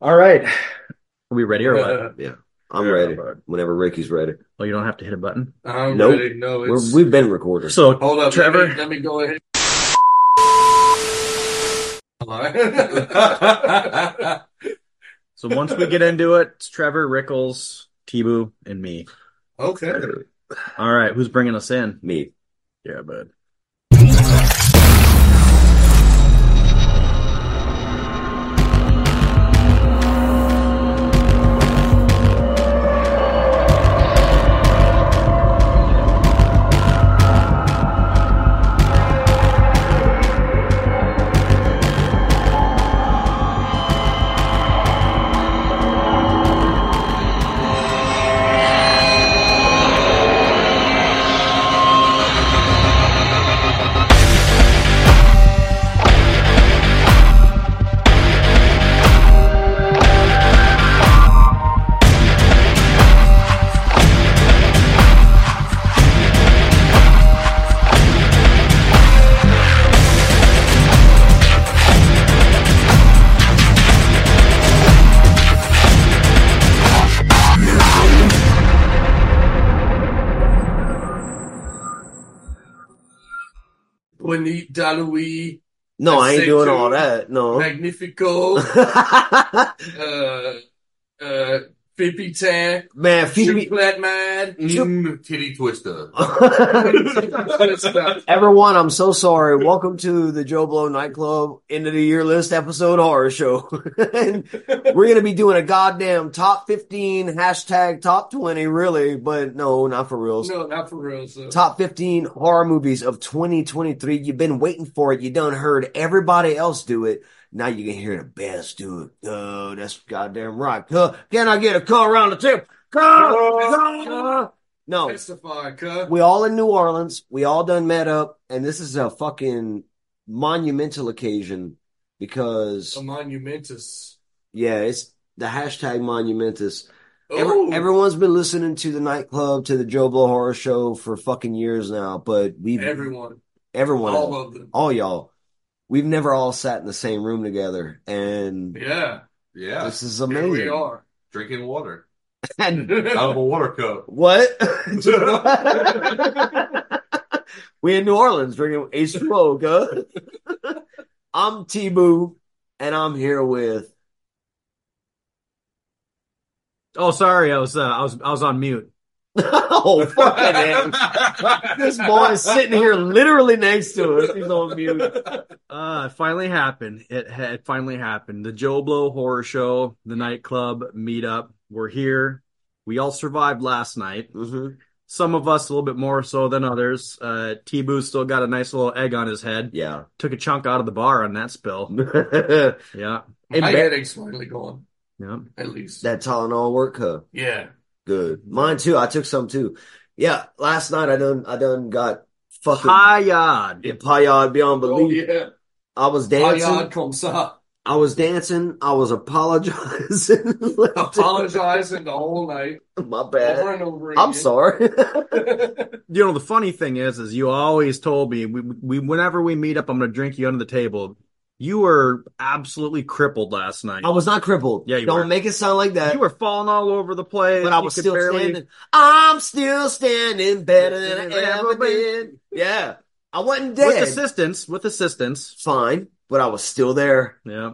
All right. Are we ready or what? Yeah, I'm ready. Whenever Ricky's ready. Oh, you don't have to hit a button. Uh, I'm Nope. ready. No, We're- it's we've been recording. So, hold up, Trevor. Let me, let me go ahead. Hello. so once we get into it, it's Trevor, Rickles, Tibu, and me. okay. All right, who's bringing us in? Me. Yeah, bud. Juanita Louis, No, I ain't Say doing two. all that. No. Magnifico, uh, uh, Pippi Tan, Man, Phoebe. Plat Mad, Chip- Mm, Titty Twister. Everyone, I'm so sorry. Welcome to the Joe Blow Nightclub End of the Year List episode horror show. And we're going to be doing a goddamn top 15, hashtag top 20, really, but no, not for reals. no, not for real, sir. Top 15 horror movies of 2023. You've been waiting for it. You done heard everybody else do it. Now you can hear the best do it. Oh, that's goddamn right. Huh, Can I get a car around the tip? No, Testify, cuh. we all in New Orleans. We all done met up. And this is a fucking monumental occasion because, A monumentous. yeah, it's the hashtag monumentous. Every- Oh, everyone's been listening to the nightclub, to the Joe Blow Horror Show for fucking years now, but we've everyone, everyone, all of them. all y'all, we've never all sat in the same room together, and Yeah, Yeah, this is here we amazing. are. drinking water And out of a water cup. what? we in New Orleans drinking H2O. go. I'm T Boo, and I'm here with Oh, sorry, I was uh, I was I was on mute. oh fucking hell. This boy is sitting here literally next to us. He's on mute. Uh, it finally happened. It ha- it finally happened. The Joe Blow Horror Show, the nightclub meetup. We're here. We all survived last night. hmm Some of us a little bit more so than others. Uh, Tibu still got a nice little egg on his head. Yeah. Took a chunk out of the bar on that spill. that Yeah, My Embar- headache's finally gone, yeah. at least. Tylenol work huh? yeah. Good. Mine too. I took some too. Yeah. Last night I done I done got fucking Hi-yad. payad beyond Oh, belief. yeah. I was dancing. Ayad comme ça. I was dancing. I was apologizing. Apologizing the whole night, My over bad. and over again. I'm sorry. you know the funny thing is is you always told me we, we whenever we meet up i'm gonna drink you under the table you were absolutely crippled last night I was not crippled. Yeah, you Don't were. make it sound like that. you were falling all over the place but I You was could still barely- standing. I'm still standing better than I ever did. Yeah. I wasn't with dead. assistance with assistance Fine, but I was still there. yeah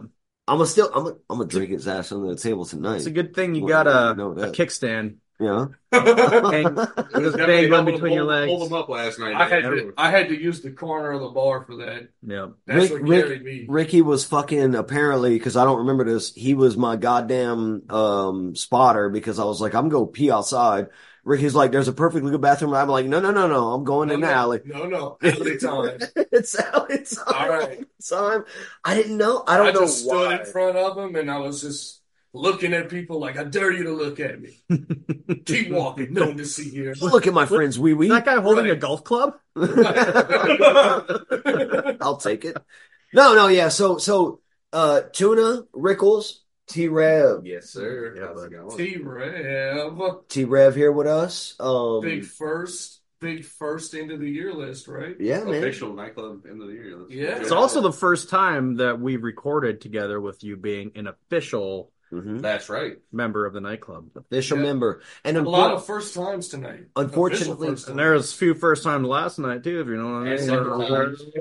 I'm gonna still. I'm gonna. I'm gonna drink his ass under the table tonight. it's a good thing you Well, got I a, know a that. kickstand Yeah. hang, just bang one between your legs Pulled them up last night. I had to, I had to use the corner of the bar for that. yeah That's Rick- what Rick- carried me. Ricky was fucking apparently because I don't remember this. He was my goddamn um spotter because I was like, I'm gonna go pee outside. Ricky's like, there's a perfectly good bathroom. I'm like, no, no, no, no. I'm going in the no, alley. No, no, alley time. it's alley time. All right. Time. I didn't know. I I, don't know just stood why. in front of him and I was just looking at people like, I dare you to look at me. Keep walking, no one to see here. Look at my friends. Wee wee. that guy holding Right. a golf club I'll take it. No, no, yeah. So, so uh tuna, Rickles, T Rev, Yes, sir. Yeah, How's bud. it going? T Rev, T Rev here with us. Um, big first, big first end of the year list, right? yeah, man. Official nightclub end of the year. That's- Yeah. it's also the first time that we recorded together with you being an official Mhm. That's right. member of the nightclub. Official Yeah. member. And A lot unfortunately, of first times tonight. Official Unfortunately- first And there was a few first times last night too, if you know what I And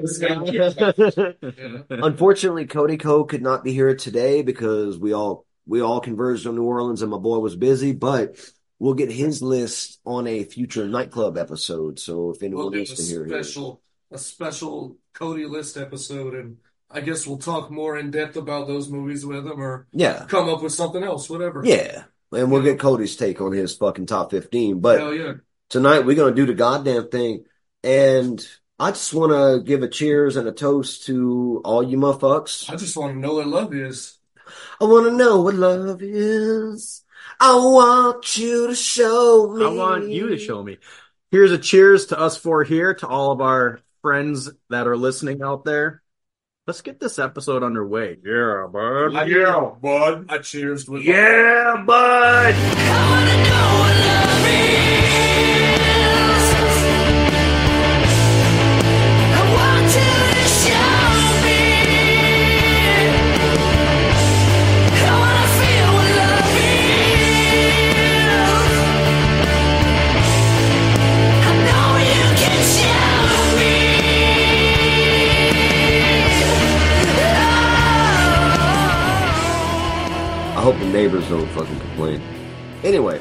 mean. several unfortunately, Cody Co could not be here today because we all we all converged on New Orleans and my boy was busy, but we'll get his list on a future nightclub episode. So if anyone We'll do a wants to hear his special, a special Cody List episode, and I guess we'll talk more in depth about those movies with him, or Yeah. come up with something else, whatever. Yeah. And we'll get Cody's take on his fucking top fifteen. But Hell yeah! tonight we're going to do the goddamn thing. And I just want to give a cheers and a toast to all you motherfucks. I just want to know what love is. I want to know what love is. I want you to show me. I want you to show me. Here's a cheers to us four here, to all of our friends that are listening out there. Let's get this episode underway. Yeah, bud. Yeah, bud. I cheers with Yeah, bud. I hope the neighbors don't fucking complain. Anyway,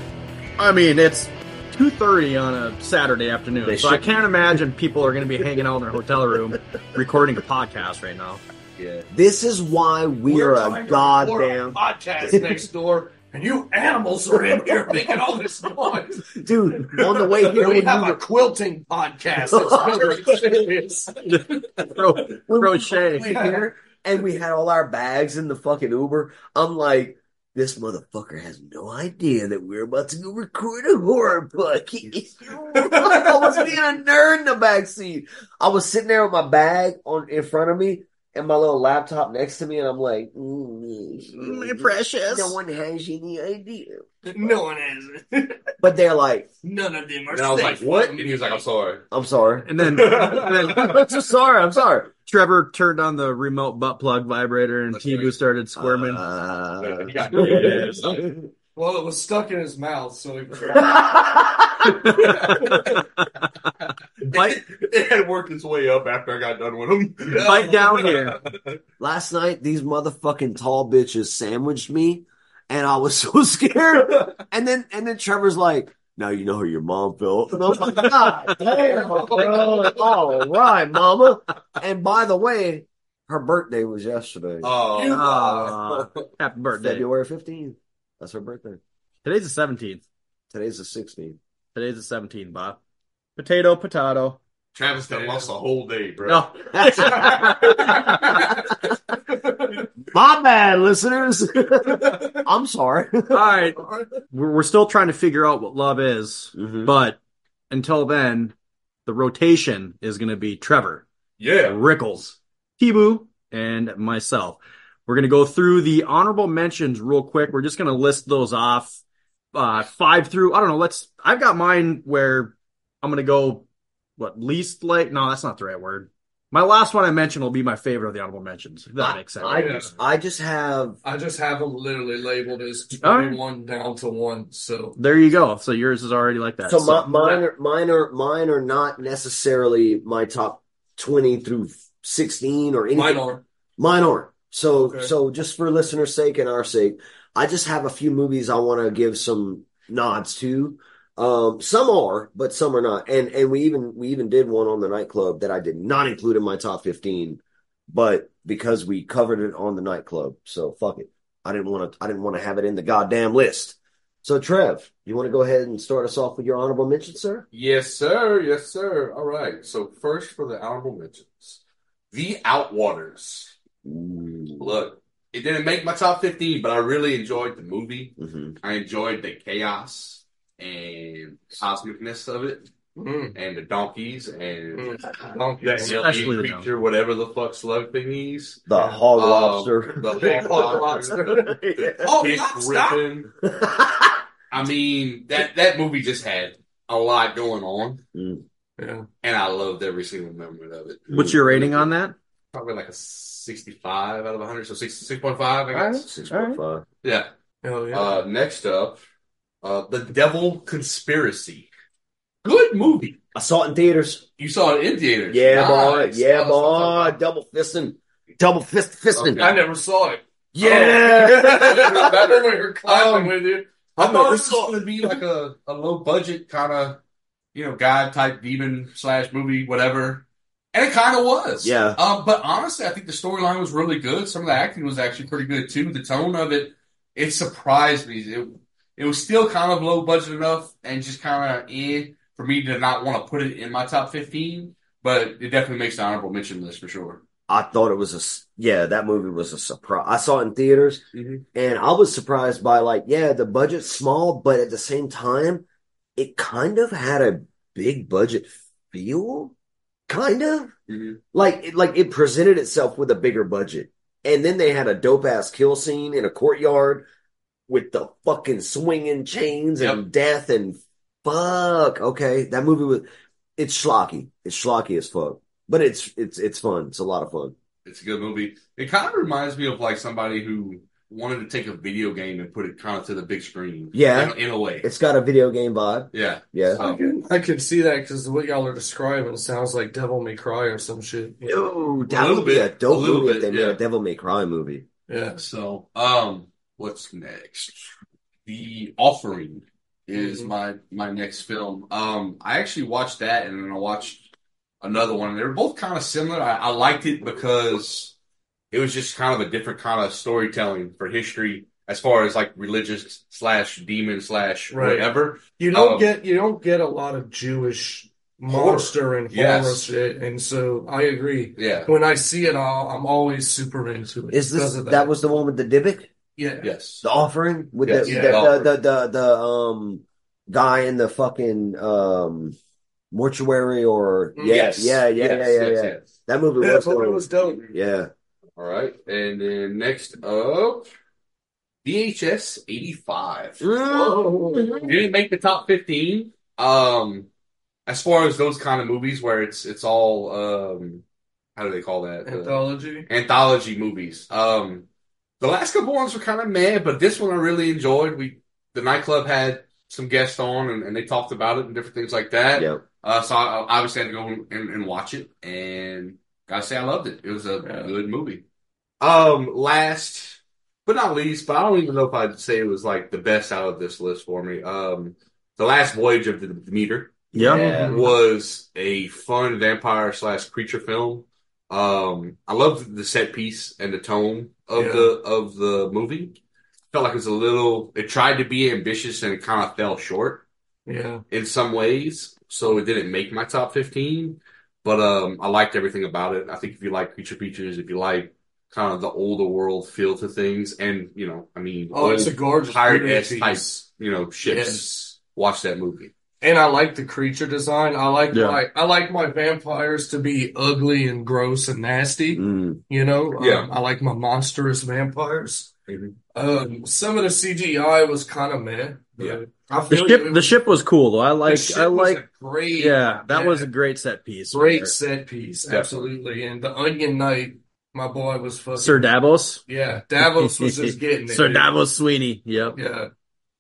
I mean, it's 2.30 on a Saturday afternoon, They so I shouldn't. can't imagine people are going to be hanging out in their hotel room recording a podcast right now. Yeah. this is why we are trying a to record goddamn a podcast next door, and you animals are in here making all this noise. dude. On the way here, we when have we a were, quilting podcast. That's very serious. Bro, when we were crochet. on the way here, and we had all our bags in the fucking Uber. I'm like, this motherfucker has no idea that we're about to go record a horror podcast. I was being a nerd in the backseat. I was sitting there with my bag on in front of me and my little laptop next to me, and I'm like, my mm, precious. no one has any idea. No one has. But they're like, None of them are. And I was like, safe. what? And he was like, I'm sorry. I'm sorry. And then, and then I'm so sorry. I'm sorry. Trevor turned on the remote butt plug vibrator, and That's Tibu right. started squirming. Uh, He got- Well, it was stuck in his mouth, so he bite, it had worked its way up after I got done with him. bite down here. Last night, these motherfucking tall bitches sandwiched me, and I was so scared. And then, and then Trevor's like, "Now you know how your mom felt." And I was like, "God damn, bro. all right, mama." And by the way, her birthday was yesterday, Oh, You- Aw, happy birthday. February fifteenth. That's her birthday. Today's the 17th. Today's the sixteenth. Today's the 17th, Bob. Potato, potato. Travis got lost a whole day, bro. No. All My bad, listeners. I'm sorry. right. We're, we're still trying to figure out what love is, Mm-hmm. but until then, the rotation is going to be Trevor, Yeah. Rickles, Tibu, and myself. We're going to go through the honorable mentions real quick. We're just going to list those off, uh, five through, I don't know, let's, I've got mine where I'm going to go, what, least like, no, that's not the right word. My last one I mentioned will be my favorite of the honorable mentions. If that makes sense. I just, I just have I just have them literally labeled as All right. 21 down to 1. So, there you go. So yours is already like that. So my, mine, are, mine are mine are not necessarily my top twenty through sixteen or anything. mine are. Mine aren't. So Okay. so just for listeners' sake and our sake, I just have a few movies I want to give some nods to. Um, some are, but some are not. And and we even we even did one on the nightclub that I did not include in my top fifteen, but because we covered it on the nightclub, so fuck it. I didn't want to. I didn't want to have it in the goddamn list. So Trev, you want to go ahead and start us off with your honorable mention, sir? Yes, sir. Yes, sir. All right. So, first for the honorable mentions The Outwaters. Look, it didn't make my top 15, but I really enjoyed the movie. Mhm. I enjoyed the chaos and cosmicness of it, Mm, and the donkeys, and mm, that donkeys. Especially alien the creature, whatever the fuck slug thing he's. The Yeah. hog Uh, lobster. The Hawk Lobster. Oh, Dick stop, stop. Griffin. I mean, that, that movie just had a lot going on, Yeah. and I loved every single moment of it. What's your rating on that? Probably like a s- 65 out of 100, so 6, 6.5, I guess. Six point five. Yeah. Hell yeah. Uh, next up, uh, The Devil Conspiracy. Good movie. I saw it in theaters. You saw it in theaters. Yeah, boy. Nice. Yeah, Awesome. boy. Double fisting. Double fist fisting. Okay. I never saw it. Yeah. I'm over here clapping Um, with you. I No, thought this it's was not. going to be like a, a low budget kind of, you know, guy type demon slash movie, whatever. And it kind of was. Yeah. Um, but honestly, I think the storyline was really good. Some of the acting was actually pretty good too. The tone of it, it surprised me. It, it was still kind of low budget enough and just kind of eh for me to not want to put it in my top 15, but it definitely makes the honorable mention list for sure. I thought it was a s- yeah. That movie was a surprise. I saw it in theaters. And I was surprised by like, yeah, the budget's small, but at the same time, it kind of had a big budget feel. Kind of. Mm-hmm. Mhm. Like it like it presented itself with a bigger budget. And then they had a dope ass kill scene in a courtyard with the fucking swinging chains and death and fuck. Okay, that movie was it's schlocky. It's schlocky as fuck. But it's it's it's fun. It's a lot of fun. It's a good movie. It kind of reminds me of like somebody who wanted to take a video game and put it kind of to the big screen. Yeah. In, in a way. It's got a video game vibe. Yeah. Yeah. I um, can, I can see that because what y'all are describing sounds like Devil May Cry or some shit. Oh, that little would be a bit, dope a little movie if bit, they made a yeah. Devil May Cry movie. Yeah. So, um, what's next? The Offering is Mm-hmm. Mhm. my my next film. Um, I actually watched that and then I watched another one. They were both kind of similar. I, I liked it because it was just kind of a different kind of storytelling for history as far as like religious slash demon slash Right. whatever. You don't Um, get you don't get a lot of Jewish Horror. monster and horror Yes. shit, and so I agree. Yeah. When I see it all, I'm always super into it Is this because of that. that. was the one with the Dybbuk? yeah. Yes. The offering with Yes, the, yeah, the, the the, the the the um guy in the fucking um mortuary or yeah Yes. yeah yeah Yes, yeah yeah, yes, yeah. yes. that movie Mm-hmm. Yeah, was but it dope. was dope. yeah All right. And then next up, DHS Mm. 85. Mm. It Whoa. didn't make the top 15. Um, as far as those kind of movies where it's it's all um, how do they call that? Uh, Anthology. anthology movies. Um, the last couple ones were kind of mad, but this one I really enjoyed. We the nightclub had some guests on and, and they talked about it and different things like that. yeah Uh, so I I obviously had to go and, and watch it, and gotta say I loved it. It was a Yeah. good movie. Um, last but not least, but I don't even know if I'd say it was like the best out of this list for me. Um, the last voyage of the Demeter Yeah. Yeah. was a fun vampire slash creature film. Um, I loved the set piece and the tone of Yeah. the of the movie. Felt like it was a little. It tried to be ambitious and it kind of fell short Yeah. in some ways, so it didn't make my top 15. But um, I liked everything about it. I think if you like creature features, if you like kind of the older world feel to things, and you know, I mean, Oh, it's a gorgeous pirate period ass piece. type, you know, ships. Yes. Watch that movie. And I like the creature design. I like Yeah. my I like my vampires to be ugly and gross and nasty. Mm. You know, Um, Yeah. I like my monstrous vampires. Mhm. Um, some of the CGI was kind of meh. but Yeah. I The feel ship, you. the ship was cool though. I like, ship I was like, a great, yeah, that yeah. was a great set piece. great set piece, Definitely. absolutely. And the Onion Knight, my boy was fucking. Sir Davos, yeah, Davos was just getting it. Sir Davos Sweeney. Yep. Yeah,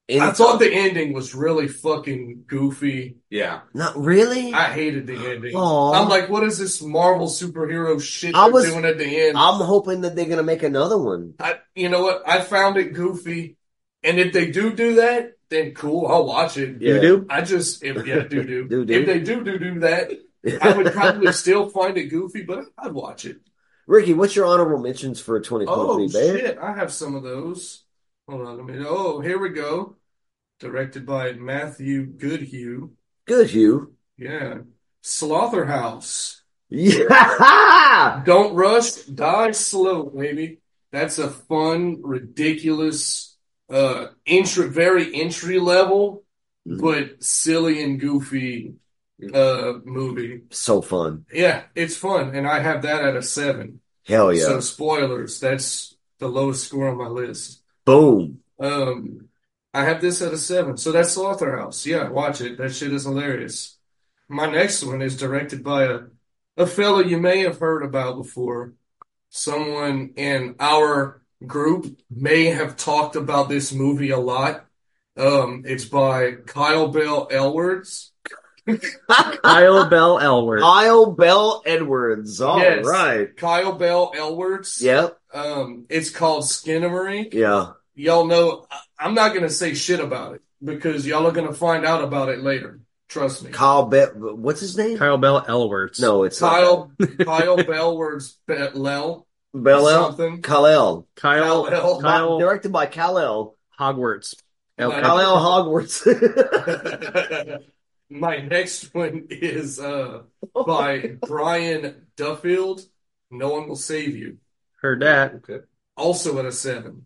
And I thought the ending was really fucking goofy. Yeah, not really I hated the ending. Aw. I'm like, what is this Marvel superhero shit I they're was- doing at the end? I'm hoping that they're gonna make another one I, you know what? I found it goofy, and if they do do that, then cool, I'll watch it. Yeah. You do? I just if yeah, do do. Do, do. If they do do do that, I would probably still find it goofy, but I'd watch it. Ricky what's your honorable mentions for 2023 Oh babe? shit, I have some of those. Hold on a minute. Oh, here we go. Directed by Matthew Goodhue. good Hugh Yeah. Slaughterhouse. yeah Don't rush, die slow, baby. That's a fun, ridiculous, uh, entry, very entry level, Mhm. but silly and goofy, uh, movie. so fun Yeah, it's fun, and I have that at a seven. hell Oh, yeah So spoilers, that's the lowest score on my list. boom Um, I have this at a seven, so that's Slaughterhouse. Yeah, watch it. That shit is hilarious. My next one is directed by a a fellow you may have heard about before, someone in our group may have talked about this movie a lot. Um, it's by Kyle Bell Elwards. Kyle Bell Elward. Kyle Bell Edwards. All right. Yes. Kyle Bell Elwards. Yep. Um, it's called Skinnery. Yeah. Y'all know I- I'm not gonna say shit about it because y'all are gonna find out about it later. Trust me. Kyle Bell. What's his name? Kyle Bell Elwards. No, it's Kyle Kyle Bellwards Bellel Bell El. something. Kyle. Kyle Kyle Kyle Directed by Kyle El. Hogwarts. El- Like- Kyle El Hogwarts. My next one is uh, by Brian Duffield. No one will save you. Heard that. Okay. Also at a seven.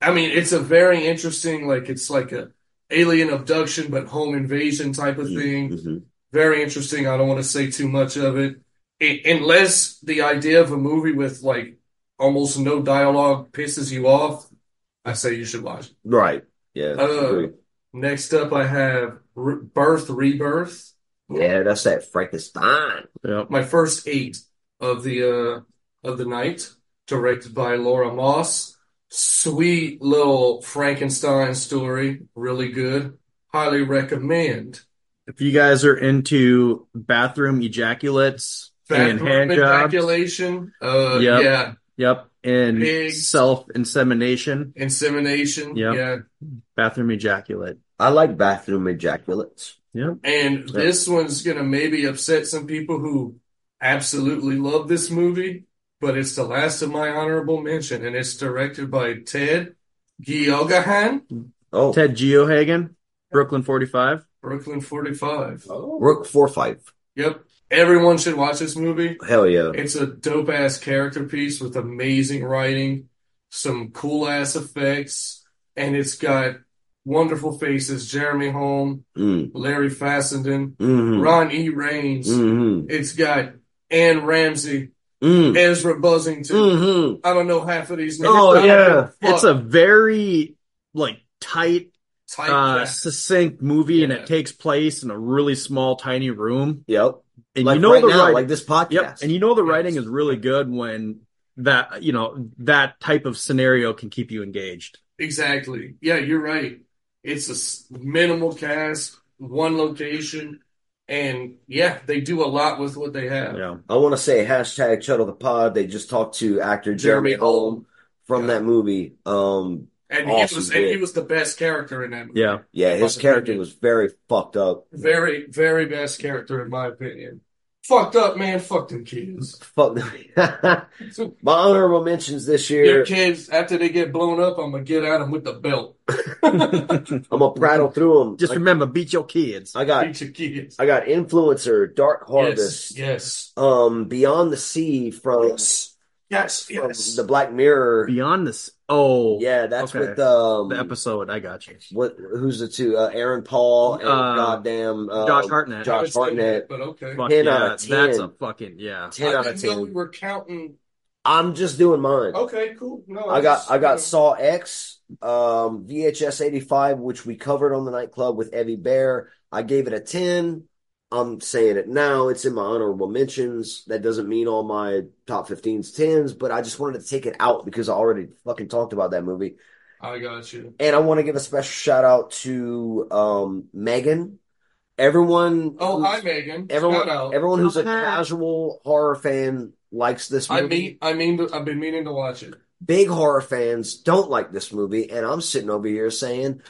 I mean, it's a very interesting, like it's like a alien abduction but home invasion type of thing. Mhm. Very interesting. I don't want to say too much of it, I- unless the idea of a movie with like almost no dialogue pisses you off. I say you should watch. it. Right. Yeah. Uh, agree. Next up, I have Re- Birth Rebirth. yeah, that's that Frankenstein. Yep. my first eight of the uh, of the night, directed by Laura Moss. Sweet little Frankenstein story, really good. Highly recommend. If you guys are into bathroom ejaculates and hand jobs, ejaculation, uh, Yep. yeah, yep, and Pigs. self insemination, insemination, Yep. yeah. bathroom ejaculate. I like bathroom ejaculates. And this one's gonna maybe upset some people who absolutely love this movie, but it's the last of my honorable mention, and it's directed by Ted Geoghegan, Oh, Ted Geohagan, Brooklyn 45. Brooklyn 45. Oh. Rook four five. Yep. Everyone should watch this movie. Hell yeah. It's a dope ass character piece with amazing writing, some cool ass effects, and it's got wonderful faces Jeremy Holm, Mm. Larry Fassenden, hmm Ron E. Raines. hmm It's got Anne Ramsey, Mm. Ezra Buzzington. hmm I don't know half of these names. Oh, I don't yeah. give fuck. It's a very like tight, Type uh, cast. succinct movie, and Yeah. it takes place in a really small, tiny room. Yep. And like you know right the now, writing, like this podcast. yep, and you know the Yes. writing is really good when that you know that type of scenario can keep you engaged. Exactly. Yeah, you're right. It's a s- minimal cast, one location, and yeah, they do a lot with what they have. Yeah. I want to say hashtag shuttle the pod. They just talked to actor Jeremy, Jeremy Holm Holm. from Yeah. that movie. Um, And he Awesome was and he bit. was the best character in that movie. Yeah. yeah, his Fucking character idiot. was very fucked up. Very, very best character in my opinion. Fucked up, man. Fuck them kids. Fuck. My honorable mentions this Your year. kids, after they get blown up, I'm gonna get at them with the belt. I'm gonna prattle through them. Just remember, beat your kids. I got, Teach your kids. I got influencer, Dark Yes, Harvest, yes, um, Beyond the Sea from, yes, from yes. the Black Mirror. Beyond this, oh Yeah, that's Okay. with um, the episode. I got you. what? Who's the two? Uh, Aaron Paul and Uh, goddamn uh, Josh Hartnett. Josh It's good, Hartnett. But okay. Fuck 10 yeah, out of 10. that's a fucking yeah. Ten I out of didn't know we ten. were counting. I'm just doing mine. Okay, cool. No, I got just- I you got know. Saw X, um, VHS 85, which we covered on the nightclub with Evie Bear. I gave it a 10. I'm saying it now. It's in my honorable mentions. That doesn't mean all my top 15s, 10s, but I just wanted to take it out because I already fucking talked about that movie. I got you. And I want to give a special shout out to um, Megan. Everyone, Oh, who's- hi, Megan. everyone, Shout out. everyone who's a Okay. casual horror fan likes this I movie mean, I mean, I've been meaning to watch it. big horror fans don't like this movie, and I'm sitting over here saying,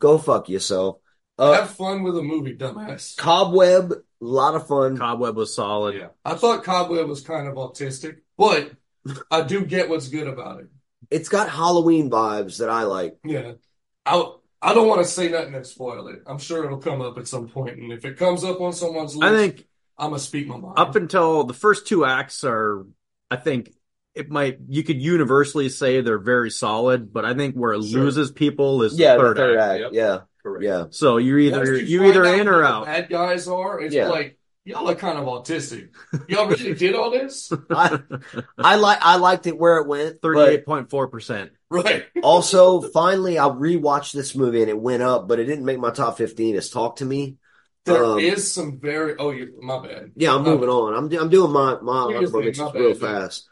"Go fuck yourself." Uh, Have fun with a movie, dumbass. Cobweb, a lot of fun. Cobweb was solid. Yeah. I thought Cobweb was kind of autistic, but I do get what's good about it. It's got Halloween vibes that I like. Yeah, I I don't want to say nothing and spoil it. I'm sure it'll come up at some point, and if it comes up on someone's I list, think I'm gonna speak my mind. up until the first two acts are, I think it might you could universally say they're very solid, but I think where it Sure. loses people is Yeah, the third, act. act. Yeah, Correct. yeah. So you're Once either you you are find either out in who or the out. Bad guys are. It's Yeah. like y'all are kind of autistic. Y'all really did all this, I, I like I liked it where it went, but Thirty-eight point four percent. right? also finally I rewatched this movie and it went up, but it didn't make my top fifteen. It's Talk to Me. There is Um, some very. Oh, you, my bad. Yeah, I'm Oh. moving on. I'm I'm doing my my You're honorable just mentions not real bad, man. fast.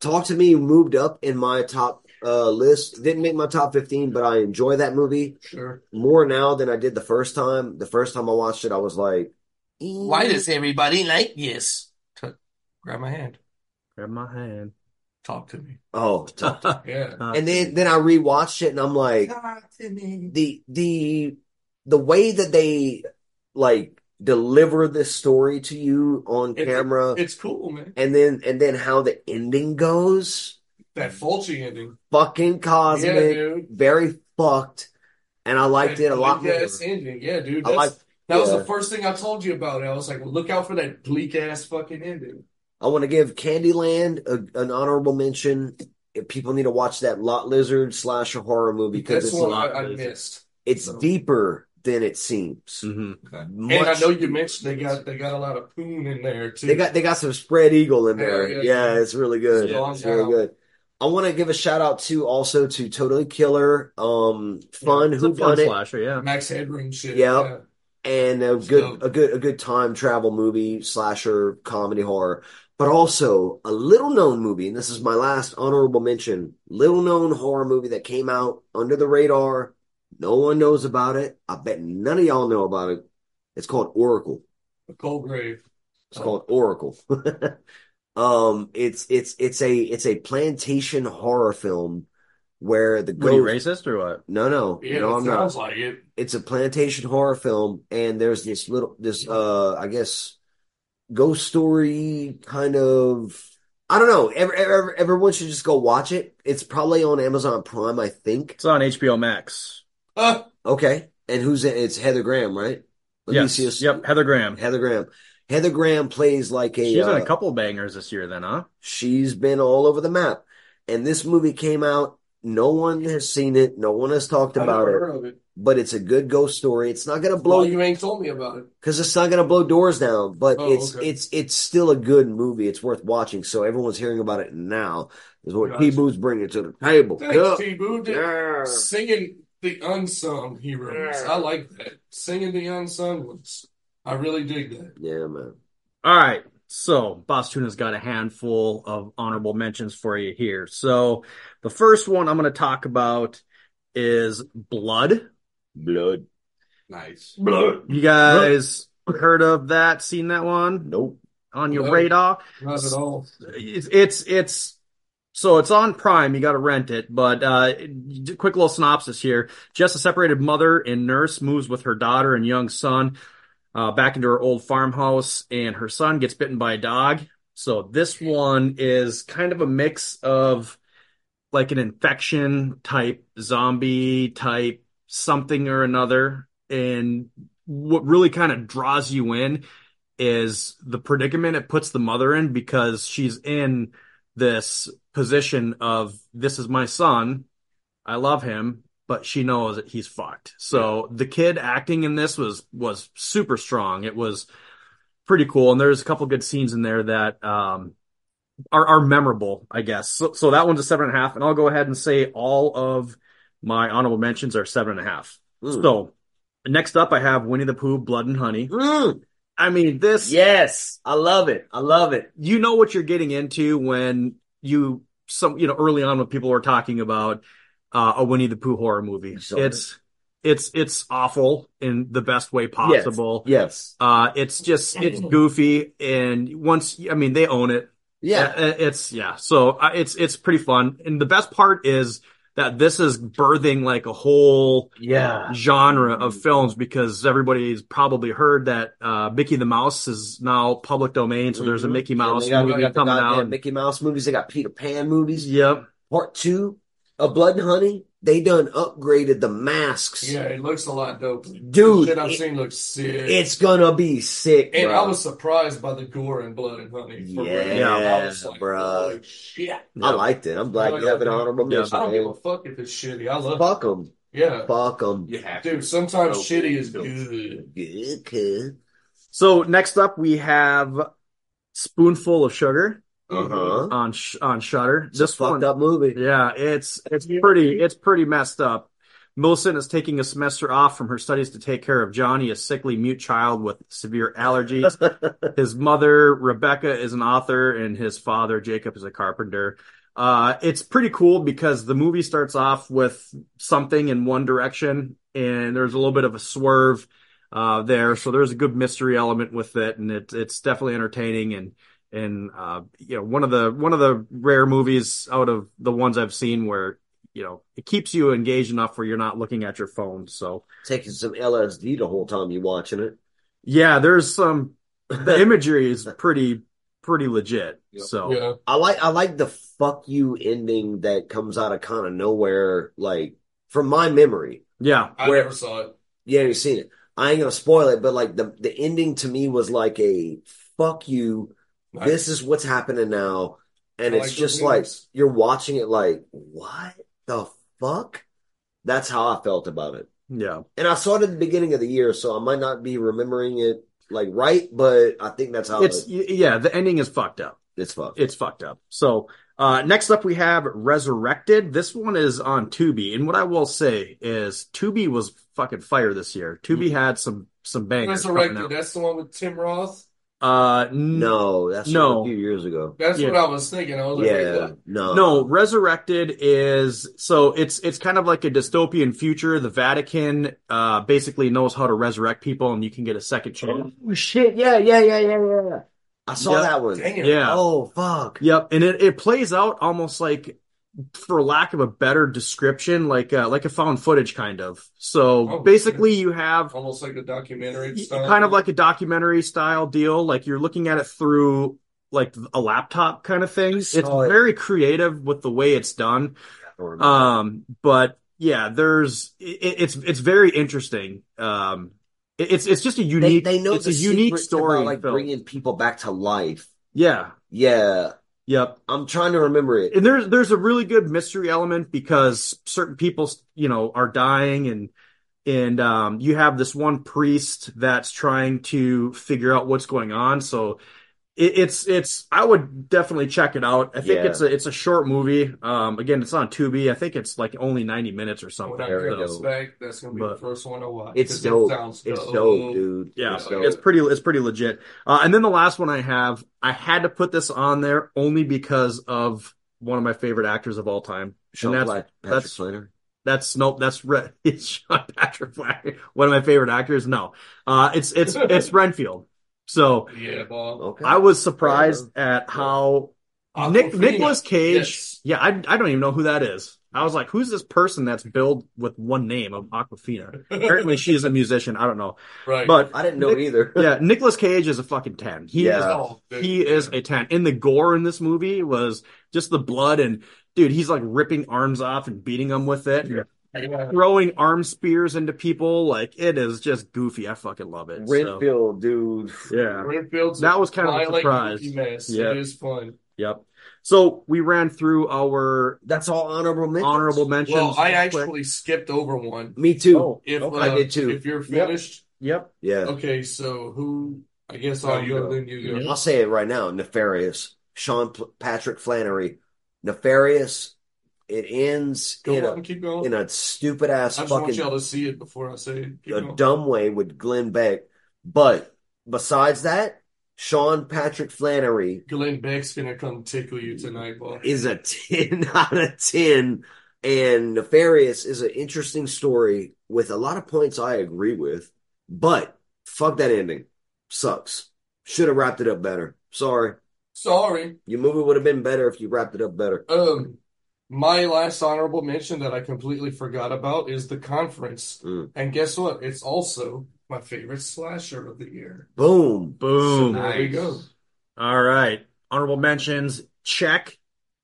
Talk to Me moved up in my top uh, list. Didn't make my top 15, but I enjoy that movie Sure. more now than I did the first time. The first time I watched it, I was like, Why does everybody like this? T- grab my hand. Grab my hand. Talk to me. oh. tough. Yeah. And then, then I rewatched it and I'm like, Talk to me. the the the way that they like deliver this story to you on It- camera It's cool, man. and then and then how the ending goes That Fulci ending. fucking Yeah, cosmic dude. very fucked and i liked it a lot more Bleak-ass ending. Yeah, dude. i That's, like that was yeah. the first thing I told you about. I was like, well, look out for that bleak ass fucking ending. i want to give candyland a, an honorable mention If people need to watch that lot lizard slasher horror movie because That's it's one a lot I, I of- missed. it's deeper than it seems hmm And I Much- know you mentioned they got they got a lot of poon in there too. They got they got some spread eagle in there. Yeah, Yeah, yeah. it's really good. Yeah. It's really good. I want to give a shout out to also to Totally Killer, um, fun It's who a fun done it, slasher, yeah. Max Headroom shit. Yeah. and a good Dope. a good a good time travel movie slasher comedy horror, but also a little known movie. And this is my last honorable mention, little known horror movie that came out under the radar. No one knows about it. I bet none of y'all know about it. It's called Oracle. A cold grave. It's called Oracle. um, it's it's it's a it's a plantation horror film where the What, are you ghost. racist or what? No, no, Yeah, no, it I'm sounds not. like it. It's a plantation horror film, and there's this little this uh, I guess, ghost story kind of. I don't know. Every, every, everyone should just go watch it. It's probably on Amazon Prime, I think. It's on HBO Max. Uh, Okay, and who's in? It's Heather Graham, right? Yes. Lucius- Yep. Heather Graham. Heather Graham. Heather Graham plays like a She's on uh, a couple bangers this year, then, huh? She's been all over the map. And this movie came out. No one has seen it. No one has talked I about never it, heard of it. but it's a good ghost story. It's not going to blow Well, you you ain't told me about it. because it's not going to blow doors down, but Oh, it's, okay. it's, it's still a good movie. It's worth watching. So everyone's hearing about it now is what Gotcha. Heboo's bringing to the table. Thanks, T Boo. Yeah. Singing the unsung heroes. I like that. Singing the unsung ones. I really dig that. Yeah, man. All right. So, Boss Tuna's got a handful of honorable mentions for you here. So, the first one I'm going to talk about is Blood. Blood. Nice. Blood. You guys heard of that? Seen that one Nope. on your No. radar? Not at all. it's it's it's so it's on Prime. You got to rent it. But uh, quick little synopsis here: Just a separated mother and nurse moves with her daughter and young son uh, back into her old farmhouse, and her son gets bitten by a dog. So this one is kind of a mix of like an infection type, zombie type, something or another. And what really kind of draws you in is the predicament it puts the mother in because she's in this position of this is my son. I love him, but she knows that he's fucked. So the kid acting in this was was super strong. It was pretty cool and there's a couple good scenes in there that um are, are memorable, I guess. So, so that one's a seven and a half, and I'll go ahead and say all of my honorable mentions are seven and a half. Mm. So next up, I have Winnie the Pooh, Blood and Honey. Mm. I mean, this Yes. I love it. I love it. you know what you're getting into when you some you know early on when people were talking about uh, a Winnie the Pooh horror movie. Sure. It's it's it's awful in the best way possible. Yes. Uh, it's just it's goofy, and once I mean they own it. Yeah. Uh, it's yeah. So uh, it's it's pretty fun, and the best part is that this is birthing like a whole Yeah. Mm-hmm. genre of films because everybody's probably heard that uh, Mickey the Mouse is now public domain. So there's a Mhm. Mickey And they Mouse got- movie they got the coming goddamn out. Mickey Mouse movies. They got Peter Pan movies. Yep. part two of Blood and Honey, they done upgraded the masks. Yeah, it looks a lot dope. The Dude, shit I've it- seen looks sick. it's gonna be sick, and bro. I was surprised by the gore and blood and honey. for Yeah, real. I was like, bruh. holy shit. I liked it. I'm glad you have an honorable Yeah. mention. I don't give a man. fuck if it's shitty. I love it. Fuck them. Yeah. Fuck them. You have to. Dude, sometimes Oh, shitty is cool. good. Good kid. So next up we have Spoonful of Sugar Uh-huh. on Sh- on Shutter. It's a This fucked one, up movie. yeah, it's it's pretty it's pretty messed up. Millicent is taking a semester off from her studies to take care of Johnny, a sickly mute child with severe allergies. his mother, Rebecca, is an author, and his father, Jacob, is a carpenter. Uh, it's pretty cool because the movie starts off with something in one direction, and there's a little bit of a swerve uh, there. So there's a good mystery element with it, and it, it's definitely entertaining and and uh, you know one of the one of the rare movies out of the ones I've seen where you know it keeps you engaged enough where you're not looking at your phone. So Taking some LSD the whole time you watching it. yeah, there's some the imagery is pretty pretty legit. Yep. So Yeah. I like I like the fuck you ending that comes out of kind of nowhere, like from my memory. yeah, I Where- never saw it. Yeah, you've seen it. I ain't gonna spoil it, but like the the ending to me was like a fuck you. Nice. This is what's happening now, and I it's like just those like movies. you're watching it like what the fuck. That's how I felt about it, yeah. and I saw it at the beginning of the year, so I might not be remembering it like right, but I think that's how It's it, yeah, the ending is fucked up. it's fucked. It's fucked up. So uh, next up, we have Resurrected. This one is on Tubi, and what I will say is Tubi was fucking fire this year. Tubi had some some bangers coming Resurrected. out. That's the one with Tim Roth. Uh, n- no, that's from No. a few years ago. That's Yeah. what I was thinking. I was like, wait, Yeah, what? no, No, Resurrected is so it's it's kind of like a dystopian future. The Vatican uh basically knows how to resurrect people and you can get a second chance. Oh shit! Yeah, yeah, yeah, yeah, yeah. yeah. I saw Yeah. that one. dang it. Yeah. Oh fuck! Yep, and it, it plays out almost like for lack of a better description, like uh like a found footage kind of. So Oh, basically you have Oh, Almost like a documentary style. kind of like a documentary style deal. Like you're looking at it through like a laptop kind of thing. It's saw it. very creative with the way it's done. Um, but yeah, there's it, it's it's very interesting. Um, it- it's it's just a they, unique. they know it's the a unique secrets story. about, like film. bringing people back to life. yeah, Yeah, yep. I'm trying to remember it. And there's there's a really good mystery element because certain people you know are dying and and um you have this one priest that's trying to figure out what's going on. So it, it's it's I would definitely check it out. I think Yeah. it's a it's a short movie. Um, again, it's on Tubi. I think it's like only ninety minutes or When something. I Oh, There get we this go. back, that's gonna be But- the first one I watch. It's 'cause it dope. sounds It's dope, dude. Yeah, it's Yeah. it's dope. pretty. It's pretty legit. Uh, and then the last one I have, I had to put this on there only because of one of my favorite actors of all time. Sean and that's- Black, Patrick that's- Slater. That's nope. That's Re- it's Sean Patrick Flaherty, one of my favorite actors. No, uh, it's it's it's Renfield. So Yeah, Bob. Okay. I was surprised at how Oh. Uh, Nick Aquafina. Nicholas Cage. Yes. Yeah, I I don't even know who that is. I was like, who's this person that's billed with one name of Aquafina? Apparently, she is a musician. I don't know, right. but I didn't know either. yeah, Nicolas Cage is a fucking ten. He Yeah. is Oh, dude. uh, he is a 10 and the gore in this movie was just the blood and dude he's like ripping arms off and beating them with it and Yeah. throwing arm spears into people like it is just goofy i fucking love it so, Renfield, dude. yeah Renfield's That was kind of a fly like surprise. Mickey Mouse. Yeah. It is fun. yep so we ran through our That's all honorable mentions. honorable mentions Well, I real quick. actually skipped over one. Me too. Oh, If okay. I uh, did too. If you're Yep. finished, yep Yeah, okay. So who? I guess Oh, I'll you go. go. Then you go. I'll say it right now. Nefarious, Sean P- Patrick Flannery, Nefarious. It ends Go in a on. Keep going. in a stupid ass I just want fucking y'all to see it before I say it. Keep a going. dumb way with Glenn Beck. But besides that, Sean Patrick Flannery Glenn Beck's gonna come tickle you tonight, Bob. is a 10 out of 10. And Nefarious is an interesting story with a lot of points I agree with. But fuck that ending. Sucks. Should have wrapped it up better. Sorry. Sorry. Your movie would have been better if you wrapped it up better. Um, my last honorable mention that I completely forgot about is The Conference. Mm. And guess what? It's also my favorite slasher of the year. Boom. boom So there we go. all right honorable mentions check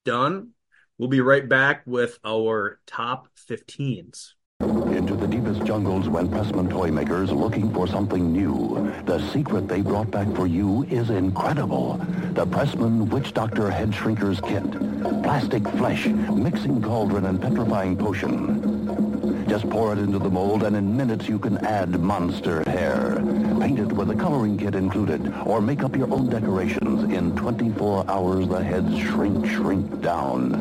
done we'll be right back with our top 15s Into the deepest jungles went Pressman toy makers looking for something new. The secret they brought back for you is incredible. The Pressman Witch Doctor Head Shrinker's Kit. Plastic flesh, mixing cauldron, and petrifying potion. Just pour it into the mold, and in minutes you can add monster hair. Paint it with a coloring kit included, or make up your own decorations. In 24 hours, the heads shrink, shrink down.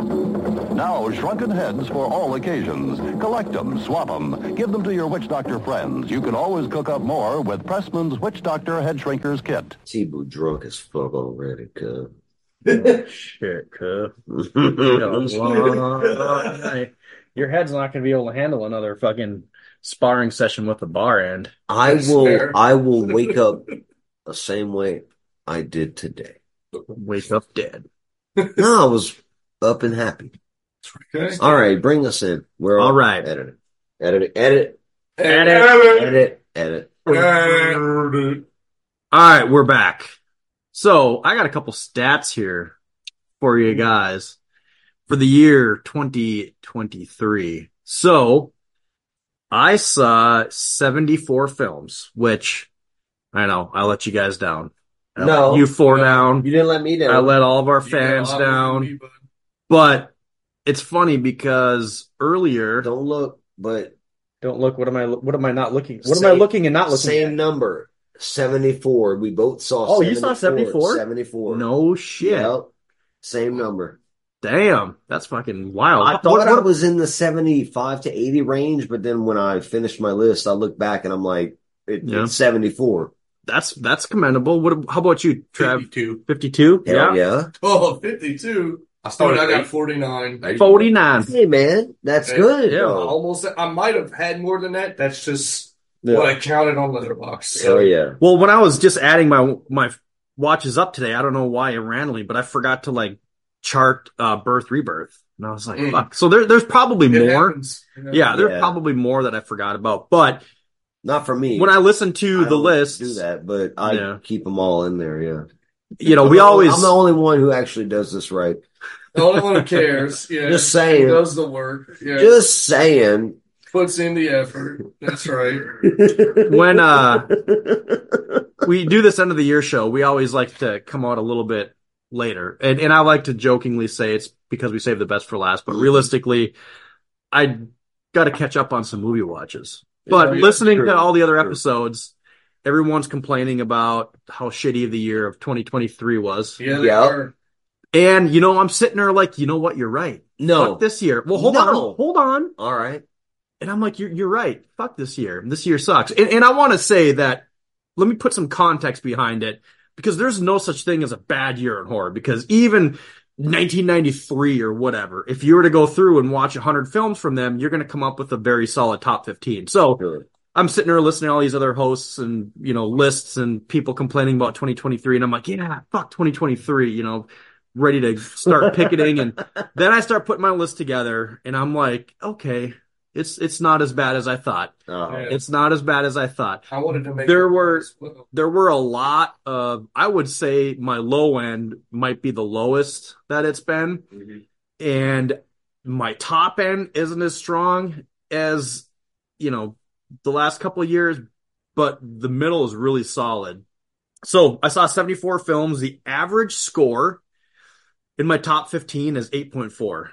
Now, shrunken heads for all occasions. Collect them, swap them, give them to your witch doctor friends. You can always cook up more with Pressman's Witch Doctor Head Shrinkers Kit. Cebu drunk as fuck already, cuz. Shit, cuh. That's Your head's not going to be able to handle another fucking sparring session with the bar end. I That's will. fair. I will wake up the same way I did today. Wake up dead. No, I was up and happy. Okay. All right, bring us in. We're All all right. Edit it. Edit it. Edit it. Edit. Edit. Edit. Edit. All right, we're back. So I got a couple stats here for you guys for the year 2023. So I saw 74 films, which I know I let you guys down. I let No. you four No. down. You didn't let me I down. let all of our You fans got a lot down. of me, bud. But it's funny because earlier, Don't look, but Don't look. What am I? What am I not looking? What am I Same- looking and not looking? same at? number. 74. We both saw Oh, you saw 74? 74. No shit. Yep. Same number. Damn, that's fucking wild. I What- thought what- I was in the 75 to 80 range, but then when I finished my list, I looked back and I'm like, it, Yeah. it's 74. that's that's commendable. What? How about you, Trav? 52. Fifty-two. Hell yeah. Oh, 52. I Dude, Oh, started. Oh, I got eight. 49. Forty-nine. Hey, man, that's Hey, good. yeah, though. Almost. I might have had more than that. That's just Yeah. what I counted on Letterbox. Oh, yeah. Well, when I was just adding my my watches up today, I don't know why randomly, but I forgot to like chart uh birth rebirth, and I was like, Mm. fuck. So there, there's probably It more. happens, you know? Yeah, there's Yeah. probably more that I forgot about. But Not for me. when I listen to I the don't list, do that, but I Yeah. keep them all in there. Yeah. you know, I'm we the- always I'm the only one who actually does this right. The only one who cares. Yeah. Just saying. He does the work. Yeah. Just saying. Puts in the effort. That's right. when uh we do this end of the year show, we always like to come out a little bit later. And and I like to jokingly say it's because we save the best for last, but realistically, I got to catch up on some movie watches. But Yeah, listening true, to all the other true. episodes, everyone's complaining about how shitty the year of 2023 was. Yeah, they Yeah. are. And you know, I'm sitting there like, you know what, you're right. no. Fuck this year. Well, hold No. on. Hold on. All right. And I'm like, you're, you're right. Fuck this year. This year sucks. And, and I want to say that, let me put some context behind it because there's no such thing as a bad year in horror because even 1993 or whatever, if you were to go through and watch 100 films from them, you're going to come up with a very solid top 15. So Sure. I'm sitting there listening to all these other hosts and, you know, lists and people complaining about 2023. And I'm like, yeah, fuck 2023, you know, ready to start picketing. and then I start putting my list together and I'm like, okay, it's, it's not as bad as I thought. Oh. Yeah. It's not as bad as I thought. I wanted to make There it were- as well. There were a lot of, I would say my low end might be the lowest that it's been Mm-hmm. and my top end isn't as strong as you know the last couple of years but the middle is really solid so i saw 74 films the average score in my top 15 is 8.4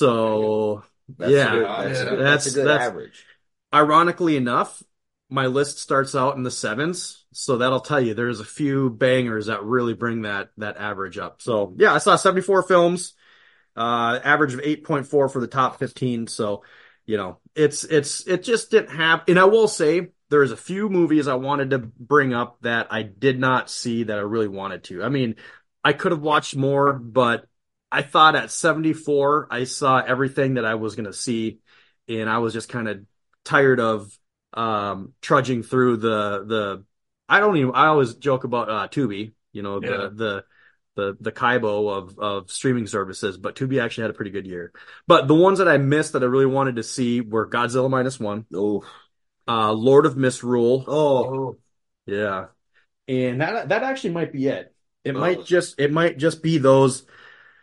so That's Yeah. a good, that's, a Yeah. good, that's, That's- a good that's- average. ironically enough my list starts out in the sevens so that'll tell you there's a few bangers that really bring that that average up so yeah i saw 74 films uh average of 8.4 for the top 15 so you know it's it's it just didn't happen and i will say there's a few movies i wanted to bring up that i did not see that i really wanted to i mean i could have watched more but i thought at 74 i saw everything that i was going to see and i was just kind of tired of um trudging through the the I don't even I always joke about uh Tubi, you know, the Yeah. the the the Kaibo of of streaming services, but Tubi actually had a pretty good year. But the ones that I missed that I really wanted to see were Godzilla minus 1, Oh, uh Lord of Misrule. oh, Yeah. And that that actually might be it. It Oh. might just it might just be those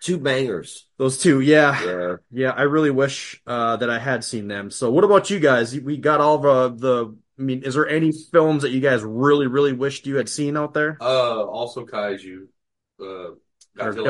two bangers. those two. Yeah. Yeah. Yeah, I really wish uh, that I had seen them. So, what about you guys? We got all the the. I mean, is there any films that you guys really, really wished you had seen out there? Uh, also Kaiju. Uh, Or Godzilla.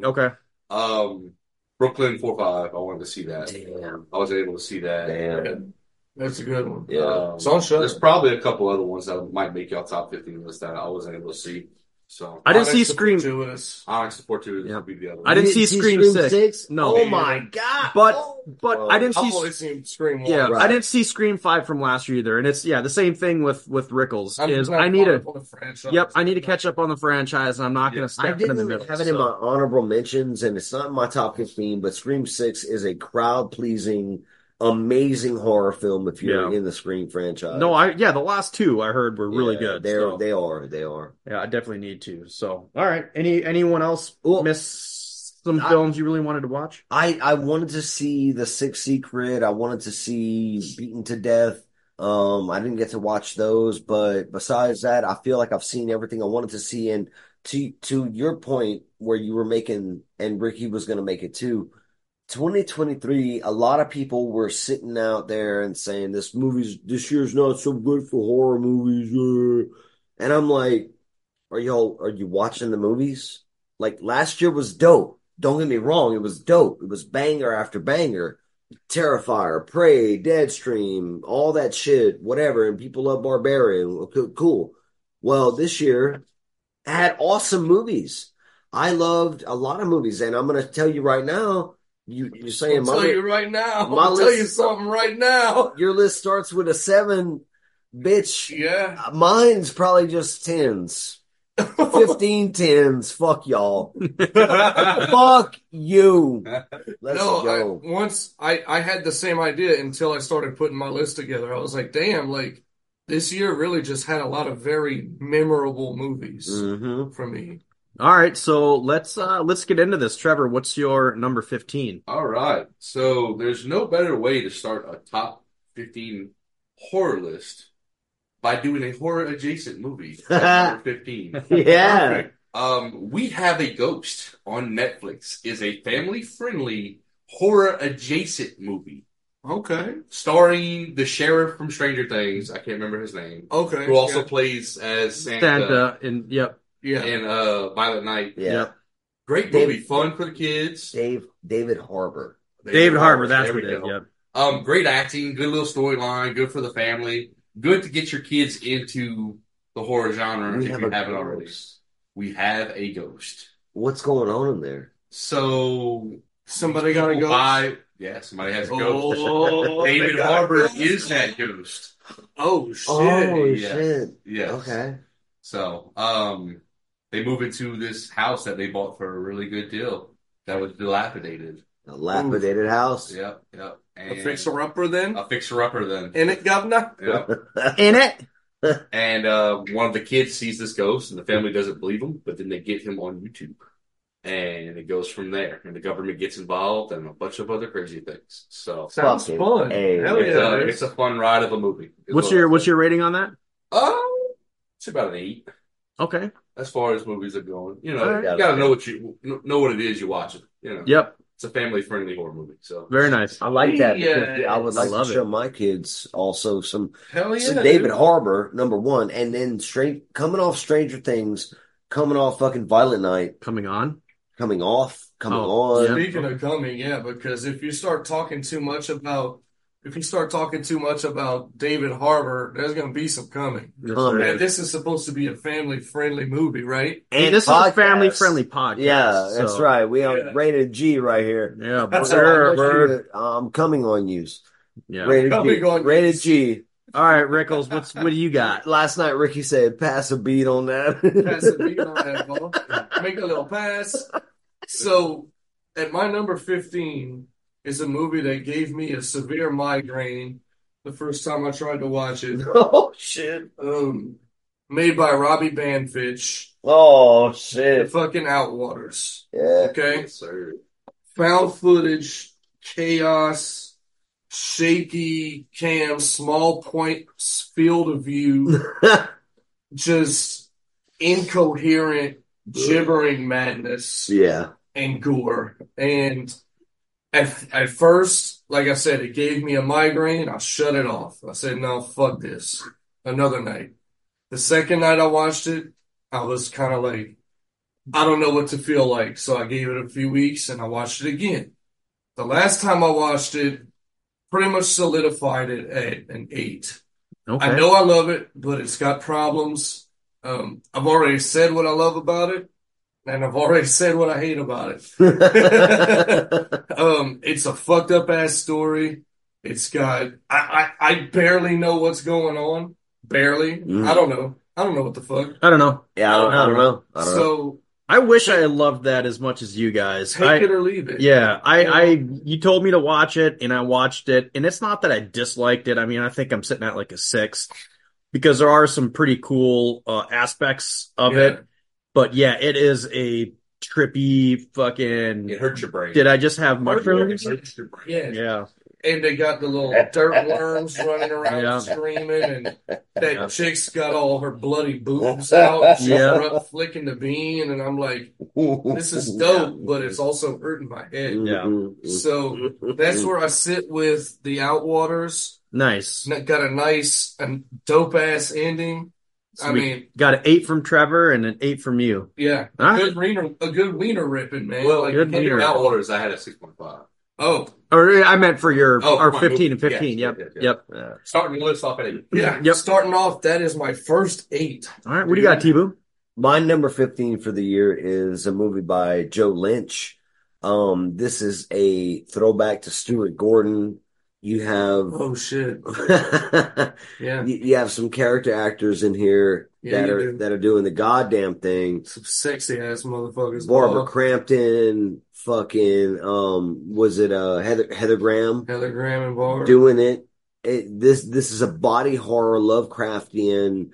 Godzilla? Okay. Um, Brooklyn 4-5. I wanted to see that. Damn. I was able to see that. Damn. That's a good one. Yeah. Um, Song Shudder. There's probably a couple other ones that might make y'all top 15 list that I wasn't able to see. So I didn't see Onyx Scream. Fortuitous. Onyx the Fortune Yeah. would be the other I one. didn't You see Scream Six. No. Oh my god! But Oh. but Well, I didn't I've see only seen Scream yeah once. I didn't see Scream Five from last year either, and it's yeah the same thing with with Rickles I'm is not I need a on the franchise. yep I need to catch up on the franchise and I'm not Yeah. going to step I in didn't the even middle. have it so. in my honorable mentions, and it's not in my top 15, but Scream 6 is a crowd pleasing, amazing horror film if you're Yeah. in the Scream franchise. no I yeah the last two I heard were really Uh, Yeah, good. They're, so. They are. They are. Yeah, I definitely need to. So all right, any anyone else Well, miss some I- films you really wanted to watch? I, I wanted to see The Sixth Secret. I wanted to see Beaten to Death. Um, I didn't get to watch those, but besides that, I feel like I've seen everything I wanted to see. And to to your point where you were making, and Ricky was going to make it too, 2023, a lot of people were sitting out there and saying this movie's this year's not so good for horror movies. uh." And I'm like, are y'all are you watching the movies? Like last year was dope. Don't get me wrong, it was dope. It was banger after banger. Terrifier, Prey, Deadstream, all that shit, whatever, and people love Barbarian. Okay, Cool. Well, this year had awesome movies. I loved a lot of movies, and I'm gonna tell you right now, you you're saying I'll my tell you right now. my I'll tell list- you something right now. your list starts with a seven, bitch. Yeah. Mine's probably just tens. 15 tens. Fuck y'all. Fuck you. Let's no, I, go. once I, I had the same idea until I started putting my list together. I was like, damn, like this year really just had a lot of very memorable movies hmm for me. All right, so let's uh let's get into this. Trevor, what's your number 15? All right. So there's no better way to start a top 15 horror list by doing a horror adjacent movie at number 15. Yeah. Um, we have a ghost on Netflix is a family friendly horror adjacent movie Okay. starring the sheriff from Stranger Things. I can't remember his name. Okay. Who also yeah. plays as Santa, Santa and yep. yeah. in uh, Violet Knight. Yeah. Yep. Great David- movie, fun for the kids. Dave David Harbor. David Harbour, that's There what we it is. go. Yep. Um, great acting, good little storyline, good for the family, good to get your kids into the horror genre We if have you a haven't already. ghost. We have a ghost. What's going on in there? So Somebody got to people go. buy- yeah, somebody has a ghost. Oh, David they got a Harbour ghost. is that ghost. Oh shit. Oh yeah. shit. Yes. Okay. So, um, they move into this house that they bought for a really good deal that was dilapidated. A lapidated house. Yep, yep. And a fixer upper then? a fixer-upper then. in it, governor? Yep. In it. And uh, one of the kids sees this ghost, and the family doesn't believe him, but then they get him on YouTube. And it goes from there. And the government gets involved and a bunch of other crazy things. So Sounds Fucking fun. A. Hell it's, yeah. a, it it's is. a fun ride of a movie. is What's what your I'll what's say. your rating on that? Oh, it's about an eight Okay. as far as movies are going. You know, All right. you gotta know what you kn- know what it is you're watching. You know, Yep. it's a family friendly horror movie. So Very nice. I like that uh, because Yeah. I would I like to love it. show my kids also some Hell yeah. So David dude. Harbor, number one, and then straight coming off Stranger Things, coming off fucking Violent Night, Coming on. coming off, coming Oh, on. yeah. Speaking of coming, yeah, because if you start talking too much about if you start talking too much about David Harbor, there's gonna be some coming. Coming. And this is supposed to be a family friendly movie, right? And And this is a podcast. family friendly podcast. Yeah, that's so- right. We are Yeah. rated G right here. Yeah, That's So how brr, I want brr. you to- I'm um, coming on yous. yeah. Rated Coming G. on rated yous. G. All right, Rickles, what's what do you got? Last night Ricky said, "Pass a beat on that." Pass it, you know, that ball. Make a little pass. So at my number fifteen is a movie that gave me a severe migraine the first time I tried to watch it. oh shit! Um made by Robbie Banfitch, Oh the shit! fucking Outwaters. Yeah. Okay? Yes, sir. found footage, chaos, shaky cam, small point field of view, just incoherent, gibbering madness yeah. and gore. And at, at first, like I said, it gave me a migraine. I shut it off. I said, no, fuck this. Another night. The second night I watched it, I was kind of like, I don't know what to feel like. So I gave it a few weeks and I watched it again. The last time I watched it, pretty much solidified it at an eight. Okay. I know I love it, but it's got problems. Um, I've already said what I love about it, and I've already said what I hate about it. um, it's a fucked up ass story. It's got I, I I barely know what's going on. Barely. Mm. I don't know. I don't know what the fuck. I don't know. Yeah, I don't, I don't know. I don't know. So I wish I loved that as much as you guys. take I, it or leave it. Yeah, I, I, you told me to watch it, and I watched it, and it's not that I disliked it. I mean, I think I'm sitting at like a six because there are some pretty cool uh, aspects of Yeah. it. But yeah, it is a trippy fucking. It hurts your brain. Did I just have It mushrooms? hurts your brain. Yeah. Yeah, And they got the little dirt worms running around Yeah. screaming and that Yeah. chick's got all her bloody boobs out. and She's Yeah. up flicking the bean and I'm like, this is dope, but it's also hurting my Mm-hmm. head. So that's where I sit with the Outwaters. It's nice. not- Got a nice and dope ass ending. I Sweet. mean, Got an eight from Trevor and an eight from you. yeah, All right. good wiener, a good wiener ripping, man. Well, Like, good In wiener. your out orders, I had a 6.5. Oh, Or I meant for your Oh, or my fifteen and movie. fifteen. Yes, yep, yes, yep. Starting to list off at eight. yeah. Yep. Starting off, that is my first eight. All right, what do you got, Tibu? Mm-hmm. My number 15 for the year is a movie by Joe Lynch. Um, this is a throwback to Stuart Gordon. You have, Oh shit. Oh. Yeah. you, you have some character actors in here Yeah, that you are, do. that are doing the goddamn thing. Some sexy ass motherfuckers. Barbara Oh, Crampton, fucking, um, was it, uh, Heather, Heather Graham? Heather Graham and Barbara. doing it. it this this is a body horror Lovecraftian.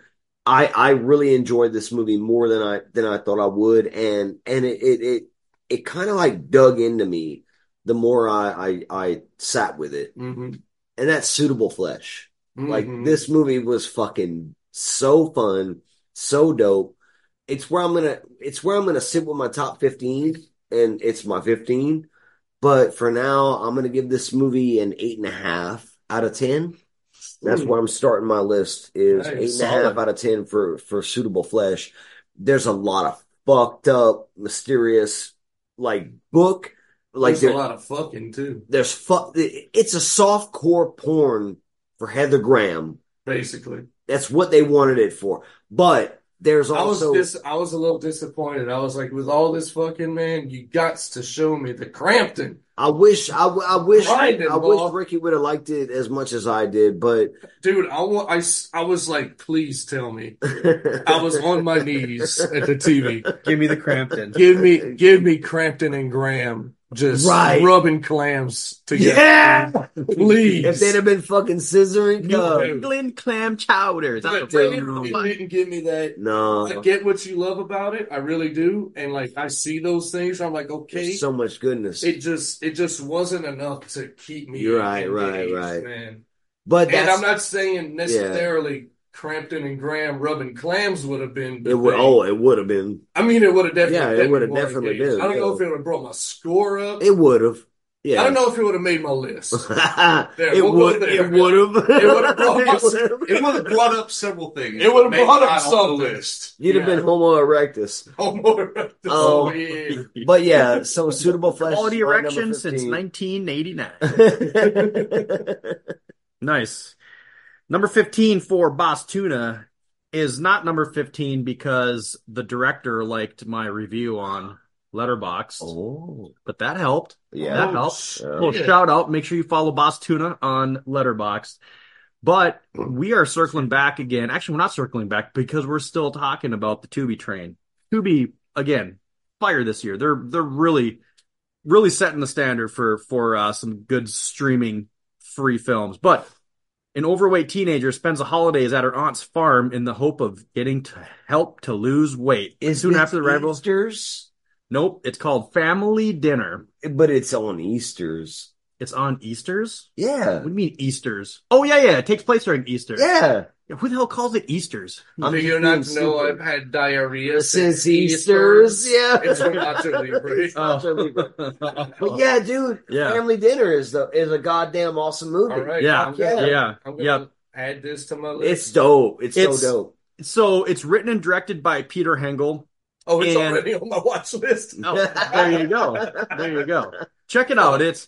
I I really enjoyed this movie more than I than I thought I would, and and it it it, it kind of like dug into me the more I, I I sat with it, hmm and that's suitable flesh. Mm-hmm. Like this movie was fucking so fun, so dope. It's where I'm gonna it's where I'm gonna sit with my top fifteen, and it's my fifteen. But for now, I'm gonna give this movie an eight and a half out of ten. That's Hmm. where I'm starting my list Nice. is eight and a half Solid. out of ten for for suitable flesh. There's a lot of fucked up, mysterious like book. Like There's a there, lot of fucking too, there's fu- it's a soft core porn for Heather Graham. basically. That's what they wanted it for. But there's I was also dis- I was a little disappointed. I was like, with all this fucking man, you got to show me the Crampton. I wish I, w- I wish Grinding, I wish boy. Ricky would have liked it as much as I did, but Dude, I, wa- I, s- I was like, please tell me. I was on my knees at the TV. Give me the Crampton. Give me, give me Crampton and Graham just Right. rubbing clams together. Yeah, Please. if they'd have been fucking scissoring, New uh, no, England clam chowders. That's But the way they you know. didn't, you didn't give me that. no, I get what you love about it. I really do. And like, I see those things. I'm like, okay. there's so much goodness. it just, it just wasn't enough to keep me. You're right, right, engaged, right. Man. but And that's I'm not saying necessarily Crampton and Graham rubbing clams would have been. the it would. thing. Oh, it would have been. I mean, it would have definitely. Yeah, it would have been more definitely engaged. been, I don't know yeah. if it would have brought my score up. It would have. Yeah. I don't know if it would have made my list. it There, it we'll go would. there. It would have. It would've brought us- It would have brought up several things. would have Maybe brought not up on the something. list. You'd have been Homo erectus. Oh, more. Oh. yeah. But yeah, so suitable flesh. Quality is my number erection since 15. 1989. nice. Number 15 for Boss Tuna is not number 15 because the director liked my review on Letterboxd, oh, but that helped. yeah. That helped. Yeah. Little shout out. Make sure you follow Boss Tuna on Letterboxd. But we are circling back again. Actually, we're not circling back because we're still talking about the Tubi train. Tubi again, fire this year. They're they're really really setting the standard for for uh, some good streaming free films. But an overweight teenager spends the holidays at her aunt's farm in the hope of getting to help to lose weight. Soon this after the arrival, Easter's, nope, it's called Family Dinner. but it's on Easter's. It's on Easter's. What Yeah, do you mean Easter's? Oh yeah, yeah. It takes place during Easter. yeah. Yeah, Who the hell calls it Easter's? I'm Do you just not being know stupid. I've had diarrhea Since Easter's, yeah. It's Oh. relatively brief. Oh. But yeah, dude, Yeah. Family Dinner is the is a goddamn awesome movie. All right. Yeah, I'm yeah. gonna, yeah, I'm gonna yeah. add this to my list. It's dope. It's, It's- so dope. So it's written and directed by Peter Hengel. oh, it's and- already on my watch list. Oh, there you go. There you go. Check it out. It's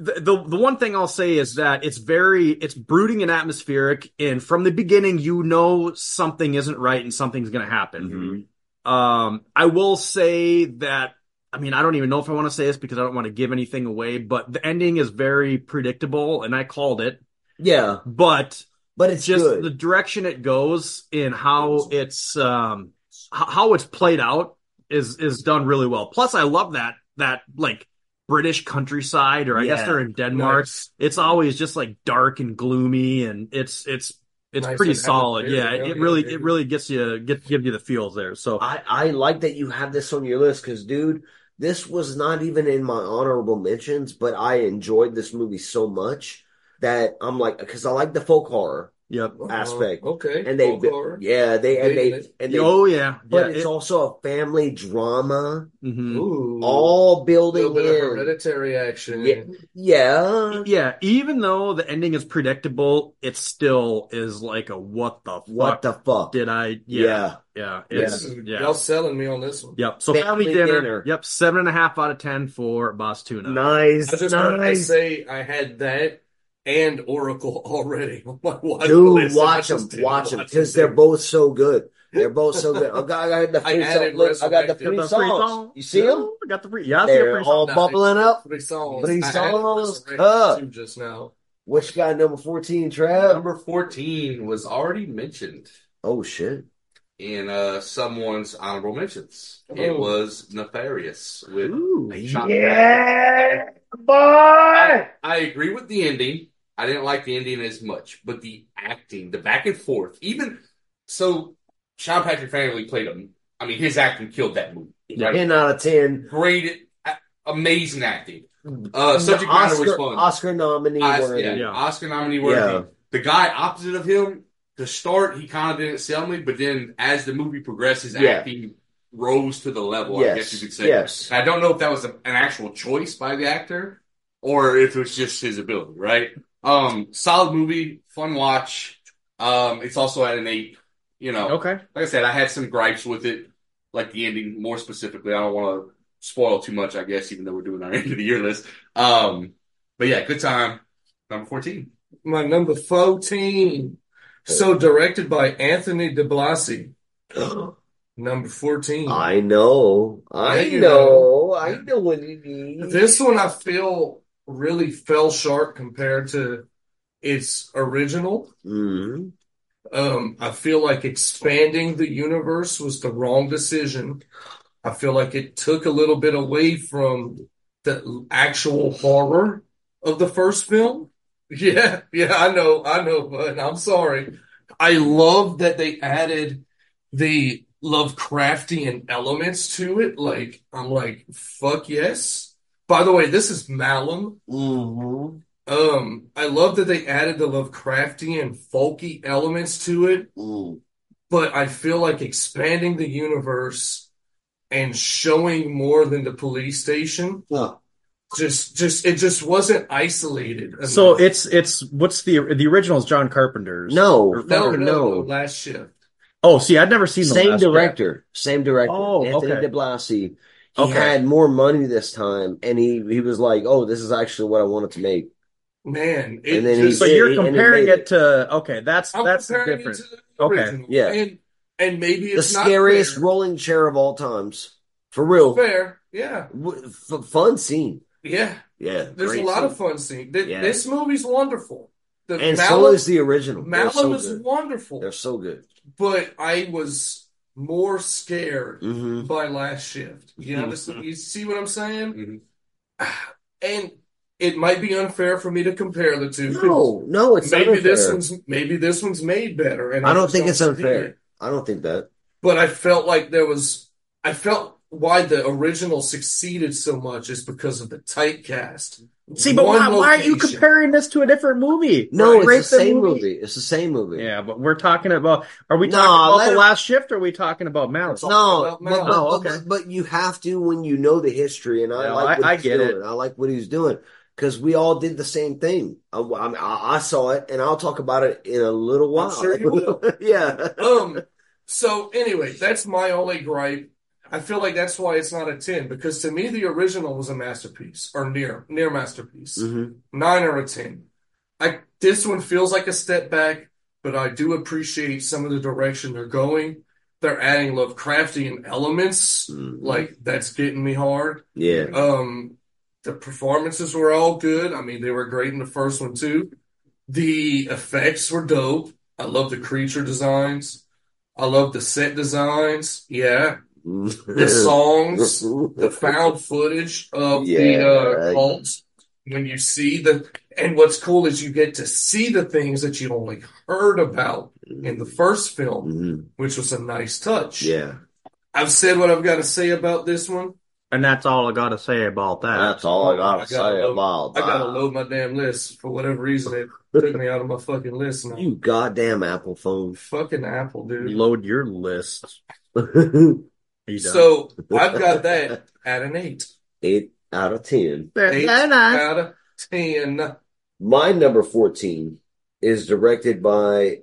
the, the the one thing I'll say is that it's very it's brooding and atmospheric, and from the beginning you know something isn't right and something's going to happen. Um, I will say that I mean I don't even know if I want to say this because I don't want to give anything away, but the ending is very predictable, and I called it. Yeah, But but it's just good. the direction it goes and how it's um h- how it's played out is is done really well. Plus, I love that that like British countryside, or I guess Yeah. they're in Denmark. Nice. It's always just like dark and gloomy, and it's it's it's Nice pretty and solid. Yeah, atmospheric, it yeah, really yeah. it really gets you get gives you the feels there. So uh, I, I like that you have this on your list because, dude, this was not even in my honorable mentions, but I enjoyed this movie so much that I'm like, because I like the folk horror yep. aspect, Uh, okay. and they, Folk horror. yeah, they and Digging they it. and they, oh yeah, but yeah. it's it- also a family drama, mhm. Ooh. all a little building bit of in. hereditary action. Yeah, yeah. Yeah, even though the ending is predictable, it still is like a what the fuck What the fuck? did I? Yeah, yeah. Yeah, This It's is- yeah. Y'all selling me on this one. Yep. So Family family, dinner, dinner. Yep. Seven and a half out of ten for Boss Tuna. nice, I just wanted to nice. say I had that and Oracle already on my watch Dude, list, and I watch them, just didn't watch them, watch because they're both so good. They're both so good. I got, I got the I free song. added Look, I got the Resurrected. free The songs. free song. You see them? I got the free. Yeah, I see a They're free song. all bubbling up. Three songs. Three I added songs. Resurrection Huh. too just now. What you got, number fourteen, Trav? Uh, Number 14 was already mentioned Oh shit! in uh, someone's honorable mentions. It Oh. was Nefarious with Ooh. Shot Yeah, boy. I agree with the ending. I didn't like the ending as much, but the acting, the back and forth, even so, Sean Patrick Family played him. I mean, his acting killed that movie. Like, Ten out of ten. Great, a- amazing acting. Uh, subject matter Oscar, was fun. Oscar nominee Os- worthy. yeah, Yeah. Oscar nominee worthy. Yeah. The guy opposite of him, to start, he kind of didn't sell me, but then as the movie progressed, his Yeah. acting rose to the level. I yes, guess you could say. yes. I don't know if that was a, an actual choice by the actor or if it was just his ability, right? Um, solid movie, fun watch. Um, it's also at an eight. You know, Okay. like I said, I had some gripes with it, like the ending more specifically. I don't want to spoil too much, I guess, even though we're doing our end of the year list. Um, but yeah, good time. Number fourteen. My number 14. So directed by Anthony de Blasi. Number 14. I know. I Yeah, you know. I know what you mean. This one I feel really fell short compared to its original. Mhm. Um, I feel like expanding the universe was the wrong decision. I feel like it took a little bit away from the actual horror of the first film. Yeah, yeah, I know, I know, but I'm sorry. I love that they added the Lovecraftian elements to it. Like, I'm like, fuck yes. By the way, this is Malum, Mhm. um, I love that they added the Lovecraftian folky elements to it, Mm. but I feel like expanding the universe and showing more than the police station Huh. just just it just wasn't isolated enough. So it's it's what's the the original is John Carpenter's. No, Or- no, no, no, no, no. last shift. Oh, see, I'd never seen the Same last director. Same director. Oh, Anthony okay. de Blasi. He Okay. had more money this time, and he he was like, "Oh, this is actually what I wanted to make." Man, it And then one. he- just So you're Yeah, and it comparing made it it. to okay, that's I'm that's the comparing it difference. to the Okay, original. yeah. And and maybe the it's not scariest fair. rolling chair of all times, for real. fair. Yeah. W- f- fun scene. Yeah. Yeah, There's a great lot scene. of fun scenes. Th- Yeah. This movie's wonderful. The and so Malum- is the original. They're Malum so is good. wonderful, They're so good. but I was more scared hmm by last shift. You Mm-hmm. understand? you see what I'm saying? Mhm. And it might be unfair for me to compare the two. 'cause No, no, it's maybe not unfair. this one's maybe this one's made better. And I don't just think it's see unfair. it. I don't think that. But I felt like there was. I felt why the original succeeded so much is because of the tight cast. See, but why, One why are you location. comparing this to a different movie? No, it's Rate the same movie. It's the same movie. Yeah, but we're talking about are we No, talking about let the it- last shift or are we talking about Malice? No, about but, Malum. but- Oh, but- okay. but you have to when you know the history, and I No, like I- what I he's get it. doing. I like what he's doing because we all did the same thing. I, I, I saw it, and I'll talk about it in a little while. sure you will. yeah. um so anyway that's my only gripe I feel like that's why it's not a ten because to me the original was a masterpiece or near near masterpiece. Mhm. Nine or a ten. I this one feels like a step back, but I do appreciate some of the direction they're going. They're adding Lovecraftian elements, Mhm. like that's getting me hard. yeah. Um, the performances were all good. I mean, they were great in the first one too. The effects were dope. I love the creature designs. I love the set designs. Yeah, the Mm-hmm. songs, the found footage of the Yeah. uh, cults. When you see the, and what's cool is you get to see the things that you only heard about in the first film, Mhm. which was a nice touch. Yeah, I've said what I've got to say about this one. And that's all I got to say about that. that's all I I gotta gotta say load- about I gotta that. load my damn list for whatever reason. It took me out of my fucking list now. You goddamn Apple phone. fucking Apple, dude. Load your list. Are you done? So I've got that at an eight, Eight out of ten. Very eight nice. out of ten. My number 14 is directed by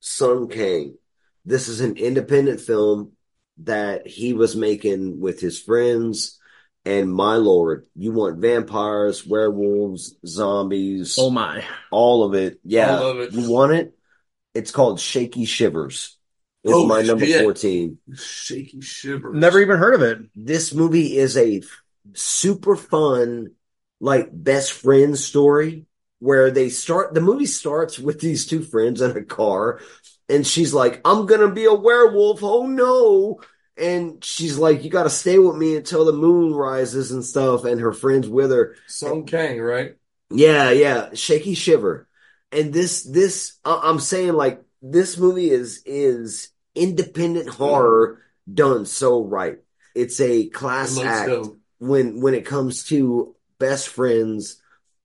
Sun Kang. This is an independent film that he was making with his friends. And my lord, you want vampires, werewolves, zombies, Oh my. all of it. Yeah. All of it. You want it? It's called Shaky Shivers. It's Oh, my number shit. 14. Shaky shivers. Never even heard of it. This movie is a super fun, like best friend story where they start the movie starts with these two friends in a car and she's like, I'm gonna be a werewolf. Oh no. And she's like, You gotta stay with me until the moon rises and stuff. And her friends with her. Sung Kang, right? Yeah, yeah, shaky shiver. And this, this, I- I'm saying like this movie is is independent horror done so right. It's a It class looks act dope. when when it comes to best friends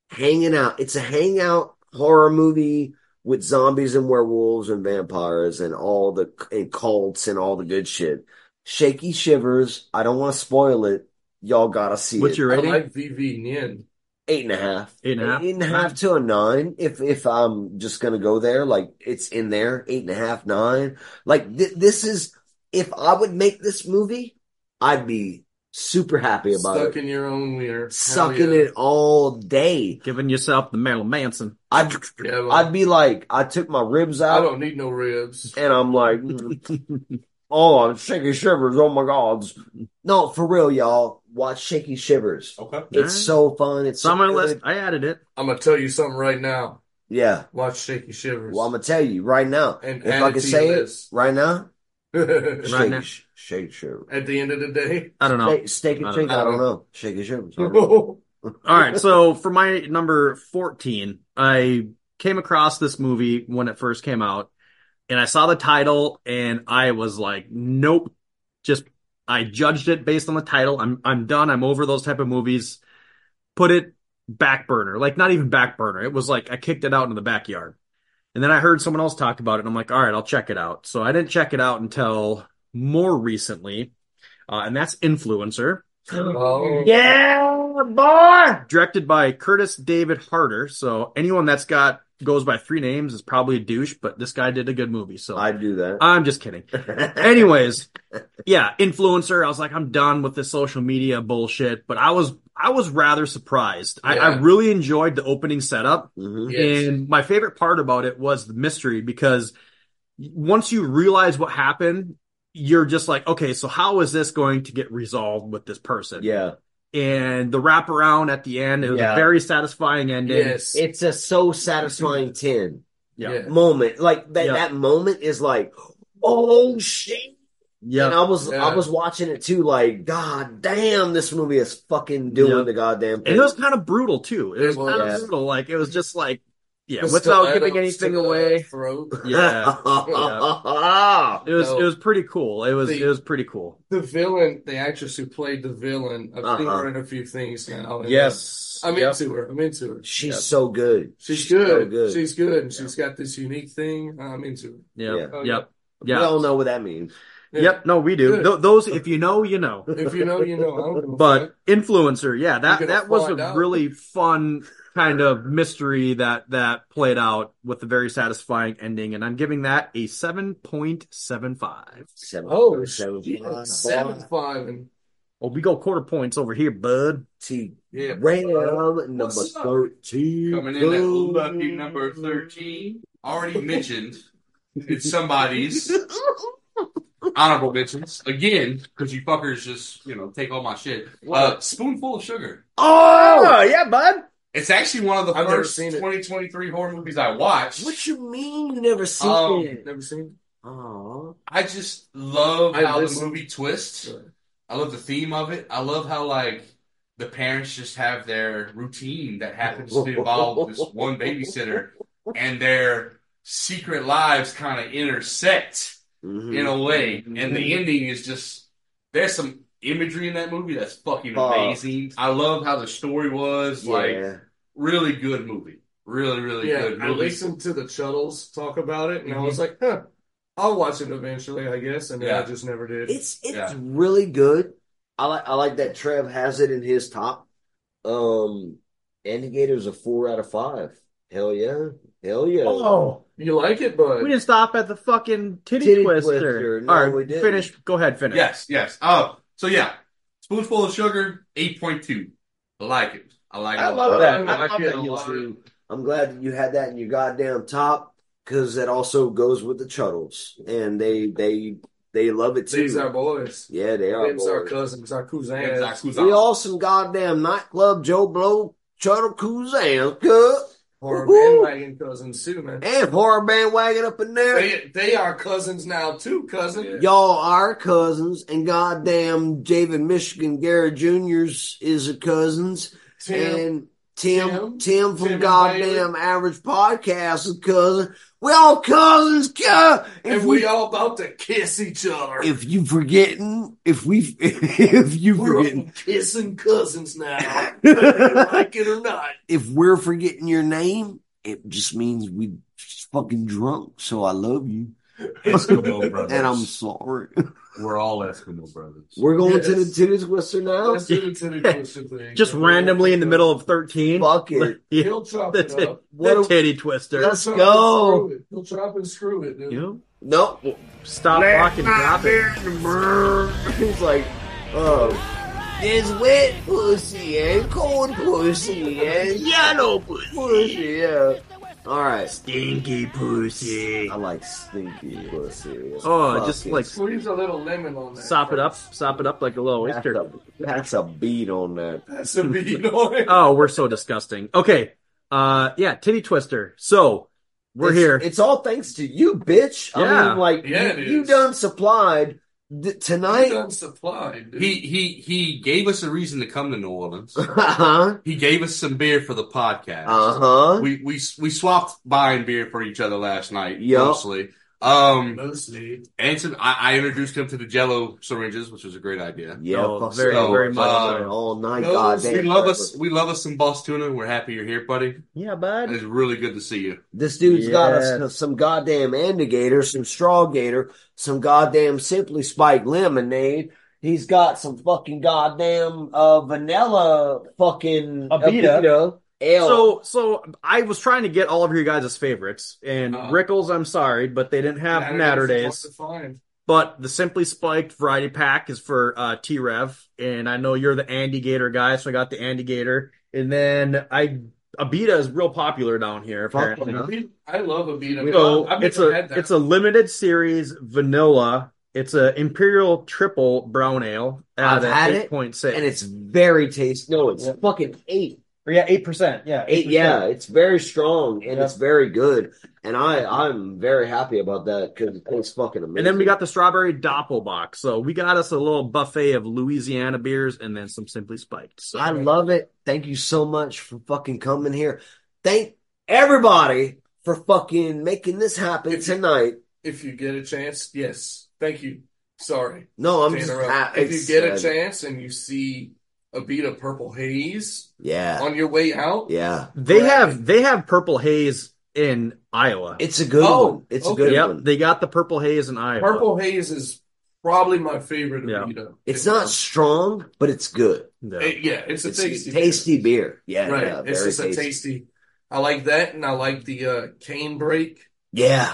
hanging out. It's a hangout horror movie with zombies and werewolves and vampires and all the and cults and all the good shit. Shaky shivers. I don't want to spoil it. Y'all gotta see What's it your I rating? like VV Nien. eight and a half. Eight and a half? Eight and a half to a nine. If if I'm just gonna go there, like it's in there, eight and a half, nine. Like th- this is if I would make this movie, I'd be super happy about Stuck it. in your own wiener. Hell Sucking yeah. it all day. Giving yourself the Marilyn Manson. I'd Yeah, man. I'd be like, I took my ribs I out don't need no ribs. and I'm like Oh, I'm shaking shivers. Oh my god. No, for real, y'all. Watch Shaky Shivers. Okay. It's so fun. It's It's on my so good. list. I added it. I'm gonna tell you something right now. Yeah. Watch Shaky Shivers. Well, I'm gonna tell you right now. And if add I it can to say your it list. right now, Right shake, now. shake, shiver. At the end of the day. I don't know. Shake, steak I and don't shake. know. I don't know. Shake and shivers. I don't know. Whoa. All right, so for my number 14, I came across this movie when it first came out, and I saw the title and I was like, nope. Just I judged it based on the title. I'm I'm done. I'm over those type of movies. Put it back burner. Like not even back burner. It was like I kicked it out into the backyard. And then I heard someone else talk about it and I'm like, all right, I'll check it out. So I didn't check it out until more recently. Uh, and that's Influencer Oh. yeah, boy. Directed by Curtis David Harder. So anyone that's got goes by three names is probably a douche, but this guy did a good movie. So I'd do Uh, that. I'm just kidding. Anyways, yeah, influencer. I was like, I'm done with this social media bullshit. But I was I was rather surprised. I, I Yeah. really enjoyed the opening setup. Mhm. Yes. And my favorite part about it was the mystery because once you realize what happened, you're just like, okay, so how is this going to get resolved with this person? Yeah, and the wraparound at the end. It was Yeah. a very satisfying ending. Yes. it's a so satisfying ten Yeah. Yeah. moment. Like that. Yeah. That moment is like, oh shit. And Yeah. I was Yeah. I was watching it too. Like, god damn, this movie is fucking doing Yeah. the goddamn And thing. it was kind of brutal too. It It was kind was. of brutal. Like it was just like yeah, The without stilettos giving anything to the away. throat. Yeah. It was it was pretty cool. It was The- it was pretty cool. the villain, the actress who played the villain, I've seen Uh-huh. her in a few things now. and, uh, Yes. I'm Yep. into her. I'm into her. She's Yeah. so good. She's so good. good. She's good, and she's got this unique thing. I'm into Yep. Yeah. Yep. We Yeah. all know what that means. her. Yep. No, we do. Good. Th- those if you know, you know. If you know, you know. I don't give a But fuck. influencer, yeah, that gonna that was find a out. really fun kind of mystery that that played out with a very satisfying ending, and I'm giving that a seven point seven five. Seven, Oh, seven, shit. five. Seven, five, and Oh, we go quarter points over here, bud. T. Yeah. Ram number What's up? thirteen. Coming in at lucky number 13, already mentioned. It's somebody's honorable mentions. Again, because you fuckers just, you know, take all my shit. Uh, spoonful of sugar. Oh, yeah, bud. It's actually one of the I've never first seen it. 2023 horror movies I watched. What you mean you never seen Um, it? never seen. Aw. I just love I how the listened- movie twists. it. I love the theme of it. I love how like the parents just have their routine that happens to involve this one babysitter and their secret lives kind of intersect Mhm. in a way. And Mm-hmm. the ending is just there's some imagery in that movie that's fucking Oh. amazing. I love how the story was like yeah. really good movie. Really, really Yeah, good I movie. listened to the Chuddles talk about it, and Mm-hmm. I was like, huh, I'll watch it eventually, I guess, and then I Yeah. just never did. It's it's Yeah. really good. I like I like that Trev has it in his top. Um Indicator's a four out of five. Hell yeah. Hell yeah. Oh, you like it, bud? we didn't stop at the fucking titty, Titty twister. twister. No, All right, we didn't. finish. Go ahead, finish. Yes, yes. Oh, so yeah, spoonful of sugar, eight point two. I like it. I like it. I a love lot. that. I I love like it a that. lot. I'm glad that you had that in your goddamn top because that also goes with the Chuddles. And they they they love it too. These are boys. yeah, they are. Them's our boys. cousins, our cousins. It's like who's We on? all some goddamn nightclub Joe Blow Chuddle Cousins, cuh. Or Woo-hoo. bandwagon cousins, too, man. and horror bandwagon up in there. They, they are cousins now, too, cousin. Yeah. Y'all are cousins, and goddamn David Michigan Garrett Jr.'s is a cousins, Tim, and Tim Tim, Tim, from Tim and goddamn Average Podcast is cousin. We all cousins. cuh. If and we, we all about to kiss each other. if you forgetting, if we if you We're all forgetting, kissing cousins now, whether you like it or not. if we're forgetting your name, it just means we just fucking drunk. So I love you, Eskimo brothers. and I'm sorry. We're all Eskimo brothers. We're going to the Yes. titty twister now. Let's do the titty twister thing. Just randomly in the middle of thirteen. Fuck it. Yeah, He'll chop the, it t- up. What the a- titty twister. Let's He'll chop go. and screw it. He'll chop and screw it, dude. You know? Nope. Stop rocking, drop it. He's like, oh. There's wet pussy and cold pussy and yellow pussy. Yeah. All right. Stinky pussy. I like stinky pussy. Oh, Fuck just it. like Squeeze a little lemon on that. sop it up, sop it up like a little that's oyster. a, that's a beat on that. That's a beat on it. Oh, we're so disgusting. Okay. Uh yeah, titty twister. So we're It's- here. It's all thanks to you, bitch. I Yeah. mean, like Yeah, you, it you is. done supplied th- I tonight. done supplied, dude. He he he gave us a reason to come to New Orleans. Uh huh. he gave us some beer for the podcast. Uh huh. We we we swapped buying beer for each other last night Yup. mostly. Um, Mostly. and some, I, I introduced him to the Jello syringes, which was a great idea. Yeah, Oh, fuck very, so. very much uh, so. all night. Those- goddamn. We love us. We love us some boss tuna. We're happy you're here, buddy. Yeah, And bud. it's really good to see you. This dude's got us Yes. some goddamn Andigator, some Straw Gator, some goddamn Simply Spiked Lemonade. He's got some fucking goddamn uh, vanilla fucking Abita. ale. So so I was trying to get all of your guys' favorites and Uh-huh. Rickles, I'm sorry, but they didn't have Natterdays. Natterdays are hard to find. But the Simply Spiked variety pack is for uh, T Rev, and I know you're the Andy Gator guy, so I got the Andy Gator. And then I Abita is real popular down here. Fuck Apparently, yeah. We- I love a beat up. so I've it's never a had that. it's a limited series vanilla. It's a Imperial Triple Brown Ale I've at had it, eight point six, and it's very tasty. No, it's fucking eight. yeah eight percent. Yeah, Eight, yeah, it's very strong and Yeah. it's very good, and I I'm very happy about that because it's fucking amazing. And then we got the strawberry doppelbock. So we got us a little buffet of Louisiana beers and then some Simply Spiked. So I love it. Thank you so much for fucking coming here. Thank everybody for fucking making this happen If you- tonight. if you get a chance, yes. Thank you. Sorry. No, I'm to just interrupt. happy. if you get a chance and you see a beat of purple haze yeah, on your way out, yeah, they Right. have they have Purple Haze in Iowa. it's a good Oh, one. It's a okay. good yep, one. they got the Purple Haze in Iowa. purple haze is probably my favorite Yeah. Avito. It's not strong, but it's good. Yeah. It- yeah, it's a It's tasty, tasty, beer. Yeah, Right, yeah, it's very just a tasty. I like that, and I like the uh, cane break. Yeah,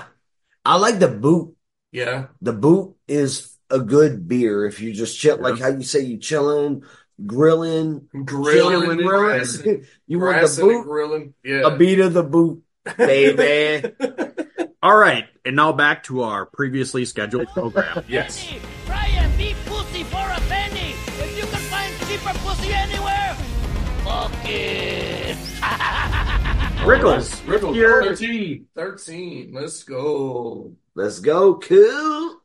I like the boot. Yeah, The boot is a good beer if you just chill, like how you say you chilling, grilling, grilling, and grassing, you want the grassing and boot, grilling. a Yeah, beat of the boot, baby. All right, and now back to our previously scheduled program. Yes. Brian, be pussy for a penny. If you can find cheaper pussy anywhere, fuck it. Rickles, Riddle, Here. 13. thirteen. Let's go. Let's go, cool.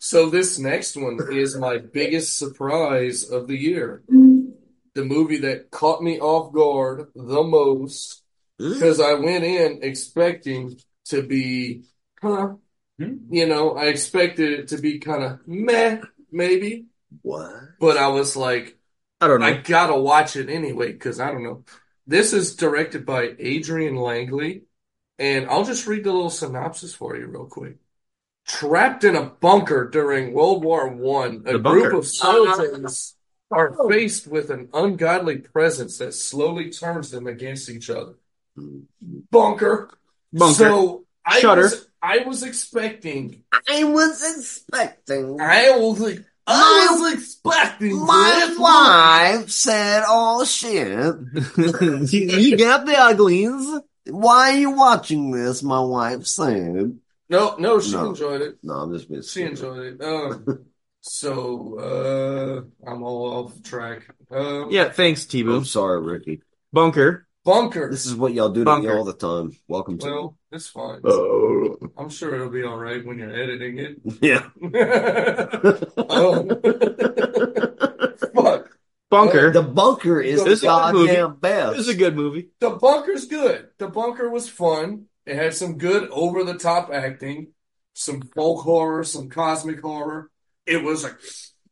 So this next one is my biggest surprise of the year. The movie that caught me off guard the most because I went in expecting to be, huh? You know, I expected it to be kind of meh, maybe, What? but I was like, I don't I know. gotta watch it anyway because I don't know. This is directed by Adrian Langley, and I'll just read the little synopsis for you real quick. Trapped in a bunker during World War One, a The group bunker. of soldiers are faced with an ungodly presence that slowly turns them against each other. Bunker. Bunker. So I Shudder. was I was expecting I was expecting. I was I was expecting My this. wife said, "Oh shit, you, you got the uglies. Why are you watching this?" My wife said, No, no, she No. enjoyed it. "No, I'm just being She stupid. enjoyed it. Um, so uh, I'm all off track. Um, Yeah, thanks, T I'm Boo. sorry, Ricky. Bunker. bunker. This is what y'all do to me Bunker. all the time. Welcome to." Well, it's fine. Oh. I'm sure it'll be all right when you're editing it. Yeah. Um, fuck. Bunker. The bunker is This is the a good movie. goddamn best. This is a good movie. The bunker's good. The bunker was fun. It had some good over the top acting, some folk horror, some cosmic horror. It was an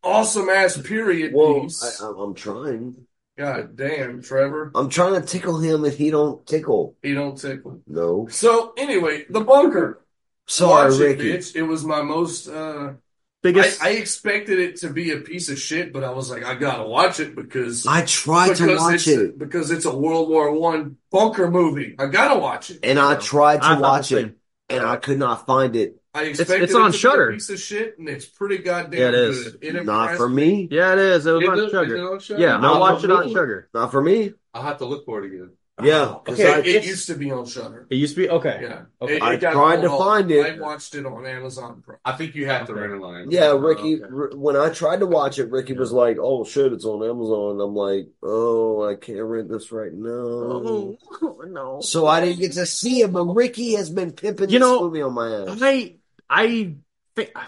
awesome ass period Well, piece. I, um, I'm- I'm trying. God damn, Trevor. I'm trying to tickle him, and he don't tickle. You don't tickle. No, So anyway, the bunker. sorry, Watch Ricky. It, bitch. it was my most. Uh, I, Biggest. I expected it to be a piece of shit, but I was like, I gotta watch it because I tried because to watch it's it, because it's a World War One bunker movie. I gotta watch it. and I tried to I thought watch the it, same. and I could not find it. I expected it's on it to Shudder. be a piece of shit, and it's pretty goddamn Yeah, it is. good. It Not impressed for me. Yeah, it is. It was It on is- is it Sugar. on Shudder? Yeah, No, I watched it on no. Sugar. Not for me. I'll have to look for it again. Yeah, because Oh, Okay, I, it used to be on Shutter. It used to be okay. Yeah, Okay. It- it I got tried to pulled off. find it. I watched it on Amazon Prime. I think you have to Okay. rent a line. yeah, Oh, Ricky. okay. R- when I tried to watch it, Ricky was like, "Oh shit, it's on Amazon." I'm like, "Oh, I can't rent this right now." Oh, no. So I didn't get to see it, but Ricky has been pimping You this know, movie on my ass. I I think I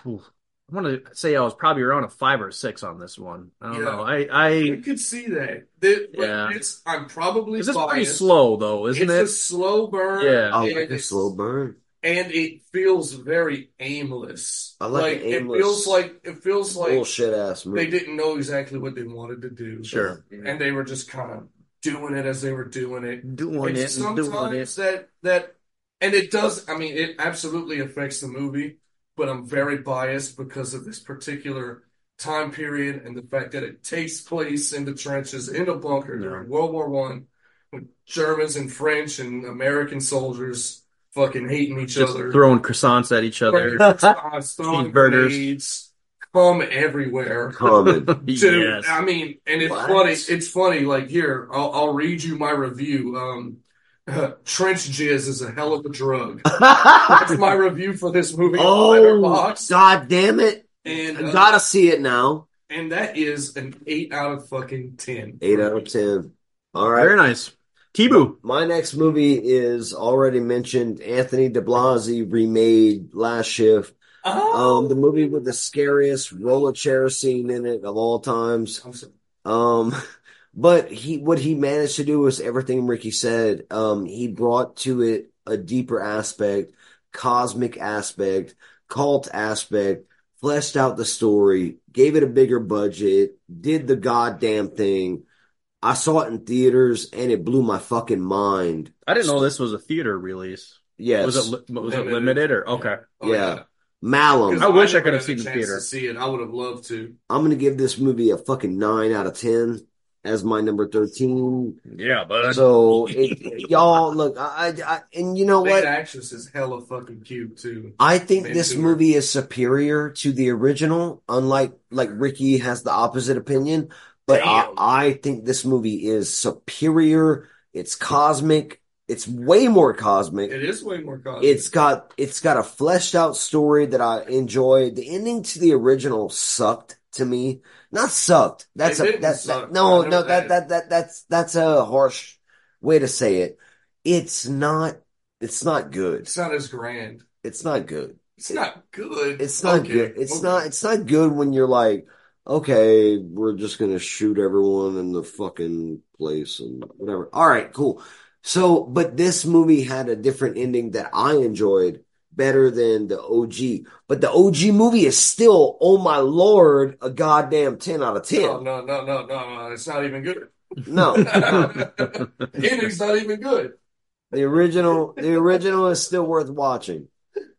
want to say I was probably around a five or a six on this one. I don't Yeah. know. I I You could see that. That- Yeah. it's, I'm probably this is pretty biased. slow though, isn't it's it? a slow burn. Yeah. I and like a it's- slow burn. and it feels very aimless. I like the it aimless feels like it feels like Bullshit ass they movie. didn't know exactly what they wanted to do. Sure. And they were just kind of doing it as they were doing it. Doing and sometimes that that and it does I mean it absolutely affects the movie, but I'm very biased because of this particular time period and the fact that it takes place in the trenches in a bunker during World War One with Germans and French and American soldiers fucking hating each Just other. throwing croissants at each other. Uh, Cheeseburgers. throwing grenades, cum everywhere. Common. Dude, yes. I mean, and it's What? funny. It's funny. Like here, I'll, I'll read you my review. Um, trench jizz is a hell of a drug. That's my review for this movie. on oh, Letterboxd. god damn it. and I uh, gotta see it now. and that is an eight out of fucking ten. Eight out of ten. All right. Very nice. Tibu. My next movie is already mentioned Anthony de Blasi remade Last Shift. Oh, Um, the movie with the scariest roller chair scene in it of all times. I'm sorry. Um, but he what he managed to do was everything Ricky said. Um, he brought to it a deeper aspect, cosmic aspect, cult aspect, fleshed out the story, gave it a bigger budget, did the goddamn thing. I saw it in theaters and it blew my fucking mind. I didn't know this was a theater release. Yes. Was it li- was it Limited. limited or okay? Oh, yeah. Malum. I wish I could have never had a seen the chance theater. To see it, I would have loved to. I'm gonna give this movie a fucking nine out of ten as my number thirteen. Yeah, but So it, y'all look, I, I, I- and you know That what? actress is hella fucking cute too. I think Me this too. movie is superior to the original. Unlike like Ricky has the opposite opinion, but I, Damn. I think this movie is superior. It's cosmic. It's way more cosmic. It is way more cosmic. it's got it's got a fleshed out story that I enjoyed. The ending to the original sucked to me. Not sucked. That's It a didn't that's suck. no I know no that. that that that that's that's a harsh way to say it. It's not it's not good. It's not as grand. It's not good. It's not good. It's not Okay, good. It's okay. not it's not good when you're like, okay, we're just gonna shoot everyone in the fucking place and whatever. All right, cool. So, but this movie had a different ending that I enjoyed better than the OG. But the OG movie is still, oh my lord, a goddamn ten out of No, ten. no, no, no, no, no. It's not even good. No, Ending's not even good. the original, the original is still worth watching.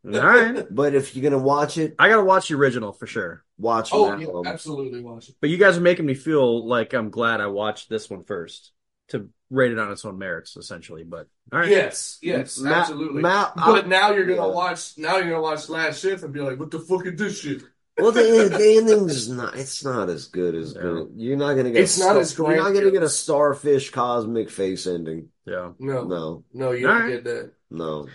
all right. But if you're gonna watch it, I gotta watch the original for sure. watch Oh, that yeah, one. absolutely watch it. But you guys are making me feel like I'm glad I watched this one first to rate it on its own merits, essentially. But all right, Yes, yes, Ma- absolutely. Ma- but now you're gonna yeah. watch. Now you're gonna watch Last Shift and be like, "What the fuck is this shit?" Well, the, the ending's not. It's not as good as good. You're not gonna get. It's not as You're not grand. gonna get a starfish cosmic face ending. yeah. No, no, No, you don't Alright. get that. no.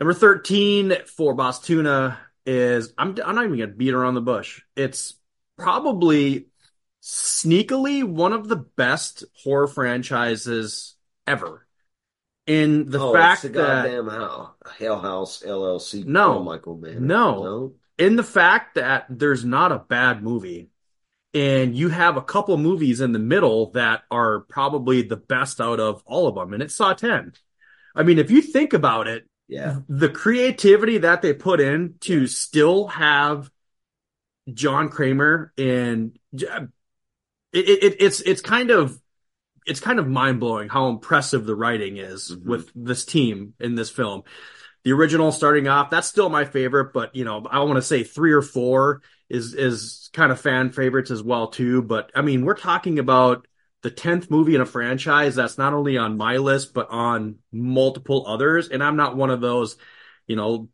Number thirteen for Boss Tuna is I'm I'm not even gonna beat around the bush. It's probably sneakily one of the best horror franchises ever. In the oh, fact it's the that goddamn hell, hell house LLC. No. Oh, Michael Mann. No. no. in the fact that there's not a bad movie and you have a couple movies in the middle that are probably the best out of all of them and it's saw 10 i mean if you think about it Yeah, the creativity that they put in to still have john kramer and it, it, it- it's it's kind of it's kind of mind-blowing how impressive the writing is Mhm. with this team in this film the original starting off that's still my favorite but you know i want to say three or four is is kind of fan favorites as well too but i mean we're talking about the 10th movie in a franchise that's not only on my list but on multiple others and i'm not one of those you know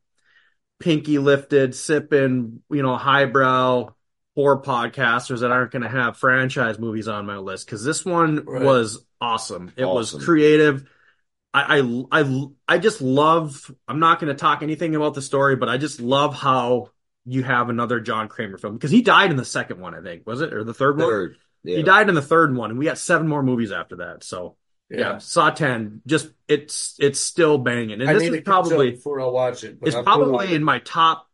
pinky lifted sipping you know highbrow poor podcasters that aren't going to have franchise movies on my list because this one Right. was awesome it Awesome. was creative I, I I I just love. I'm not going to talk anything about the story, but I just love how you have another John Kramer film because he died in the second one, I think, was it or the third one? third. Yeah. He died in the third one, and we got seven more movies after that. So yeah, Saw Ten. Just it's it's still banging, and I this need to is catch up probably before I watch it. but it's I'm probably cool. in my top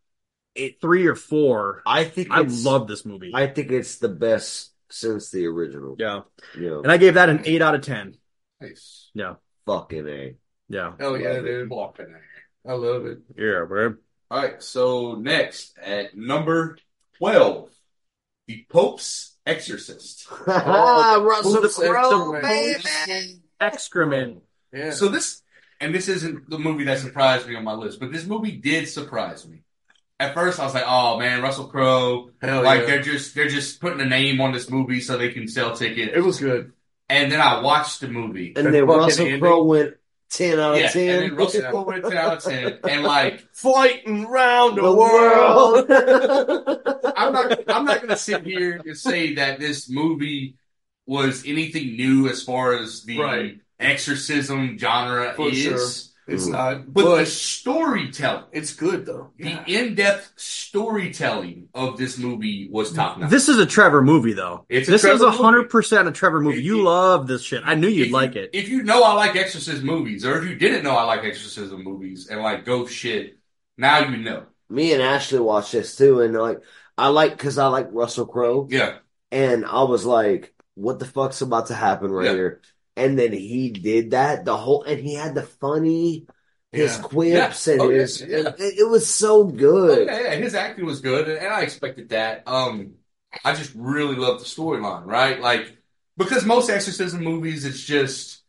eight, three or four. I think I it's- love this movie. I think it's the best since the original. yeah, You know, and I gave that an eight out of ten. Nice. fucking a. Yeah, Hell yeah, Love it. dude! Block in there. I love it. yeah, bro. All right, so next at number 12, The Pope's Exorcist. Ah, Russell Who's the- Crowe, the- baby. Excrement. Yeah. So this, and this isn't the movie that surprised me on my list, but this movie did surprise me. At first, I was like, "Oh man, Russell Crowe! Hell like Oh, yeah. they're just they're just putting a name on this movie so they can sell tickets." It was good. And then I watched the movie. And The then fucking Russell ending. Crowe went ten out of Yeah, ten. and then Russell Crowe went ten out of ten, and like Fighting round the, the world. world. I'm not I'm not gonna sit here and say that this movie was anything new as far as the Right. exorcism genre For is, It's not, but, the but storytelling, it's good though. the in-depth storytelling of this movie was top notch. This is a Trevor movie, though. It's a this Trevor is a movie. hundred percent a Trevor movie. It- You it- love this shit. I knew If you'd you- like it. If you know I like exorcist movies, or if you didn't know I like exorcism movies and like ghost shit, now you know. Me and Ashley watched this too, and like I like because I like Russell Crowe, Yeah, and I was like, "What the fuck's about to happen right Yeah. here?" And then he did that the whole, and he had the funny his Yeah. quips Yeah. and Oh, yeah. his. Yeah. It, it was so good. yeah, yeah, his acting was good, and, and I expected that. Um, I just really love the storyline, right? Like because most exorcism movies, it's just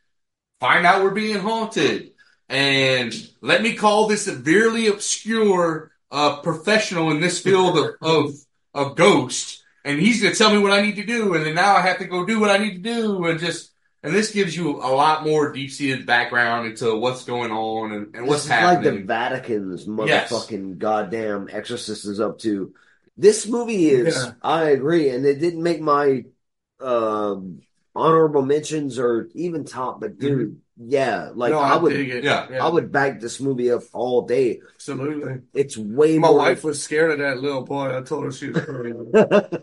find out we're being haunted, and let me call this severely obscure uh, professional in this field of, of of ghost, and he's going to tell me what I need to do, and then now I have to go do what I need to do, and just and this gives you a lot more deep seated background into what's going on and, and what's This is happening. like the Vatican's Yes. motherfucking goddamn exorcist is up to. This movie is, Yeah. I agree, and it didn't make my um, honorable mentions or even top, but dude, yeah, like no, I would, dig it. yeah, I would back this movie up all day. absolutely. It's way My more. wife was scared of that little boy. I told her she was crazy.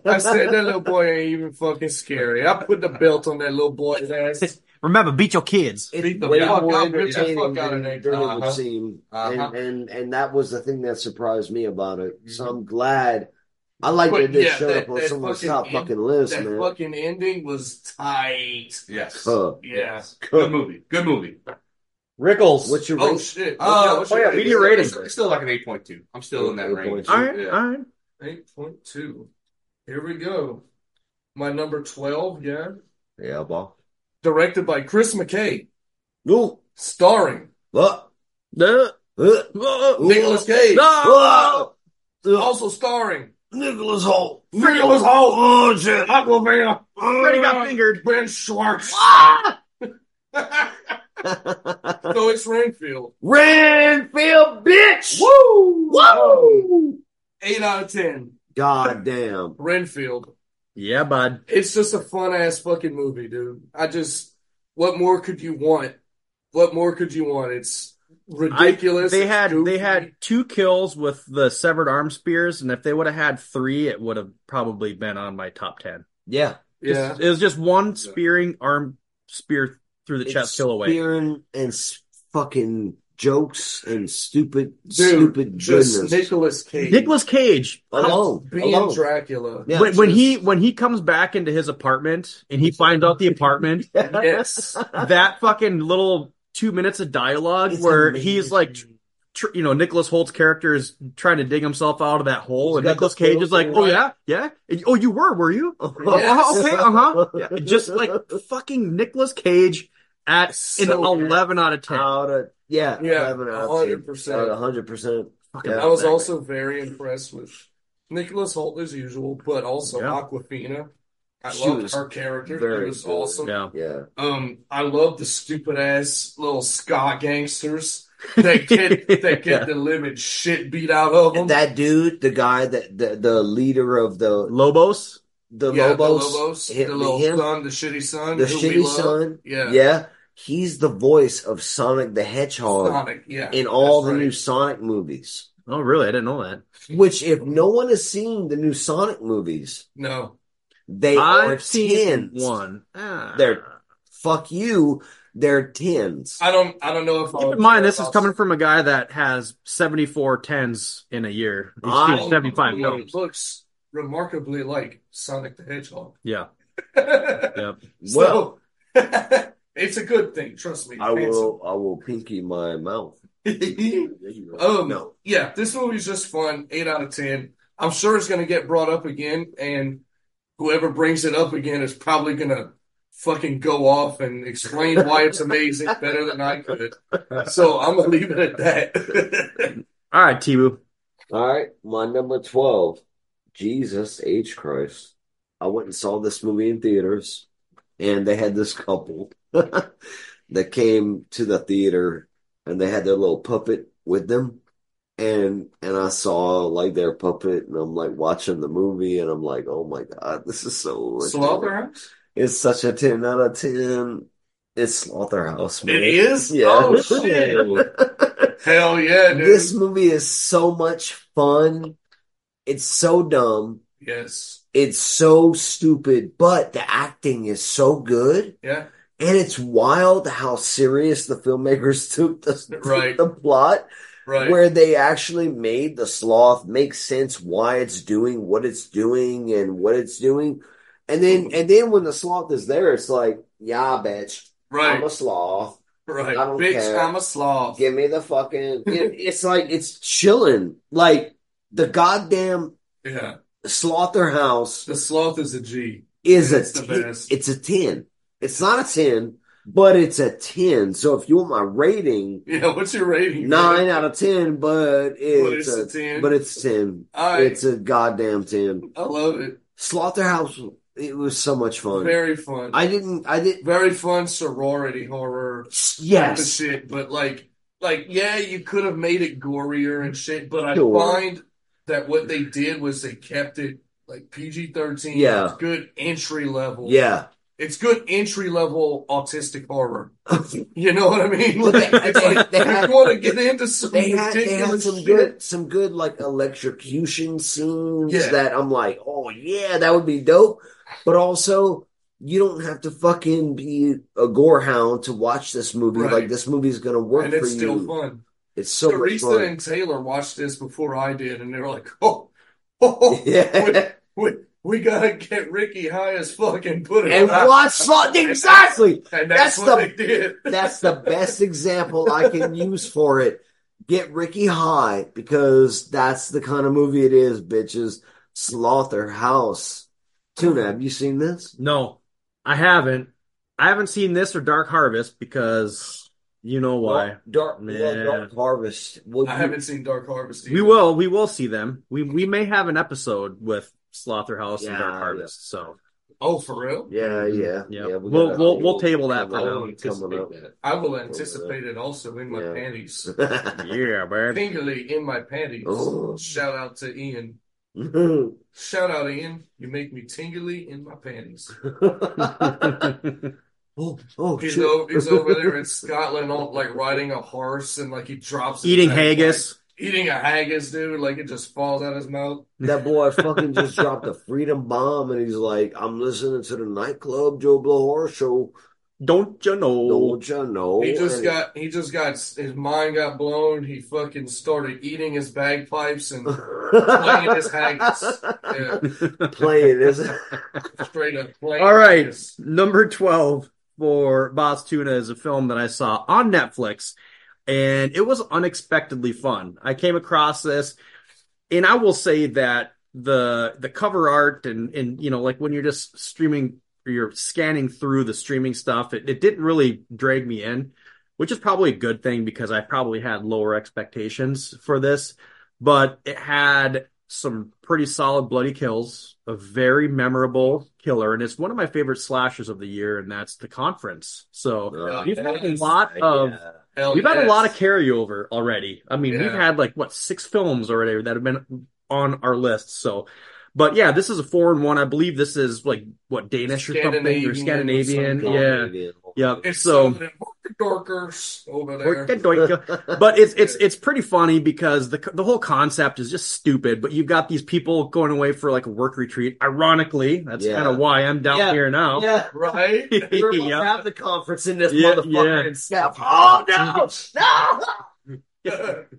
I said that little boy ain't even fucking scary. I put the belt on that little boy's ass. Remember, beat your kids. It's Beat the way fuck more out, beat the entertaining fuck out than, of that. than it would Uh-huh. seem, Uh-huh. and, and and that was the thing that surprised me about it. So I'm glad. I like Mm-hmm. But that this yeah, showed that- up on that someone's fucking top end- fucking list, That man. fucking ending was tight. Yes. Huh. Yeah. Good movie. Good movie. Rickles. What's your Oh rating? shit. Uh, What's your- oh, yeah, what's media your rating. It's, it's still like an eight point two. I'm still in that range. 8.2. all right, Yeah. all right. Eight point two. Here we go. My number twelve. Yeah. Yeah, ball. Directed by Chris McKay, No. starring Uh, No. uh, No. Nicholas Cage. uh, Also starring Nicholas Holt. Nicholas Holt. Oh shit. Aquaman. Freddy got fingered. Ben Schwartz. so it's Renfield. Renfield, bitch. Woo! Woo! Eight out of ten. God damn. Renfield. Yeah, bud. It's just a fun ass fucking movie, dude. I just, what more could you want? What more could you want? It's ridiculous. I, they It's had goofy. they had two kills with the severed arm spears, and if they would have had three, it would have probably been on my top ten. Yeah. yeah. It was just one spearing arm spear through the chest kill away. Spearing and s- fucking jokes and stupid, Dude, stupid Just goodness. Nicholas Cage. Nicolas Cage. Alone. being Alone. Dracula. Yeah, when when just- he when he comes back into his apartment and he finds out the apartment, Yes. that fucking little two minutes of dialogue It's where amazing. he's like tr- you know Nicholas Holt's character is trying to dig himself out of that hole, He's and got Nicholas the Cage is like, photo, "Oh yeah, yeah, And- oh you were, were you? Oh, Yes. okay, uh huh." Yeah. Just like fucking Nicholas Cage at So an good. eleven out of ten. out of yeah, Yeah, 11 out of 100%. 10. Out of 100%. Fucking Yeah. I was Exactly. also very impressed with Nicholas Holt as usual, but also Yeah. Aquafina. I She loved was her character. very It was good. awesome. yeah, Yeah. Um, I love the stupid ass little ska gangsters that get that get Yeah. the living shit beat out of them. That dude, the guy that the, the leader of the Lobos. the yeah, Lobos, the Lobos, hit- the little him, son, the shitty son, the who we shitty love. son. Yeah, Yeah, he's the voice of Sonic the Hedgehog Sonic, yeah, in all the that's new right. Sonic movies. Oh really? I didn't know that. Which, if no one has seen the new Sonic movies, No, they are I've seen tins. one. Ah. They're- Fuck you, they're tens. I don't, I don't know if Keep in mind, this is coming from a guy that has 74 tens in a year. He's I- seen 75 He films. looks remarkably like Sonic the Hedgehog. Yeah. Yep. so, it's a good thing. Trust me. I will, I will pinky my mouth. Handsome. Um, no. Yeah, this movie's just fun. Eight out of ten. I'm sure it's going to get brought up again, and whoever brings it up again is probably going to fucking go off and explain why it's amazing better than I could. So I'm going to leave it at that. All right, Tibu. All right, my number 12, Jesus H. Christ. I went and saw this movie in theaters, and they had this couple that came to the theater and they had their little puppet with them. And and I saw like their puppet, and I'm like watching the movie, and I'm like, oh my God, this is so Slaughterhouse? It's such a 10 out of 10. It's Slaughterhouse, man. It is? Yeah. Oh, shit. Hell yeah, dude. This movie is so much fun. It's so dumb. Yes. It's so stupid, but the acting is so good. Yeah. And it's wild how serious the filmmakers took the, Right. the plot, Right. where they actually made the sloth make sense why it's doing what it's doing and what it's doing. And then, Mm-hmm. and then when the sloth is there, it's like, yeah, bitch, I'm right. a sloth. Right. I don't Bitch, care. I'm a sloth. Give me the fucking. it- it's like it's chilling. Like the goddamn Yeah. slaughterhouse The sloth is a G. is a It's the ti- best. it's a ten. It's not a ten, but it's a 10. So if you want my rating, Yeah, what's your rating? nine out of 10, but it's it's, a, a 10. But it's 10. All right. It's a goddamn 10. I love it. Slaughterhouse, it was so much fun. Very fun. I didn't, I didn't, Very fun sorority horror type of yes. shit. But like, like yeah, you could have made it gorier and shit. But I Sure. find that what they did was they kept it like PG thirteen. Yeah. it's good entry level. Yeah. it's good entry level autistic horror. You know what I mean? Well, Like, they- it's like they- they you had- want to get into some They had, they had ridiculous some shit. good, some good like electrocution scenes Yeah. that I'm like, oh yeah, that would be dope. But also, you don't have to fucking be a gore hound to watch this movie. Right. Like this movie's gonna work and for it's still you. fun. It's so much Teresa fun. and Taylor watched this before I did, and they were like, "Oh, oh, Yeah. we, we, we gotta get Ricky high as fuck and put it and on." watch Slaughter exactly. And that's, That's what the- they did. That's the best example I can use for it. Get Ricky high because that's the kind of movie it is, bitches. Slaughterhouse. Tuna, have you seen this? No, I haven't. I haven't seen this or Dark Harvest because you know why. Dark, Man. yeah, Dark Harvest. Well, I you- haven't seen Dark Harvest. We either. will. We will see them. We we may have an episode with Slaughterhouse and Yeah, Dark Harvest. So Oh, for real? Yeah, yeah, yeah, yeah. Mm-hmm. we'll got a we'll we'll whole table that for coming now. up, coming up. I will anticipate it also in my Yeah. panties. Yeah, man. Fingerly in my panties. Oh. Shout out to Ian. Shout out, Ian. You make me tingly in my panties. oh, oh, He's, shit. o- he's over there in Scotland, all, like riding a horse, and like he drops his Eating bag, haggis. like, eating a haggis, dude. Like it just falls out his mouth. That boy fucking just dropped a freedom bomb, and he's like, "I'm listening to the nightclub Joe Blow horror show." Don't you know? Don't you know? He just And got, he just got, his mind got blown. He fucking started eating his bagpipes and playing his haggis. Yeah. playing his. Straight up plain. All right. Yes. Number 12 for Boss Tuna is a film that I saw on Netflix, and it was unexpectedly fun. I came across this, and I will say that the the cover art and and you know like when you're just streaming or you're scanning through the streaming stuff, it, it didn't really drag me in, which is probably a good thing because I probably had lower expectations for this, but it had some pretty solid bloody kills, a very memorable killer, and it's one of my favorite slashes of the year, and that's The Conference. So Uh, we've had a yes. lot of Hell we've had a Oh, yes. lot of carryover already. I mean, we've Yeah. had like what six films already that have been on our list. So, but yeah, this is a foreign one. I believe this is like what Danish or something Scandinavian or or Scandinavian. something. yeah, yeah. It's so. so dorkers over there. Hoity-toity. But it's it's it's pretty funny because the the whole concept is just stupid. But you've got these people going away for like a work retreat. Ironically, that's Yeah. kind of why I'm down Yeah. here now. Yeah, right? we're about Yeah. to have the conference in this Yeah, motherfucker yeah. and stuff. Oh no, no!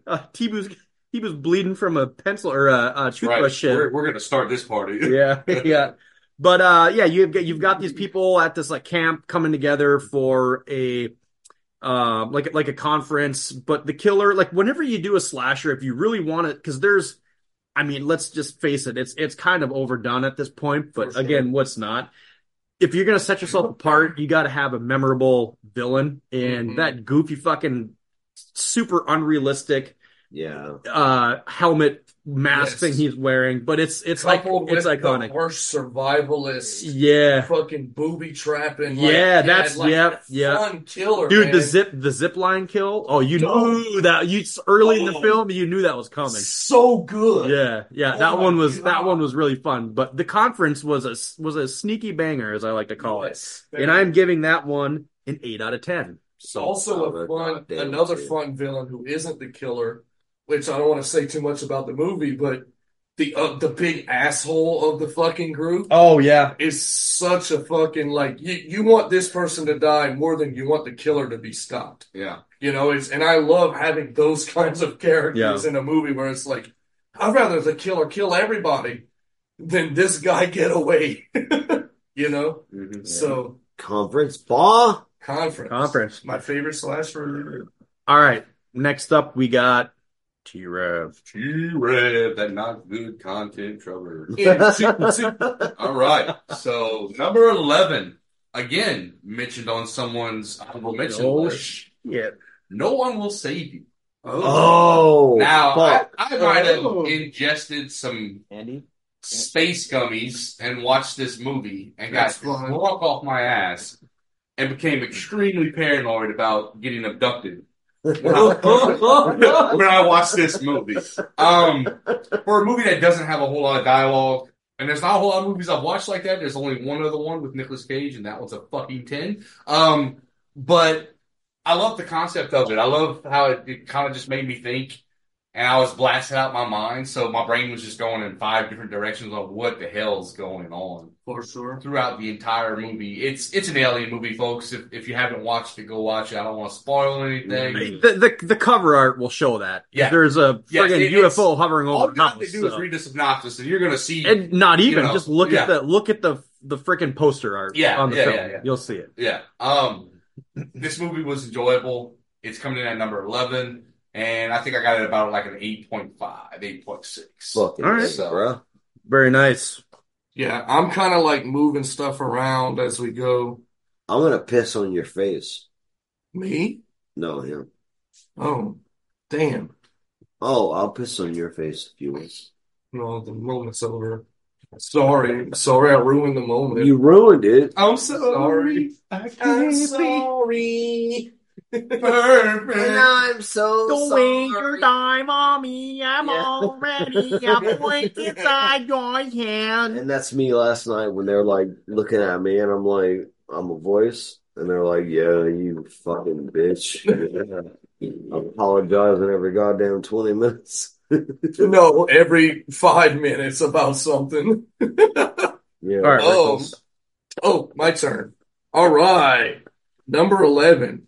Uh, Tibu's Tibu's bleeding from a pencil or a, a toothbrush. Right. shit. We're, we're gonna start this party. yeah, yeah. But uh, yeah, you've got you've got these people at this like camp coming together for a um like like a conference. But the killer, like whenever you do a slasher, if you really want it, because there's, I mean, let's just face it, it's it's kind of overdone at this point. But For sure. again, what's not? If you're gonna set yourself apart, you got to have a memorable villain, and Mhm. that goofy fucking super unrealistic Yeah, uh helmet mask Yes. thing he's wearing, but it's it's like Coupled it's with iconic. The worst survivalist, Yeah. fucking booby trapping. Yeah, that's- yep, yep. Fun killer, Dude, man. the zip the zip line kill. Oh, you knew that you early in the Oh. film you knew that was coming. so good. Yeah, yeah, Oh that my one was that God. one was really fun. But the conference was a s- was a sneaky banger, as I like to call it. Yes. And I'm giving that one an eight out of ten. also a solid, fun, goddamn another shit. fun villain who isn't the killer. Which I don't want to say too much about the movie, but the uh, the big asshole of the fucking group. Oh yeah, is such a fucking like you, you want this person to die more than you want the killer to be stopped. Yeah. You know, it's and I love having those kinds of characters in a movie where it's like, I'd rather the killer kill everybody than this guy get away. you know? Mhm. Mm-hmm. So conference bar. conference. conference. My favorite slasher. All right, next up we got T Rev. T-Rev, that not good content cover. Yeah, see- see- All right. So number eleven again mentioned on someone's honorable mention Oh, list, shit. no one will save you. Oh, now I, fuck. I might have Oh. ingested some Andy? space gummies and watched this movie and That's got fine. walk off my ass and became extremely paranoid about getting abducted when I, when I watched this movie. Um, for a movie that doesn't have a whole lot of dialogue, and there's not a whole lot of movies I've watched like that. There's only one other one with Nicolas Cage, and that one's a fucking ten. Um, but I love the concept of it. I love how it, it kind of just made me think and I was blasted out my mind, so my brain was just going in five different directions on what the hell's going on for sure. throughout the entire movie. It's it's an alien movie, folks. If if you haven't watched it, go watch it. I don't want to spoil anything. The, the the cover art will show that. Yeah. There's a friggin' Yes, it- UFO hovering All over you the have to house. do is Oh, so- read the synopsis, and you're gonna see. and not you even know, just look yeah. at the look at the the freaking poster art. Yeah, on the yeah, film. yeah, yeah. You'll see it. yeah. Um, this movie was enjoyable. It's coming in at number eleven, and I think I got it about like an 8.5, 8.6. Fucking All right. A, bro. Very nice. Yeah, I'm kind of like moving stuff around as we go. I'm gonna piss on your face. Me? No, him. Oh, damn. Oh, I'll piss on your face if you want. No, the moment's over. Sorry, sorry, I ruined the moment. You ruined it. I'm sorry. I I'm can't be sorry. perfect. I'm so time on me. I'm Yeah. already a point inside your hand. And that's me last night when they're like looking at me, and I'm like, I'm a voice, and they're like, Yeah, you fucking bitch. Yeah. I apologize in every goddamn twenty minutes. No, every five minutes about something. Yeah. All right. Oh. Oh, my turn. All right. Number 11.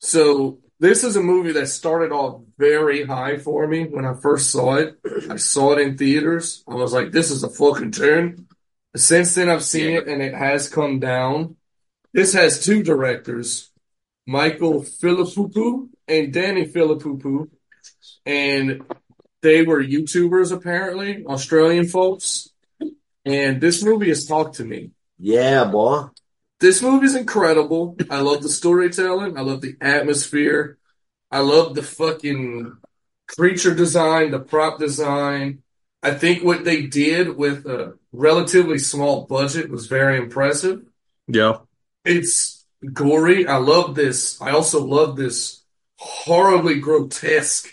So, this is a movie that started off very high for me when I first saw it. I saw it in theaters. I was like, this is a fucking turn. Since then, I've seen it and it has come down. This has two directors, Michael Philippoupou and Danny Philippoupou. And they were YouTubers, apparently, Australian folks. And this movie has talked to me. Yeah, boy. This movie is incredible. I love the storytelling. I love the atmosphere. I love the fucking creature design, the prop design. I think what they did with a relatively small budget was very impressive. Yeah. It's gory. I love this. I also love this horribly grotesque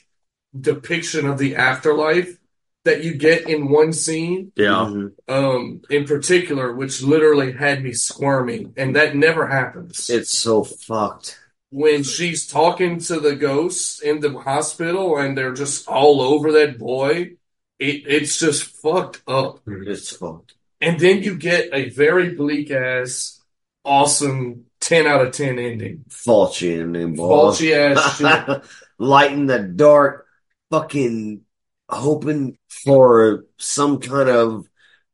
depiction of the afterlife that you get in one scene Yeah. Mhm. um, in particular, which literally had me squirming, and that never happens. It's so fucked. when she's talking to the ghosts in the hospital, and they're just all over that boy, it, it's just fucked up. It's fucked. And then you get a very bleak ass, awesome ten out of ten ending, Faulty in them, boy. faulty ass shit. light in the dark, fucking hoping for some kind of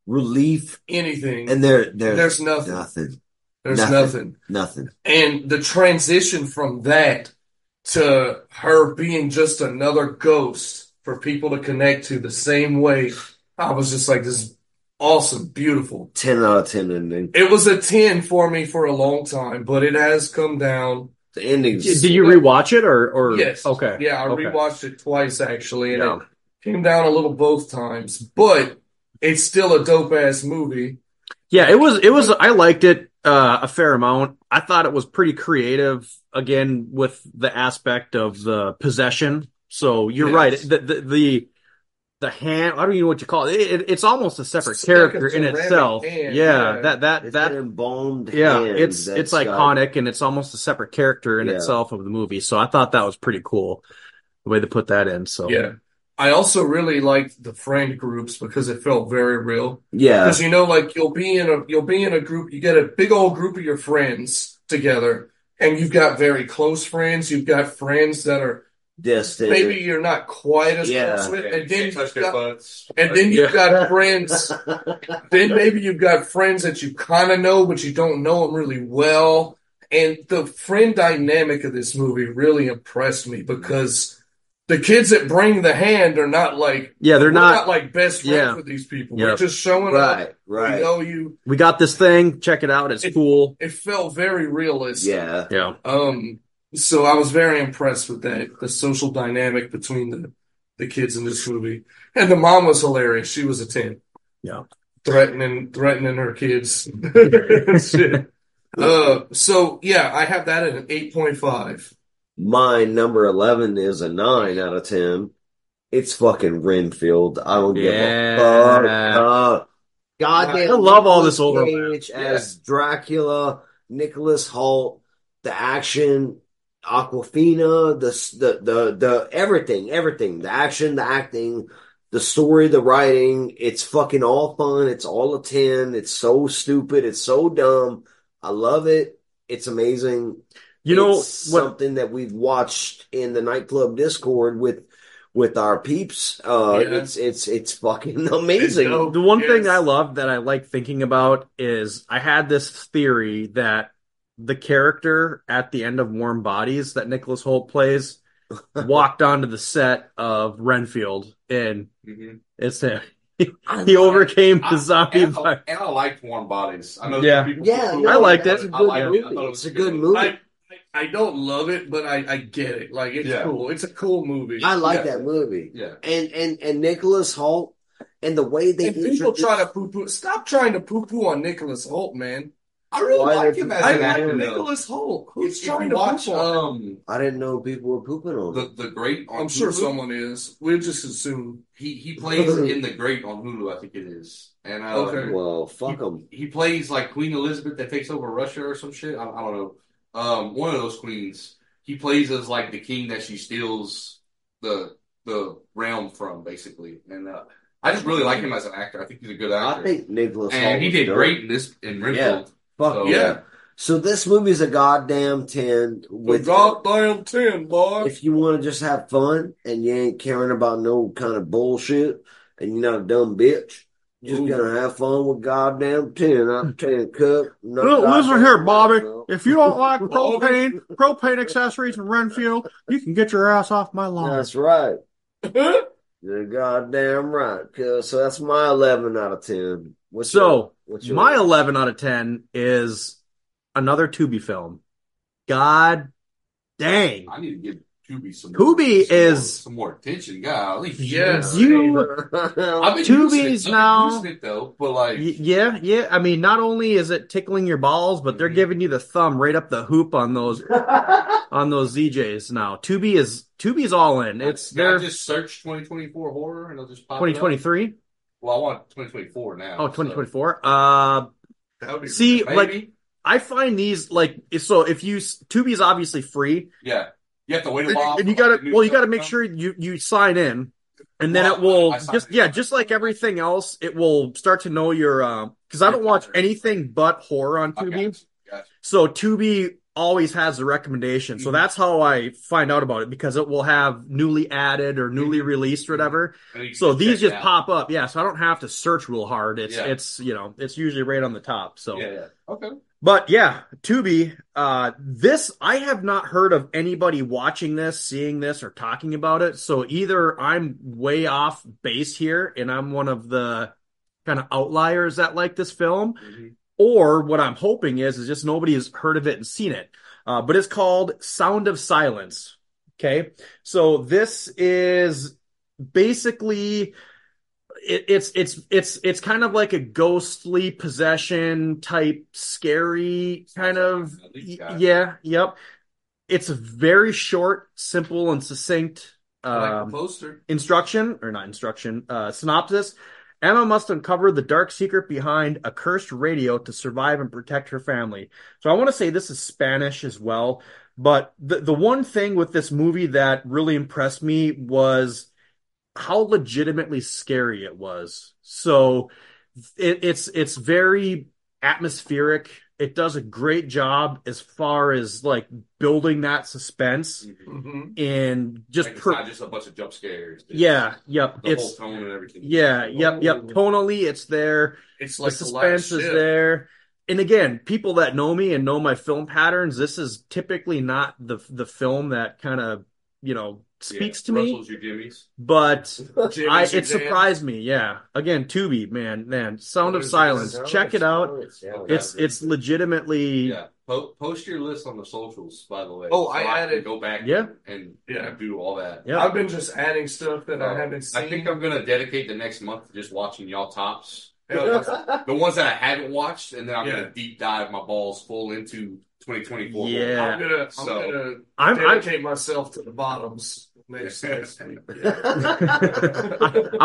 relief, Anything? and there, there's, There's nothing. nothing, There's nothing. nothing. nothing. And the transition from that to her being just another ghost for people to connect to the same way, I was just like, this is awesome, beautiful. Ten out of ten ending. It was a 10 for me for a long time, but it has come down. The ending's Did you rewatch it or or Yes. okay? Yeah, I Okay. rewatched it twice actually, and Yeah. it came down a little both times, but it's still a dope ass movie. Yeah, it was it was I liked it uh, a fair amount. I thought it was pretty creative again with the aspect of the possession. So you're Yes. right. The, the the the hand I don't even know what you call it. It, it- it's almost a separate It's like a character in ceramic itself. hand, yeah, yeah. that that it's that an embalmed. yeah, hand it's that's it's got- iconic and it's almost a separate character in Yeah. itself of the movie. So I thought that was pretty cool the way they put that in. So Yeah. I also really liked the friend groups because it felt very real. Yeah, Because you know, like you'll be in a you'll be in a group, you get a big old group of your friends together, and you've got very close friends, you've got friends that are distant. maybe you're not quite as Yeah. close with, and then Can't touch you've their got, butts. and then you've got friends, then maybe you've got friends that you kind of know, but you don't know them really well. And the friend dynamic of this movie really impressed me because the kids that bring the hand are not like Yeah, they're we're not. like best friends Yeah. with these people. Yeah. We're just showing up. Right, We right. know you. We got this thing. Check it out. It's It- cool. It felt very realistic. Yeah. Yeah. Um. So I was very impressed with that the social dynamic between the the kids in this movie, and the mom was hilarious. She was a ten. Yeah. Threatening, threatening her kids. and Shit. Uh, so yeah, I have that at an eight point five. My number 11 is a 9 out of 10. It's fucking Renfield. I don't give a fuck. Yeah. Uh, goddamn. I love all this Nicolas overlap. Cage as Dracula, Nicholas Holt, the action, Aquafina, the, s- the, the, the, everything, everything. The action, the acting, the story, the writing. It's fucking all fun. It's all a 10. It's so stupid. It's so dumb. I love it. It's amazing You know it's what? something that we've watched in the nightclub Discord with with our peeps. Uh, Yeah. It's it's it's fucking It's amazing. dope. The one thing Yes. I love that I like thinking about is I had this theory that the character at the end of Warm Bodies that Nicholas Holt plays walked onto the set of Renfield and Mhm. it's him. He overcame the I- zombie. And, virus. I, and I liked Warm Bodies. I know Yeah. people Yeah, people- no, I liked that's it. a I good liked it. I movie. thought it It's was a a good good movie. I I don't love it, but I I get it. Like it's Yeah. cool. It's a cool movie. I like Yeah. that movie. Yeah. And and and Nicholas Holt and the way they and people introduced- try to poo poo. Stop trying to poo poo on Nicholas Holt, man. I really Why like they- him as I an like actor. though. Nicholas Holt. If Who's you trying to watch, poo on? um, I didn't know people were pooping on the it. the Great on uh, I'm sure Hulu. someone is. We'll just assume. He he plays in the Great on Hulu, I think it is, and uh, Okay. Well, fuck them. he plays like Queen Elizabeth that takes over Russia or some shit. I, I don't know. Um, one of those queens. He plays as like the king that she steals the the realm from, basically. And uh, I just really like him as an actor. I think he's a good I actor, think Nicholas Holt and he was did dope. great in this in Renfield. Fuck So, yeah. So this movie's a goddamn ten The with goddamn ten, boy. if you want to just have fun and you ain't caring about no kind of bullshit and you're not a dumb bitch, just Ooh. gonna have fun with goddamn ten out of ten cup. not Look, listen goddamn here, Bobby. no. If you don't like Bobby. propane, propane accessories in Renfield, you can get your ass off my lawn. That's right. That's You're goddamn right. Cause, so that's my eleven out of ten. What's your, so what's your my eleven out of ten is another Tubi film. God dang. I need to give Tubi some. Tubi some is- more, some more attention, golly. Yes. You I've been Tubi's using it. I've been now- using it though, but like Y- Yeah, yeah. I mean, not only is it tickling your balls, but they're Mhm. giving you the thumb right up the hoop on those on those ZJs now. Tubi is Tubi's all in. It's Can I their just search 2024 horror and it'll just pop it up? 2023. Well, I want 2024 now. Oh, so. 2024. Uh, see, Maybe. like I find these like so. If you Tubi is obviously free, yeah, you have to wait a and, while. and you for, like, gotta the new well, you stuff gotta to make come. sure you you sign in, and then Well, it will I- I signed just in. yeah, just like everything else, it will start to know your um. Because I don't watch anything but horror on I Tubi. gotcha, gotcha. So Tubi always has the recommendation. So Mhm. that's how I find out about it because it will have newly added or newly released or whatever. And you So can these check it just out. pop up. Yeah, so I don't have to search real hard. It's Yeah. it's you know, it's usually right on the top. So Yeah, yeah. Okay. but yeah, Tubi, uh this I have not heard of anybody watching this, seeing this or talking about it. So either I'm way off base here and I'm one of the kind of outliers that like this film Mm-hmm. or what I'm hoping is is just nobody has heard of it and seen it. Uh, but it's called Sound of Silence. Okay, so this is basically it, it's it's it's it's kind of like a ghostly possession type scary kind of Sounds like an elite guy. yeah yep. It's very short, simple, and succinct. I like um, the poster. instruction or not instruction uh, synopsis emma must uncover the dark secret behind a cursed radio to survive and protect her family so i want to say this is spanish as well but the, the one thing with this movie that really impressed me was how legitimately scary it was so it, it's it's very atmospheric it does a great job as far as like building that suspense Mhm. Mhm. and just Like, it's per- not just a bunch of jump scares. It's yeah, yep. the it's whole tone and everything. oh, yeah, yep, yep. Ooh. Tonally, it's there. It's The like the last suspense is ship. there. And again, people that know me and know my film patterns, this is typically not the the film that kind of you know speaks to yeah. me, Russell's your Jimmy's. but Jimmy I, Shazam. it surprised me. Yeah. Again, Tubi, man, man, Sound of Silence. Check it out. It's it's legitimately Yeah. Po- post your list on the socials, by the way. Oh, I can added- Go back. Yeah. And Yeah. do all that. Yeah. I've been just adding stuff that I haven't seen. Oh, I think I'm gonna dedicate the next month to just watching y'all tops, Yeah. the ones that I haven't watched, and then I'm Yeah. gonna deep dive my balls full into 2024. Yeah. I'm gonna, I'm So- gonna I'm, I'm dedicate myself to the bottoms next, next week. I,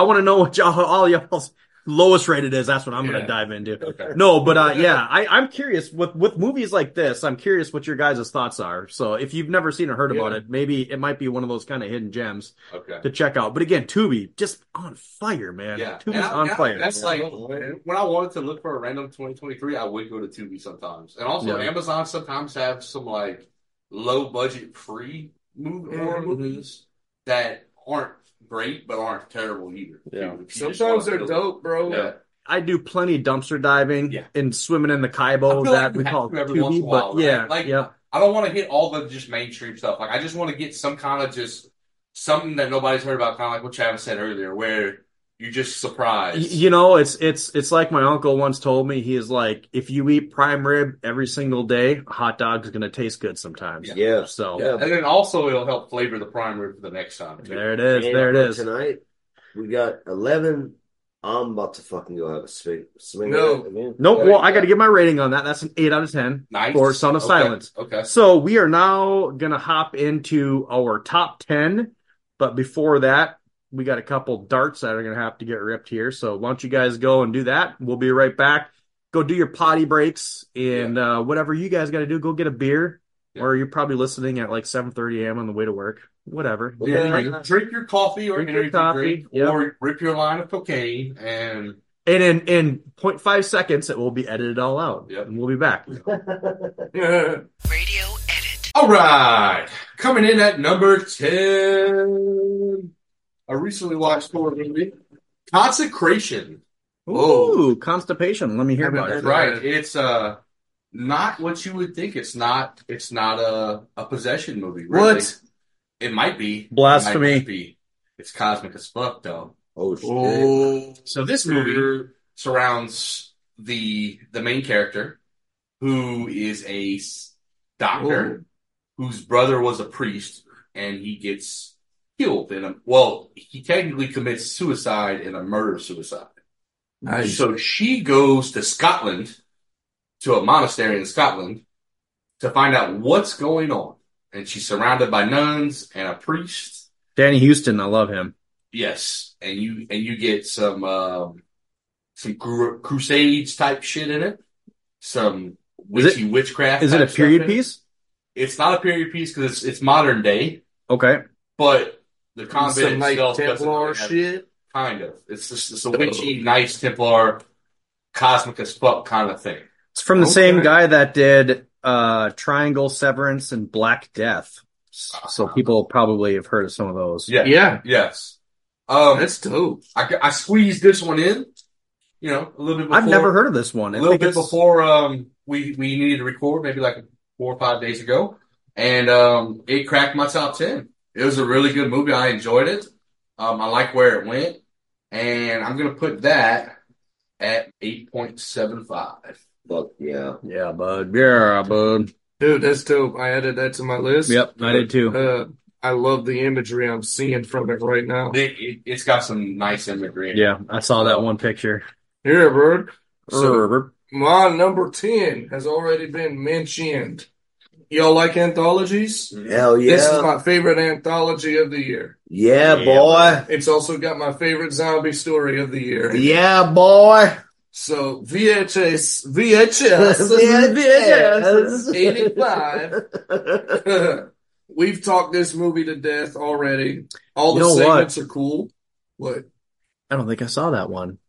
want to know what y'all all y'all's lowest rated is. That's what I'm Yeah. gonna dive into. Okay. No, but uh, yeah, I, I'm curious with with movies like this. I'm curious what your guys' thoughts are. So if you've never seen or heard about Yeah. it, maybe it might be one of those kind of hidden gems Okay. to check out. But again, Tubi just on fire, man. Yeah. Tubi's And I- on and I- fire. That's like Yeah. when I wanted to look for a random 2023, I would go to Tubi sometimes, and also Yeah. Amazon sometimes have some like low budget free movie horror Mhm. movies that aren't great but aren't terrible either. Yeah. If you just wanna Sometimes they're feel- dope, bro. Yeah. I do plenty dumpster diving Yeah. and swimming in the I Kaibo feel like that you we have call to every once in Tubi, but a while, right? yeah, Like, yeah, I don't want to hit all the just mainstream stuff. Like I just want to get some kind of just something that nobody's heard about, kind of like what Travis said earlier, where you're just Y- surprised. you know, it's it's it's like my uncle once told me. He is like, if you eat prime rib every single day, a hot dog's gonna taste good sometimes. Yeah. So Yeah. And then also it'll help flavor the primer for the next time. Too. there it is. And There it for is. Tonight we got eleven. I'm about to fucking go have a swing. swing No. at it, man. Nope. There Well, you I got to go. give my rating on that. That's an eight out of ten Nice. for Sound of Okay. Silence. Okay. So we are now gonna hop into our top ten, but before that, we got a couple darts that are gonna have to get ripped here. So why don't you guys go and do that? We'll be right back. Go do your potty breaks and uh, whatever you guys got to do. Go get a beer, Yeah. or you're probably listening at like 7:30 a.m. on the way to work. Whatever. Yeah. Drink, drink your coffee or Drink your energy drink, coffee, yep. or rip your line of cocaine and And in in 0.5 seconds, it will be edited all out, Yep. and we'll be back. Radio Edit. All right, coming in at number ten. I recently watched horror movie Consecration. Whoa. Ooh, constipation. Let me hear about That's it. right. It's uh not what you would think. It's not. It's not a a possession movie. Really. What? It might be. Blasphemy. It might be. It's cosmic as fuck though. Oh shit! So this movie surrounds the the main character, who is a s- doctor whose brother was a priest, and he gets killed in a well, he technically commits suicide in a murder suicide. Nice. So she goes to Scotland, to a monastery in Scotland, to find out what's going on, and she's surrounded by nuns and a priest. Danny Houston, I love him. Yes, and you and you get some um, some cru- crusades type shit in it, some Is it- witchy witchcraft. Is it a type stuff period in it. piece? It's not a period piece because it's it's modern day, Okay. but the convent Some like itself doesn't Templar really have- shit. Kind of, it's just it's a Oh. witchy, nice Templar, cosmic as fuck kind of thing. It's from the same Okay. guy that did uh Triangle Severance and Black Death. S- So people probably have heard of some of those. Uh-huh. Yeah, Yeah, yes. Um, that's dope. I, I squeezed this one in, you know, a little bit. Before, I've never heard of this one. a I little think bit it's- before um, we we needed to record, maybe like four or five days ago, and um, it cracked my top ten. It was a really good movie. I enjoyed it. Um, I like where it went, and I'm gonna put that at eight point seven five. Fuck yeah! Yeah, bud. Yeah, bud. Dude, that's dope. I added that to my list. Yep, I did too. Uh, I love the imagery I'm seeing from it right now. It, it, has got some nice imagery. in it. Yeah, I saw that one picture. Here, bird. So So, my number ten has already been mentioned. Y'all like anthologies? Hell yeah! This is my favorite anthology of the year. yeah, Yeah. boy! It's also got my favorite zombie story of the year. Yeah, boy! So VHS, VHS, VHS. VHS, eighty-five. We've talked this movie to death already. All the You know what? segments are cool. What? I don't think I saw that one.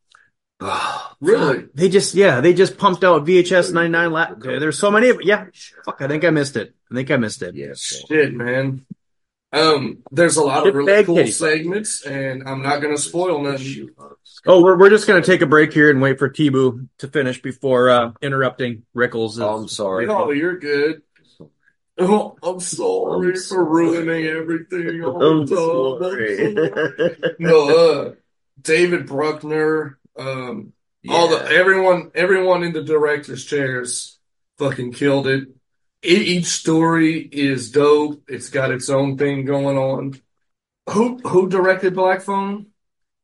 Oh, Really? They just yeah, they just pumped out VHS 99 la- There's so many of yeah. Fuck, I think I missed it. I think I missed it. Yes. Shit, man. Um, there's a lot Get of really back, cool Katie. segments, and I'm not gonna spoil nothing. Oh, we're we're just gonna take a break here and wait for Um, Tibu to finish before uh, interrupting Rickles. Oh, I'm sorry. No, you're good. Oh, I'm sorry I'm for ruining everything. all I'm the time. sorry. no, uh, David Bruckner, um, all the everyone, everyone in the directors' chairs, fucking killed it. E- each story is dope. It's got its own thing going on. Who who directed Black Phone?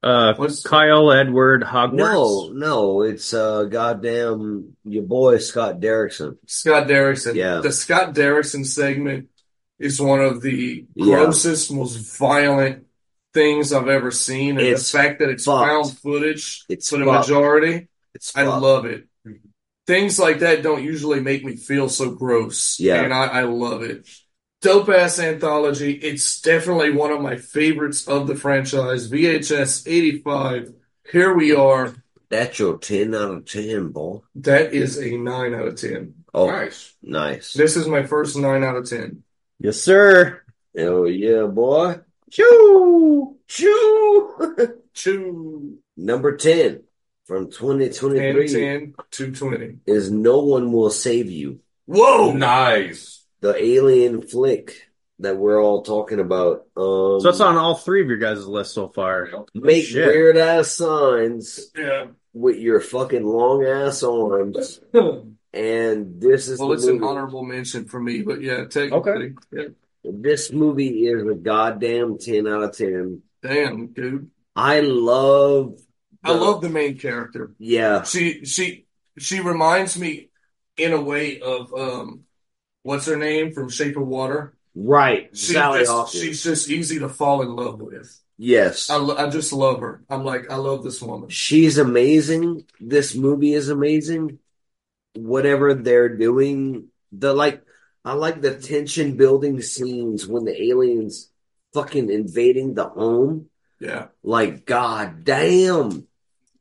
Uh, What's Kyle Edward Hogwarts. No, no, it's uh goddamn your boy Scott Derrickson. Scott Derrickson? Yeah. the Scott Derrickson segment is one of the Yeah. grossest, most violent things I've ever seen, and It's the fact that it's fucked. found footage It's for the fucked. majority. It's I fucked. love it. Things like that don't usually make me feel so gross. Yeah. And I, I love it. Dope ass anthology. It's definitely one of my favorites of the franchise. VHS 85. Here we are. That's your ten out of ten, boy. That is a 9 out of 10. Oh, Nice. nice. This is my first 9 out of 10. Yes, sir. Hell yeah, boy. Choo. Choo. Two Number ten from twenty twenty and three 10 to 20. is No One Will Save You. Oh. Whoa! Nice. The alien flick that we're all talking about. Um So that's on all three of your guys' lists so far. make Shit. weird ass signs Yeah. with your fucking long ass arms. well, And this is the it's an movie. honorable mention for me, but yeah, technically. Yeah. This movie is a goddamn 10 out of 10. Damn, dude. I love. I love the main character. Yeah. she she she reminds me in a way of um what's her name from Shape of Water. Right. She Sally just- Hawkins. she's just easy to fall in love with. yes. I, lo- I just love her. I'm like I love this woman. She's amazing. This movie is amazing. Whatever they're doing, the like, I like the tension building scenes when the aliens fucking invading the home. Yeah, Like, god damn.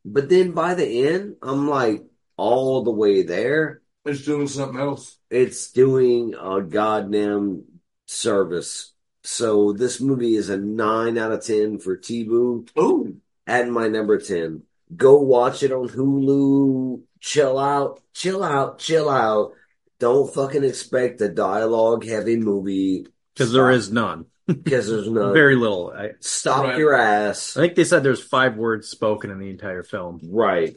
But then by the end, I'm like all the way there. it's doing something else. it's doing a goddamn service. So this movie is a nine out of ten for T-Boo Ooh, at my number ten. Go watch it on Hulu. Chill out, chill out, chill out. Don't fucking expect a dialogue heavy movie Because there is none. because there's none. Very little. I, I Stop Right. your ass. think they said there's five words spoken in the entire film. Right.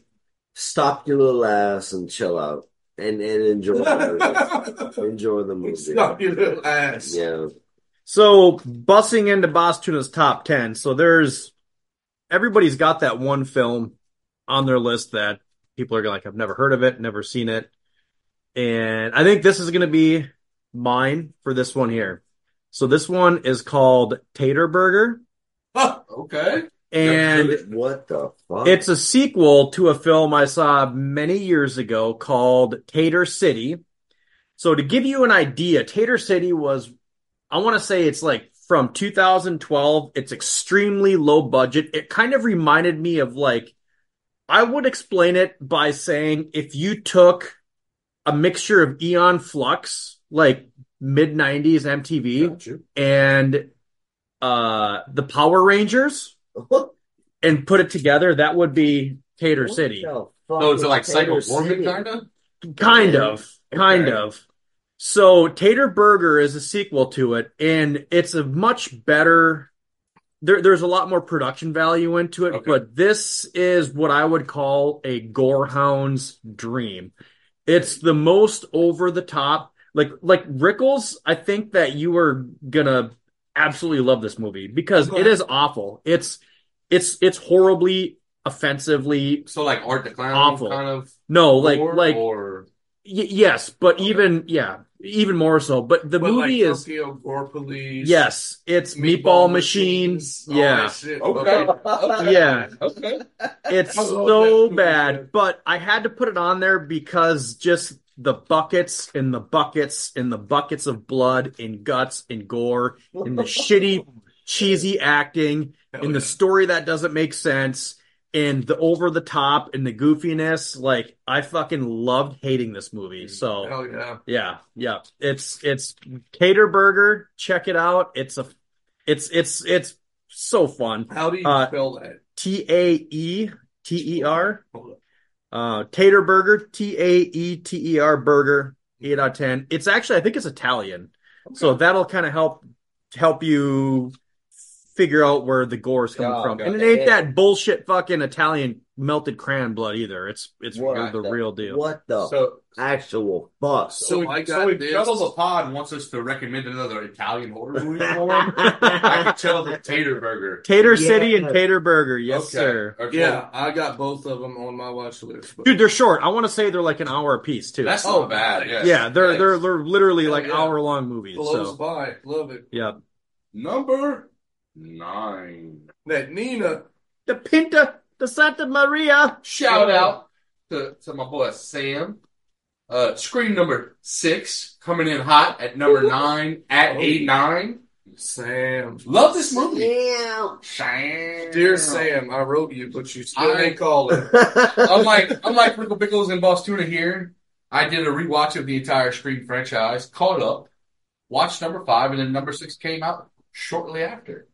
Stop your little ass and chill out and and enjoy the movie. enjoy the movie. stop your little ass. Yeah. So bussing into Boss Tuna's top ten. So there's everybody's got that one film on their list that people are gonna like, I've never heard of it, never seen it. And I think this is gonna be mine for this one here. So this one is called Tater Burger. Okay. And what the fuck? It's a sequel to a film I saw many years ago called Tater City. So to give you an idea, Tater City was I want to say it's like from 2012. It's extremely low budget. It kind of reminded me of like I would explain it by saying if you took a mixture of Eon Flux, like mid 90s MTV and uh the Power Rangers and put it together, that would be Tater What City. the fuck So Oh, is it like is Taylor Psycho Gorman City? kind of? Kind of. Kind Okay. of. So Tater Burger is a sequel to it, and it's a much better there, there's a lot more production value into it, Okay. but this is what I would call a gorehound's dream. It's the most over the top, like like Rickles. I think that you are gonna absolutely love this movie because it is awful. It's it's it's horribly, offensively So like Art the Clown Awful. kind of no like gore, like or Y- yes, but even yeah, even more so. But the But movie like is Tokyo Gore Police. yes, it's Meatball, Machine. Machines, all Yeah, that shit. Okay. Okay. yeah, okay. it's I love so that movie, man. bad. But I had to put it on there because just the buckets and the buckets and the buckets of blood and guts and gore and the shitty, cheesy acting Oh, Hell and the yeah. story that doesn't make sense and the over the top and the goofiness. Like I fucking loved hating this movie. So. Hell yeah. Yeah, yeah. It's it's Cater Burger. Check it out. It's a it's it's it's so fun. How do you Uh, spell that? T A E T E R. Uh Tater Burger, T A E T E R burger, eight out of ten. It's actually I think it's Italian. So that'll kind of help help you figure out where the gore is coming Oh, from. God. And it ain't that bullshit fucking Italian melted crayon blood either. It's it's What the real deal. What the So, actual fuck? So, so, I we, got so we this. Cuddle the Pod wants us to recommend another Italian horror movie for him. I can tell the Tater Burger. Tater Yeah. City and Tater Burger, yes Okay. sir. Okay. Yeah, I got both of them on my watch list. but- Dude, they're short. I want to say they're like an hour apiece too. That's Oh, not bad. Yeah, yeah, they're Yes. they're they're literally Hell like yeah. hour long movies. blows So by. Love it. yeah, number nine. That Nina. the Pinta, the Santa Maria. Shout out to, to my boy Sam. Uh, screen number six coming in hot at number nine at Oh. eight nine. Sam. Love this movie. Yeah. Sam. Dear Sam, I wrote you, but you still I- ain't calling. unlike unlike Pickle Pickles and Boss Tuna here, I did a rewatch of the entire Scream franchise, caught up, watched number five, and then number six came out shortly after.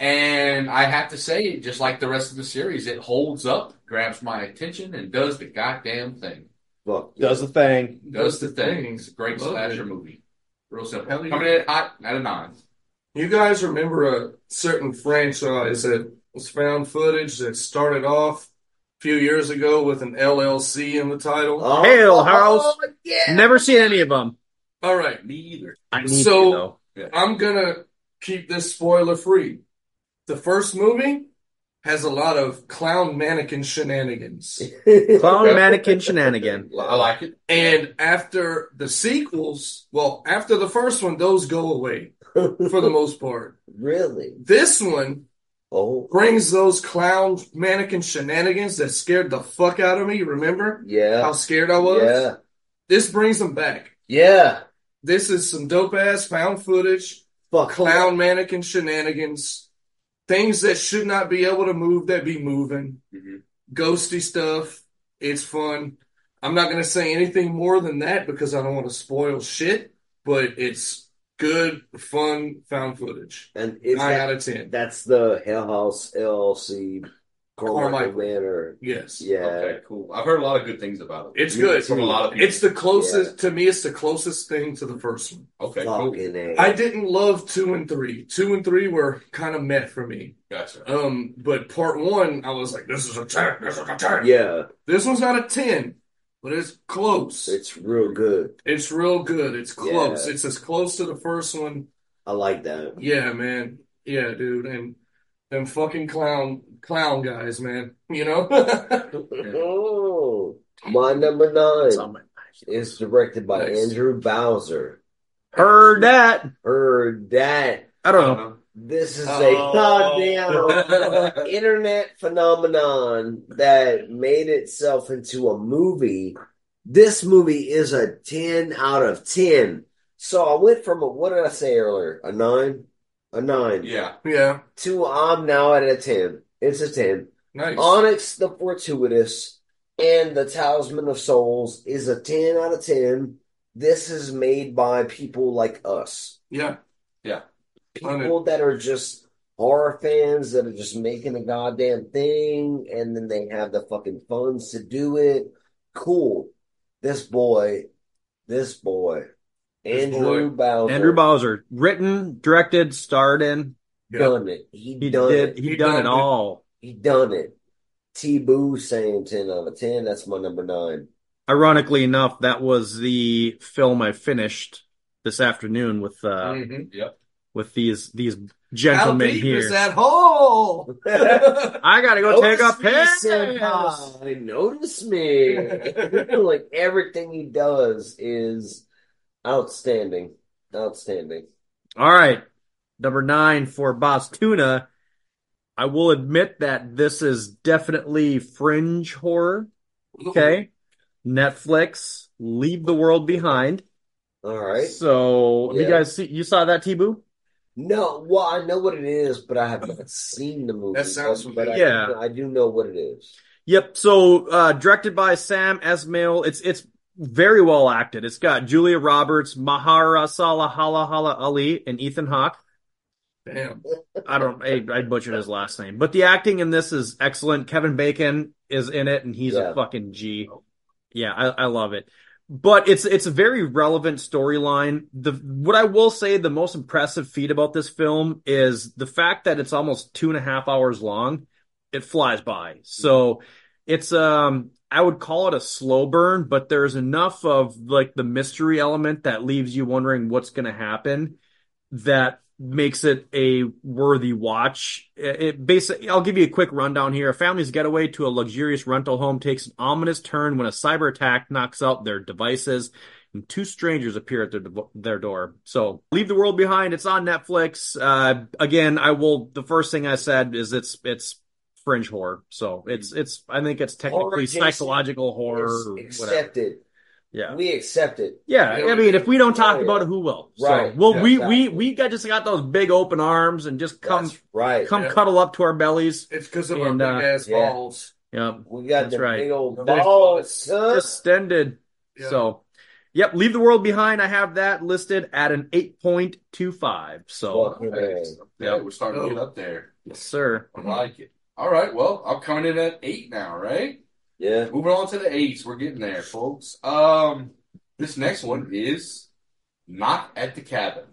And I have to say, just like the rest of the series, it holds up, grabs my attention, and does the goddamn thing. Fuck. Does the thing. Does the thing. It's a great Love slasher it. movie. Real simple. Hell yeah. Coming in hot at a nine. You guys remember a certain franchise that was found footage that started off a few years ago with an LLC in the title? Oh, Hail, House. yeah. Never seen any of them. All right. Me either. I need to So- though. I'm gonna keep this spoiler free. The first movie has a lot of clown mannequin shenanigans. Clown mannequin shenanigan. I like it. And after the sequels, well, after the first one, those go away for the most part. really? This one Oh, brings those clown mannequin shenanigans that scared the fuck out of me. Remember yeah. how scared I was? Yeah. This brings them back. Yeah. This is some dope ass found footage, Fuck. clown mannequin shenanigans, things that should not be able to move that be moving, Mhm. ghosty stuff. It's fun. I'm not going to say anything more than that because I don't want to spoil shit, but it's good, fun found footage. And it's Nine that, out of 10. that's the Hell House LLC Carmichael Carmichael. Manor. Yes. Yeah. Okay, cool. I've heard a lot of good things about it. It's good. from a lot of people. It's the closest, to me, it's the closest thing to the first one. okay, cool. Fucking A. I didn't love two and three. Two and three were kind of met for me. Gotcha. Um, but part one, I was like, this is a 10, this is a 10. Yeah. This one's not a 10, but it's close. It's, It's real good. real good. It's close. Yeah. It's as close to the first one. I like that. Yeah, man. Yeah, dude. And them fucking clown, clown guys, man. You know? Oh. My number nine Someone- is directed by Nice. Andrew Bowser. Heard that. Heard that. I don't know. This is Oh. a goddamn internet phenomenon that made itself into a movie. This movie is a 10 out of 10. So I went from a, what did I say earlier? A 9? A 9. Yeah. yeah. To I'm now at a 10. It's a 10. Nice. Onyx the Fortuitous and the Talisman of Souls is a 10 out of 10. This is made by people like us yeah. people that are just horror fans that are just making a goddamn thing and then they have the fucking funds to do it. Cool. This boy, this boy, This Andrew Uh-huh. Bowser, Andrew Bowser, written, directed, starred in. done it. He, He done did. it. He, He done, done it it. all. He done it. T Boo saying 10 out of 10. That's my number nine. Ironically enough, that was the film I finished this afternoon with uh, Mhm. with these these How gentlemen deep here. is that hole? I gotta go take Notice a me, piss. senpai. Notice me. like everything he does is outstanding. Outstanding. All right, number nine for Boss Tuna. I will admit that this is definitely fringe horror. Okay, Netflix, Leave the World Behind. All right. So you Yeah. guys see, you saw that T-Boo? No, well, I know what it is, but I have not seen the movie. That sounds but, but I, familiar. do- I do know what it is. Yep. So uh, directed by Sam Esmail. It's it's very well acted. It's got Julia Roberts, Mahara Salahala Ali, and Ethan Hawke. Damn. I don't. I, I butchered his last name, but the acting in this is excellent. Kevin Bacon is in it, and he's Yeah. a fucking G. Yeah, I, I love it. but it's it's a very relevant storyline. The what I will say the most impressive feat about this film is the fact that it's almost two and a half hours long. It flies by. So it's um I would call it a slow burn, but there's enough of like the mystery element that leaves you wondering what's going to happen that makes it a worthy watch. It, it basically, I'll give you a quick rundown here. A family's getaway to a luxurious rental home takes an ominous turn when a cyber attack knocks out their devices and two strangers appear at their dev- their door. So, Leave the World Behind, it's on Netflix. Uh again, I will the first thing I said is it's it's fringe horror. So, it's it's I think it's Horror technically adjacent. psychological horror or It's whatever. accepted. Yeah. We accept it. Yeah, You know, I mean, if we don't talk yeah. about it, who will? So, Right. well, Yeah, we we exactly. we got just got those big open arms and just come That's right. come Yeah. cuddle up to our bellies. It's because of And, uh, our big ass yeah. balls. Yep, We got That's the right. big old There's- balls. son. extended. Yeah. So, yep, leave the world behind. I have that listed at an eight point two five. So, Fuck yeah. Yeah, we're starting Oh. to get up there. yes, sir. I like it. All right. Well, I'm coming in at eight now, right? Yeah. Moving on to the eights. We're getting there, folks. Um, this next one is not at the cabin.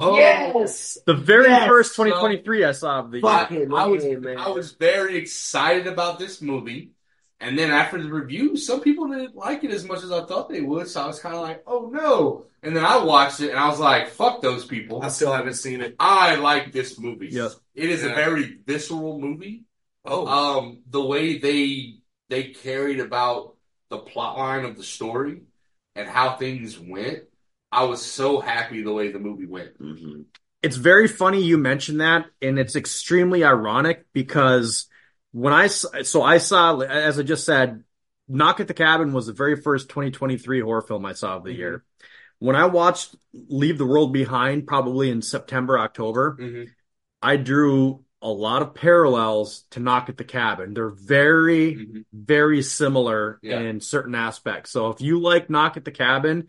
Oh, Yes. The very Yes, first twenty twenty three I saw of the Fuck I- him, I, was, yeah, man. I was very excited about this movie. And then after the review, some people didn't like it as much as I thought they would. So I was kind of like, oh no. And then I watched it and I was like, fuck those people. I still haven't seen it. I like this movie. Yeah. It is a Yeah. very visceral movie. Oh, Um, the way they they carried about the plot line of the story and how things went, I was so happy the way the movie went. it's very funny you mentioned that and it's extremely ironic because when i s- so i saw as i just said knock at the cabin was the very first 2023 horror film i saw Mm-hmm. of the year when i watched leave the world behind probably in september october Mhm. i drew a lot of parallels to knock at the cabin they're very Mhm. very similar Yeah. in certain aspects so if you like knock at the cabin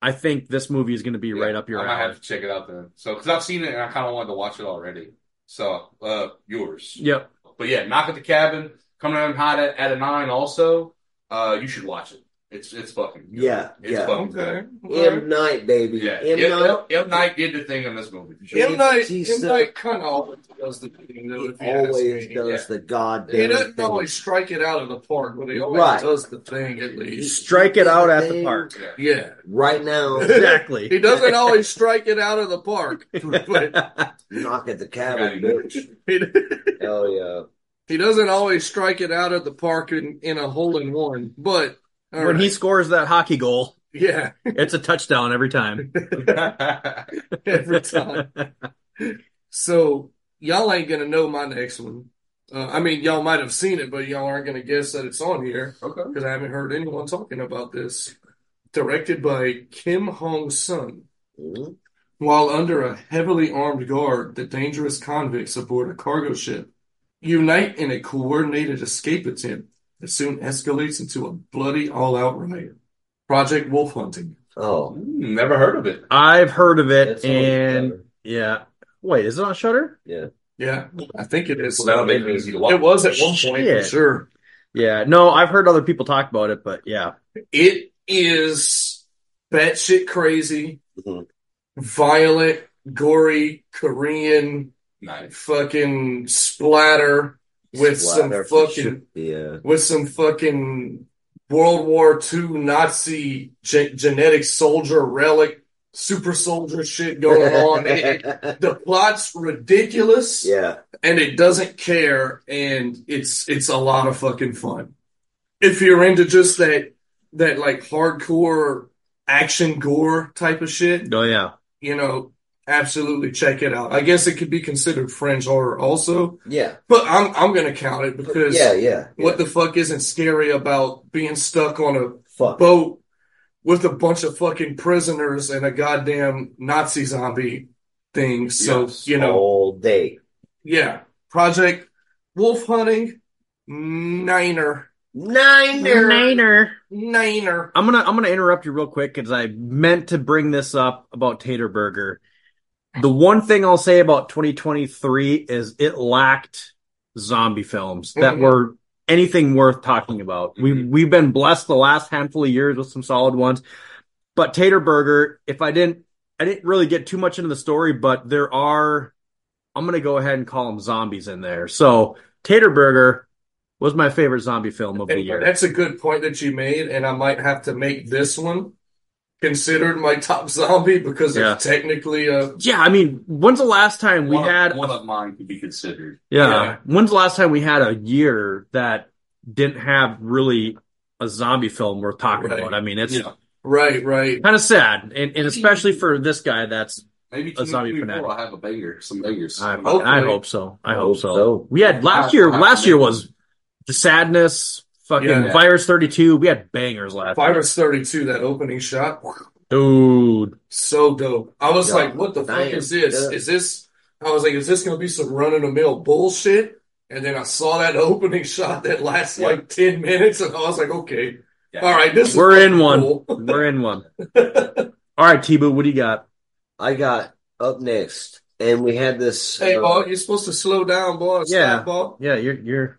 i think this movie is going to be right Yeah, up your I might alley have to check it out then. So, because I've seen it and I kind of wanted to watch it already. So, uh, yours. yep But yeah, Knock at the Cabin, coming out hot at, at a nine also. Uh, you should watch it. It's it's fucking good. Yeah, It's yeah. fucking good. okay. M Night, baby. Yeah. M M, Night. M, M. Night did the thing in this movie. M. Night, Jeez, M. sir. Night kind of always does the thing, though, It if you ask always me. does the goddamn He doesn't thing. always strike it out of the park, but he always Right. does the thing at least. strike it out at the Thing. park Yeah. Yeah. Right now, He exactly. doesn't always strike it out of the park, but knock at the Got cabin, you. bitch. he, Hell yeah. he doesn't always strike it out of the park in, in a hole in one. But all when right. he scores that hockey goal, yeah, it's a touchdown every time. every time. So y'all ain't gonna know my next one. Uh, I mean, y'all might have seen it, but y'all aren't gonna guess that it's on here okay. because I haven't heard anyone talking about this. Directed by Kim Hong Sun. Mhm. While under a heavily armed guard, the dangerous convicts aboard a cargo ship unite in a coordinated escape attempt that soon escalates into a bloody all out riot. Project Wolf Hunting. Oh. Mm, never heard of it. I've heard of it, that's and always yeah. Wait, is it on Shutter? Yeah, I think it is. So that'll make it easy to watch. It was at one point, for Shit. sure. Yeah, no, I've heard other people talk about it, but yeah, It is batshit crazy, Mhm. Mm-hmm. violent, gory, Korean Nice. fucking splatter with Splatter some for fucking sure. Yeah. with some fucking World War II Nazi ge- genetic soldier relic super soldier shit going on. It- it- the plot's ridiculous yeah. and it doesn't care and it's it's a lot of fucking fun. If you're into just that that like hardcore action gore type of shit, oh yeah, you know, absolutely check it out. I guess it could be considered fringe horror also, Yeah. but I'm I'm going to count it because Yeah. Yeah. what the fuck isn't scary about being stuck on a Fuck. boat with a bunch of fucking prisoners and a goddamn Nazi zombie thing? So, Yes. you know, All day. yeah. Project Wolf Hunting, Niner. Niner. Niner. I'm gonna I'm gonna interrupt you real quick because I meant to bring this up about Tater Burger. The one thing I'll say about 2023 is it lacked zombie films that Mhm. were anything worth talking about. We we've been blessed the last handful of years with some solid ones. But Tater Burger, if I didn't I didn't really get too much into the story, but there are I'm gonna go ahead and call them zombies in there. So Tater Burger was my favorite zombie film of the And year. That's a good point that you made, and I might have to make this one considered my top zombie because Yeah. it's technically a Yeah, I mean, when's the last time we one had of, one of mine could be considered. Yeah. Yeah. When's the last time we had a year that didn't have really a zombie film worth talking Right. about? I mean, it's Yeah. right, right. kind of sad, and, and especially for this guy. That's Maybe A zombie 2024 fanatic. I'll have a banger, some bangers. Oh, I, Hopefully. I hope so. I hope Hope so. so. We had last I- year. I- last year was the sadness. Fucking Yeah. virus thirty two. We had bangers last. year. Virus 32, that opening shot, Dude, so dope. I was Yeah. like, what the fuck Damn. is this? Yeah. Is this, I was like, is this going to be some run of the mill bullshit? And then I saw that opening shot that lasts Yeah. like 10 minutes, and I was like, okay, Yeah. all right, this We're is in one. cool. we're in one. All right, Tibu, what do you got? I got up next, and we had this. hey, uh, boy, you're supposed to slow down, boy. Yeah. Stop, boy, Yeah, you're you're.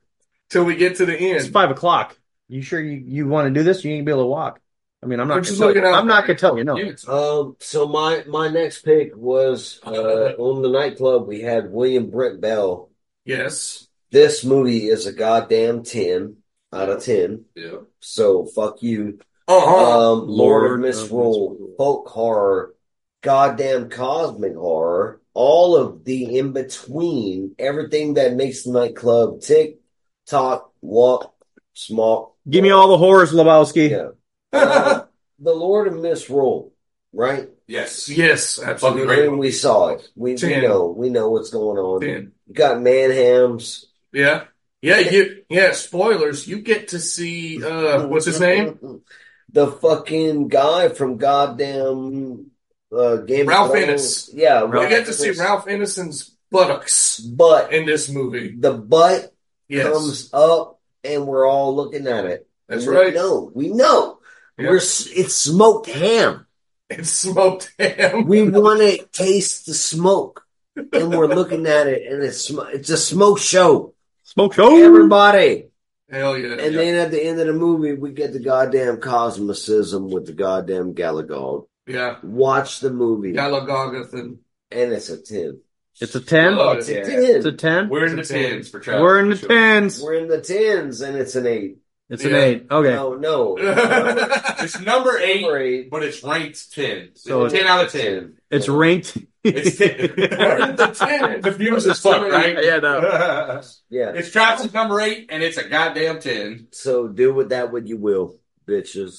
till we get to the It's end. five o'clock. You sure you, you want to do this? You ain't be able to walk. I mean, I'm We're not. just Gonna tell you. looking out I'm not gonna tell you no. Yeah, it's- Um, so my my next pick was uh, on the nightclub. We had William Brent Bell. Yes. This movie is a goddamn ten out of ten. yeah. So fuck you. Uh-huh. Um, Lord, Lord of of Misrule, Misrule. folk horror, goddamn cosmic horror, all of the in between, everything that makes the nightclub tick, talk, walk, smock. Give me all the horrors, Lebowski. Yeah. Uh, the Lord of Misrule, right? Yes. yes, absolutely. Great When we saw it, we, we Ten. know we know what's going on. Then. You got Manhams. Yeah. Yeah, you yeah, spoilers. You get to see uh what's his name? The fucking guy from goddamn uh, Game of Ralph Thrones. Innes. Yeah, You get to see Ralph Innocent's buttocks But in this movie. the butt Yes. comes up, and we're all looking at it. That's And right. We know. We know. Yeah. We're s- it's smoked ham. It's smoked ham. We want to taste the smoke, and we're looking at it, and it's sm- it's a smoke show. Smoke show. Everybody. Hell yeah. And then at the end of the movie, we get the goddamn cosmicism with the goddamn Galagog. Yeah. Watch the movie, Galagogathan. and it's a 10. It's a ten. Love Oh, It's it. a yeah. 10. It's a ten. We're in the It's a ten. tens for travel. We're in the tens. We're in the 10s, and it's an 8. It's an Yeah. eight. Okay. No, no. It's number eight, Number eight. but it's ranked ten. So ten out of ten. It's ranked. It's ten. The ten. Confused as fuck, right? Yeah, no. Yeah. It's trapped at number eight, and it's a goddamn ten. So do with that what you will, bitches.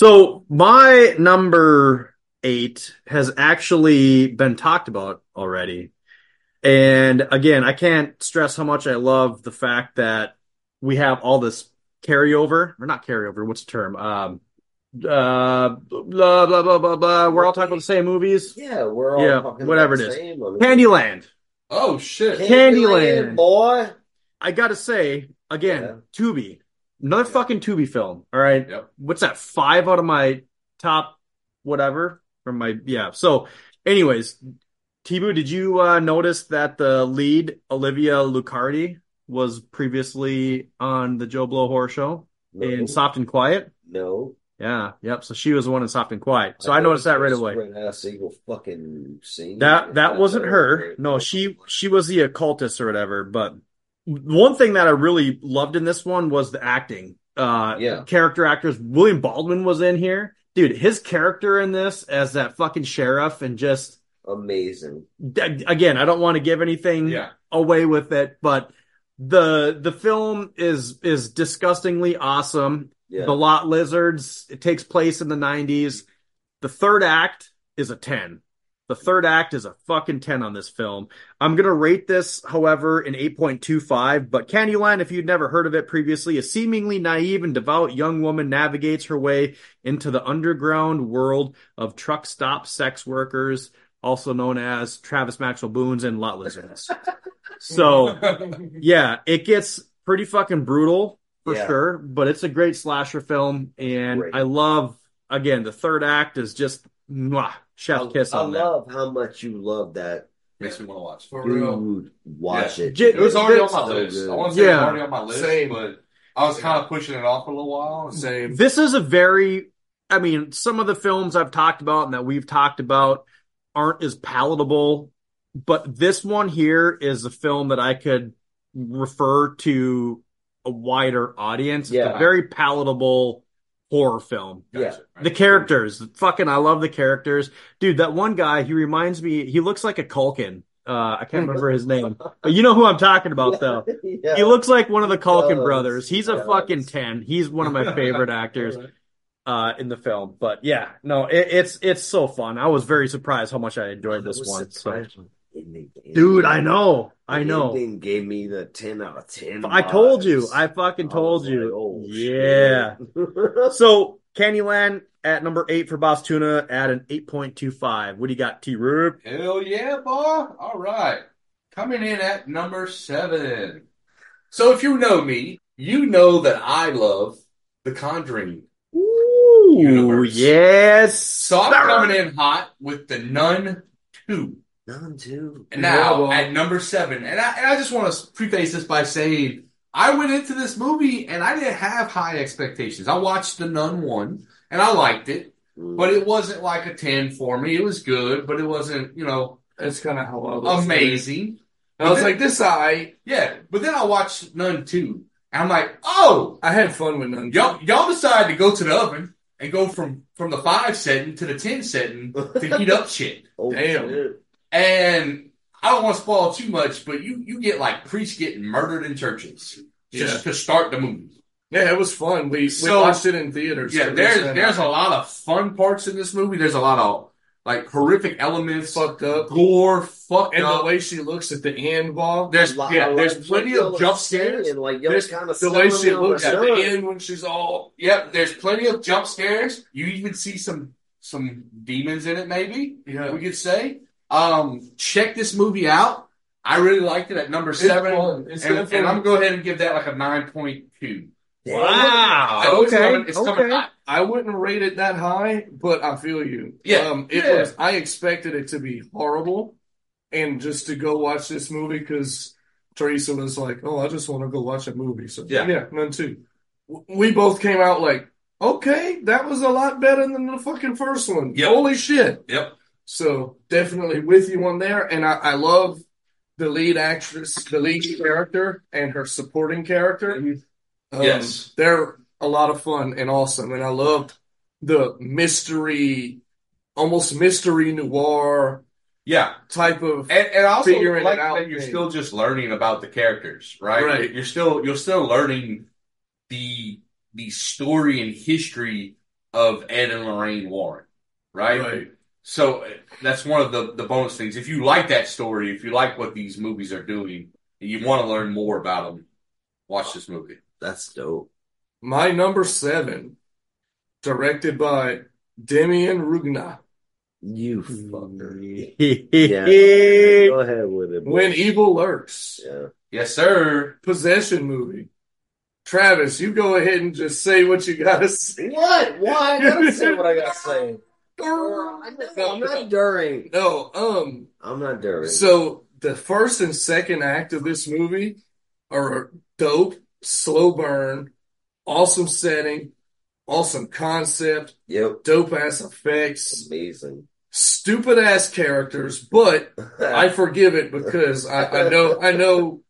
So my number eight has actually been talked about already. And again, I can't stress how much I love the fact that we have all this carryover, or not carryover, what's the term? Um, uh, blah, blah, blah, blah, blah. We're all talking about the same movies. Yeah, we're all Yeah, talking whatever about it the is. same. I mean, Candyland. Oh shit! Candyland. boy. I gotta say again, Tubi, another Yeah. fucking Tubi film. All right, Yep. what's that? Five out of my top whatever from my yeah. So, anyways, Tibu, did you uh, notice that the lead Olivia Lucardi was previously on the Joe Blow Horror Show No, in Soft and Quiet? no. Yeah, yep. So she was the one in Soft and Quiet. So I, noticed that right away. Ass Eagle fucking scene. That that wasn't her. No, she she was the occultist or whatever. But one thing that I really loved in this one was the acting. Uh, Yeah. character actors. William Baldwin was in here, dude. His character in this as that fucking sheriff and just Amazing. d- again, I don't want to give anything Yeah. away with it, but the the film is is disgustingly awesome. Yeah. The Lot Lizards. It takes place in the 90s. The third act is a 10. The third act is a fucking 10 on this film. I'm going to rate this, however, an 8.25. But Candyland, if you'd never heard of it previously, a seemingly naive and devout young woman navigates her way into the underground world of truck stop sex workers, also known as Travis Maxwell Boons and Lot Lizards. so, yeah, it gets pretty fucking brutal for Yeah. sure, but it's a great slasher film, and Great. I love again the third act is just mwah, chef kiss I on that. love how much you love that Makes me want to watch. For real. Dude, watch it. J- It was already on this- my so list. good. I want to say it Yeah. was already on my list, Same. but I was kind of pushing it off for a little while. And Same. This is a very, I mean, some of the films I've talked about and that we've talked about aren't as palatable, but this one here is a film that I could refer to a wider audience. It's Yeah. a very palatable horror film. Gotcha. The characters, fucking, I love the characters, dude. That one guy, he reminds me, he looks like a Culkin. Uh, I can't remember his name, but you know who I'm talking about, though. Yeah. Uh, He looks like one of the Culkin does. brothers. He's a Yes. fucking ten. He's one of my favorite actors uh, in the film. But yeah, no, it, it's it's so fun. I was very surprised how much I enjoyed this I was one. So. surprised when it- it- Dude, I know, I it know. didn't give me the ten out of ten. I told you, vibes. I fucking I told was you. like, oh, yeah. shit. So Candyland at number eight for Boss Tuna at an eight point two five. What do you got, T Rube? Hell yeah, boy. All right. Coming in at number seven. So if you know me, you know that I love The Conjuring. Ooh, Universe. yes. So I'm coming in hot with The Nun 2. None too. And now Yeah. at number seven. And I, and I just want to preface this by saying I went into this movie and I didn't have high expectations. I watched The Nun 1 and I liked it, but it wasn't like a 10 for me. It was good, but it wasn't, you know, That's kind of how I was. amazing. I was like, this I Yeah, but then I watched Nun 2. And I'm like, oh, I had fun with none. y'all, y'all decided to go to the oven and go from, from the 5 setting to the 10 setting to heat up shit. Oh, damn. shit. And I don't want to spoil too much, but you, you get like priests getting murdered in churches just to start the movie. Yeah, it was fun. We, So- we watched it in theaters. Yeah, too. there's, It's there's a lot of fun parts in this movie. There's a lot of like horrific elements, fucked up. gore, fucked And the up. way she looks at the end wall. There's, Li- yeah, I like there's what plenty y'all of are jump saying, scares. Like y'all There's kind of The way she looks at the end when she's all. Yep, there's plenty of jump scares. You even see some some demons in it, maybe Yeah. we could say. Um, check this movie out. I really liked it at number seven, fun. It's and, definitely- and I'm gonna go ahead and give that like a nine point two. Wow. it's okay. coming, it's coming okay. hot. I wouldn't rate it that high, but I feel you. Yeah, Um, it yeah. was. I expected it to be horrible, and just to go watch this movie because Teresa was like, "Oh, I just want to go watch a movie." So Yeah. none too. W- We both came out like, "Okay, that was a lot better than the fucking first one." Yep. Holy shit! Yep. So definitely with you on there, and I, I love the lead actress, the lead character, and her supporting character. Um, Yes. they're a lot of fun and awesome, and I loved the mystery, almost mystery noir Yeah, type of. and, and I also Figuring like it out that you're thing. still just learning about the characters, right? Right. You're still you're still learning the the story and history of Ed and Lorraine Warren, right? So uh, that's one of the, the bonus things. If you like that story, if you like what these movies are doing, and you want to learn more about them, watch this movie. That's dope. My number seven, directed by Demian Rugna. You fucker. Yeah. Go ahead with it. boy. When Evil Lurks, yeah. Yes, sir. possession movie. Travis, you go ahead and just say what you gotta say. What? Why? I gotta say what I gotta say. No, I know, Uh, I'm not during. um, I'm not during. So the first and second act of this movie are dope, slow burn, awesome setting, awesome concept, yep. dope ass effects, Amazing. stupid ass characters, but I forgive it because I, I know I know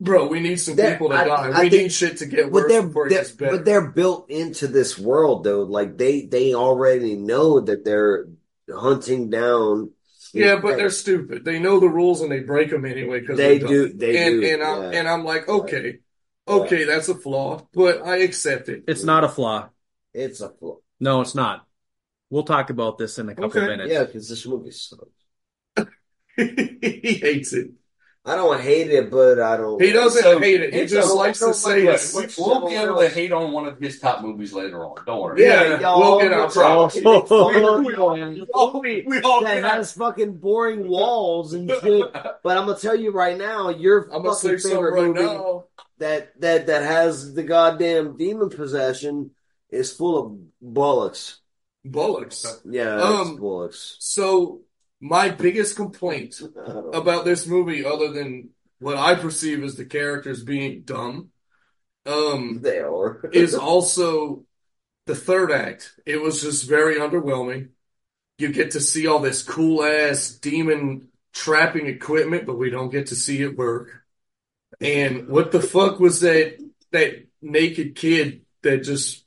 bro, we need some That- people to I- die. I we think- need shit to get but worse they're, before it they're- gets better. but they're built into this world though. Like they they already know that they're hunting down. yeah, but they're stupid. They know the rules and they break them anyway because they do they and do and I'm yeah. and I'm like, okay, okay, that's a flaw, but I accept it. It's not a flaw. it's a flaw. No, it's not. We'll talk about this in a couple Okay. minutes. Yeah, because this movie sucks. he hates it. I don't hate it, but I don't. He doesn't So, hate it. He it's just a- likes to it's a- say look, it. We- We'll be able to hate on one of his top movies later on. Don't worry. Yeah, we'll get out. y'all- We all that can- has fucking boring walls and shit. But I'm gonna tell you right now, your I'm gonna say fucking something favorite right movie now. that that that has the goddamn demon possession is full of bullocks. Bullocks. Yeah, Um, it's bullocks. So my biggest complaint about this movie, other than what I perceive as the characters being dumb, um, They are. is also the third act. It was just very underwhelming. You get to see all this cool ass demon trapping equipment, but we don't get to see it work. And what the fuck was that that naked kid that just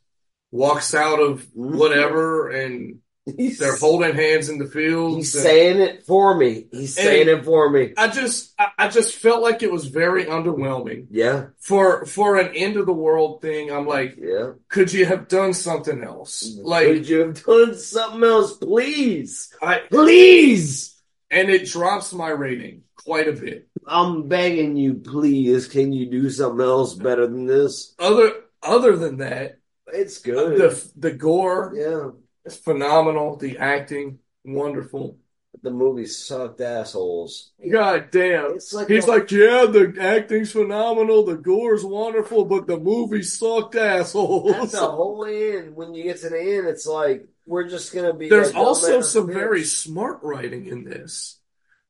walks out of whatever and He's, they're holding hands in the field? he's saying it for me. He's saying it for me. I just I, I just felt like it was very underwhelming. Yeah, For for an end of the world thing, I'm like, yeah. could you have done something else? Mm-hmm. Like Could you have done something else, please? I Please! and it drops my rating quite a bit. I'm begging you, please. Can you do something else better than this? Other other than that, It's good. the the gore yeah, is phenomenal. The acting wonderful. the movie sucked assholes. God damn. It's like He's the- like, yeah, the acting's phenomenal, the gore's wonderful, but the movie sucked, That's assholes. the whole end. When you get to the end, it's like we're just gonna be. There's a dumbass also some bitch. very smart writing in this,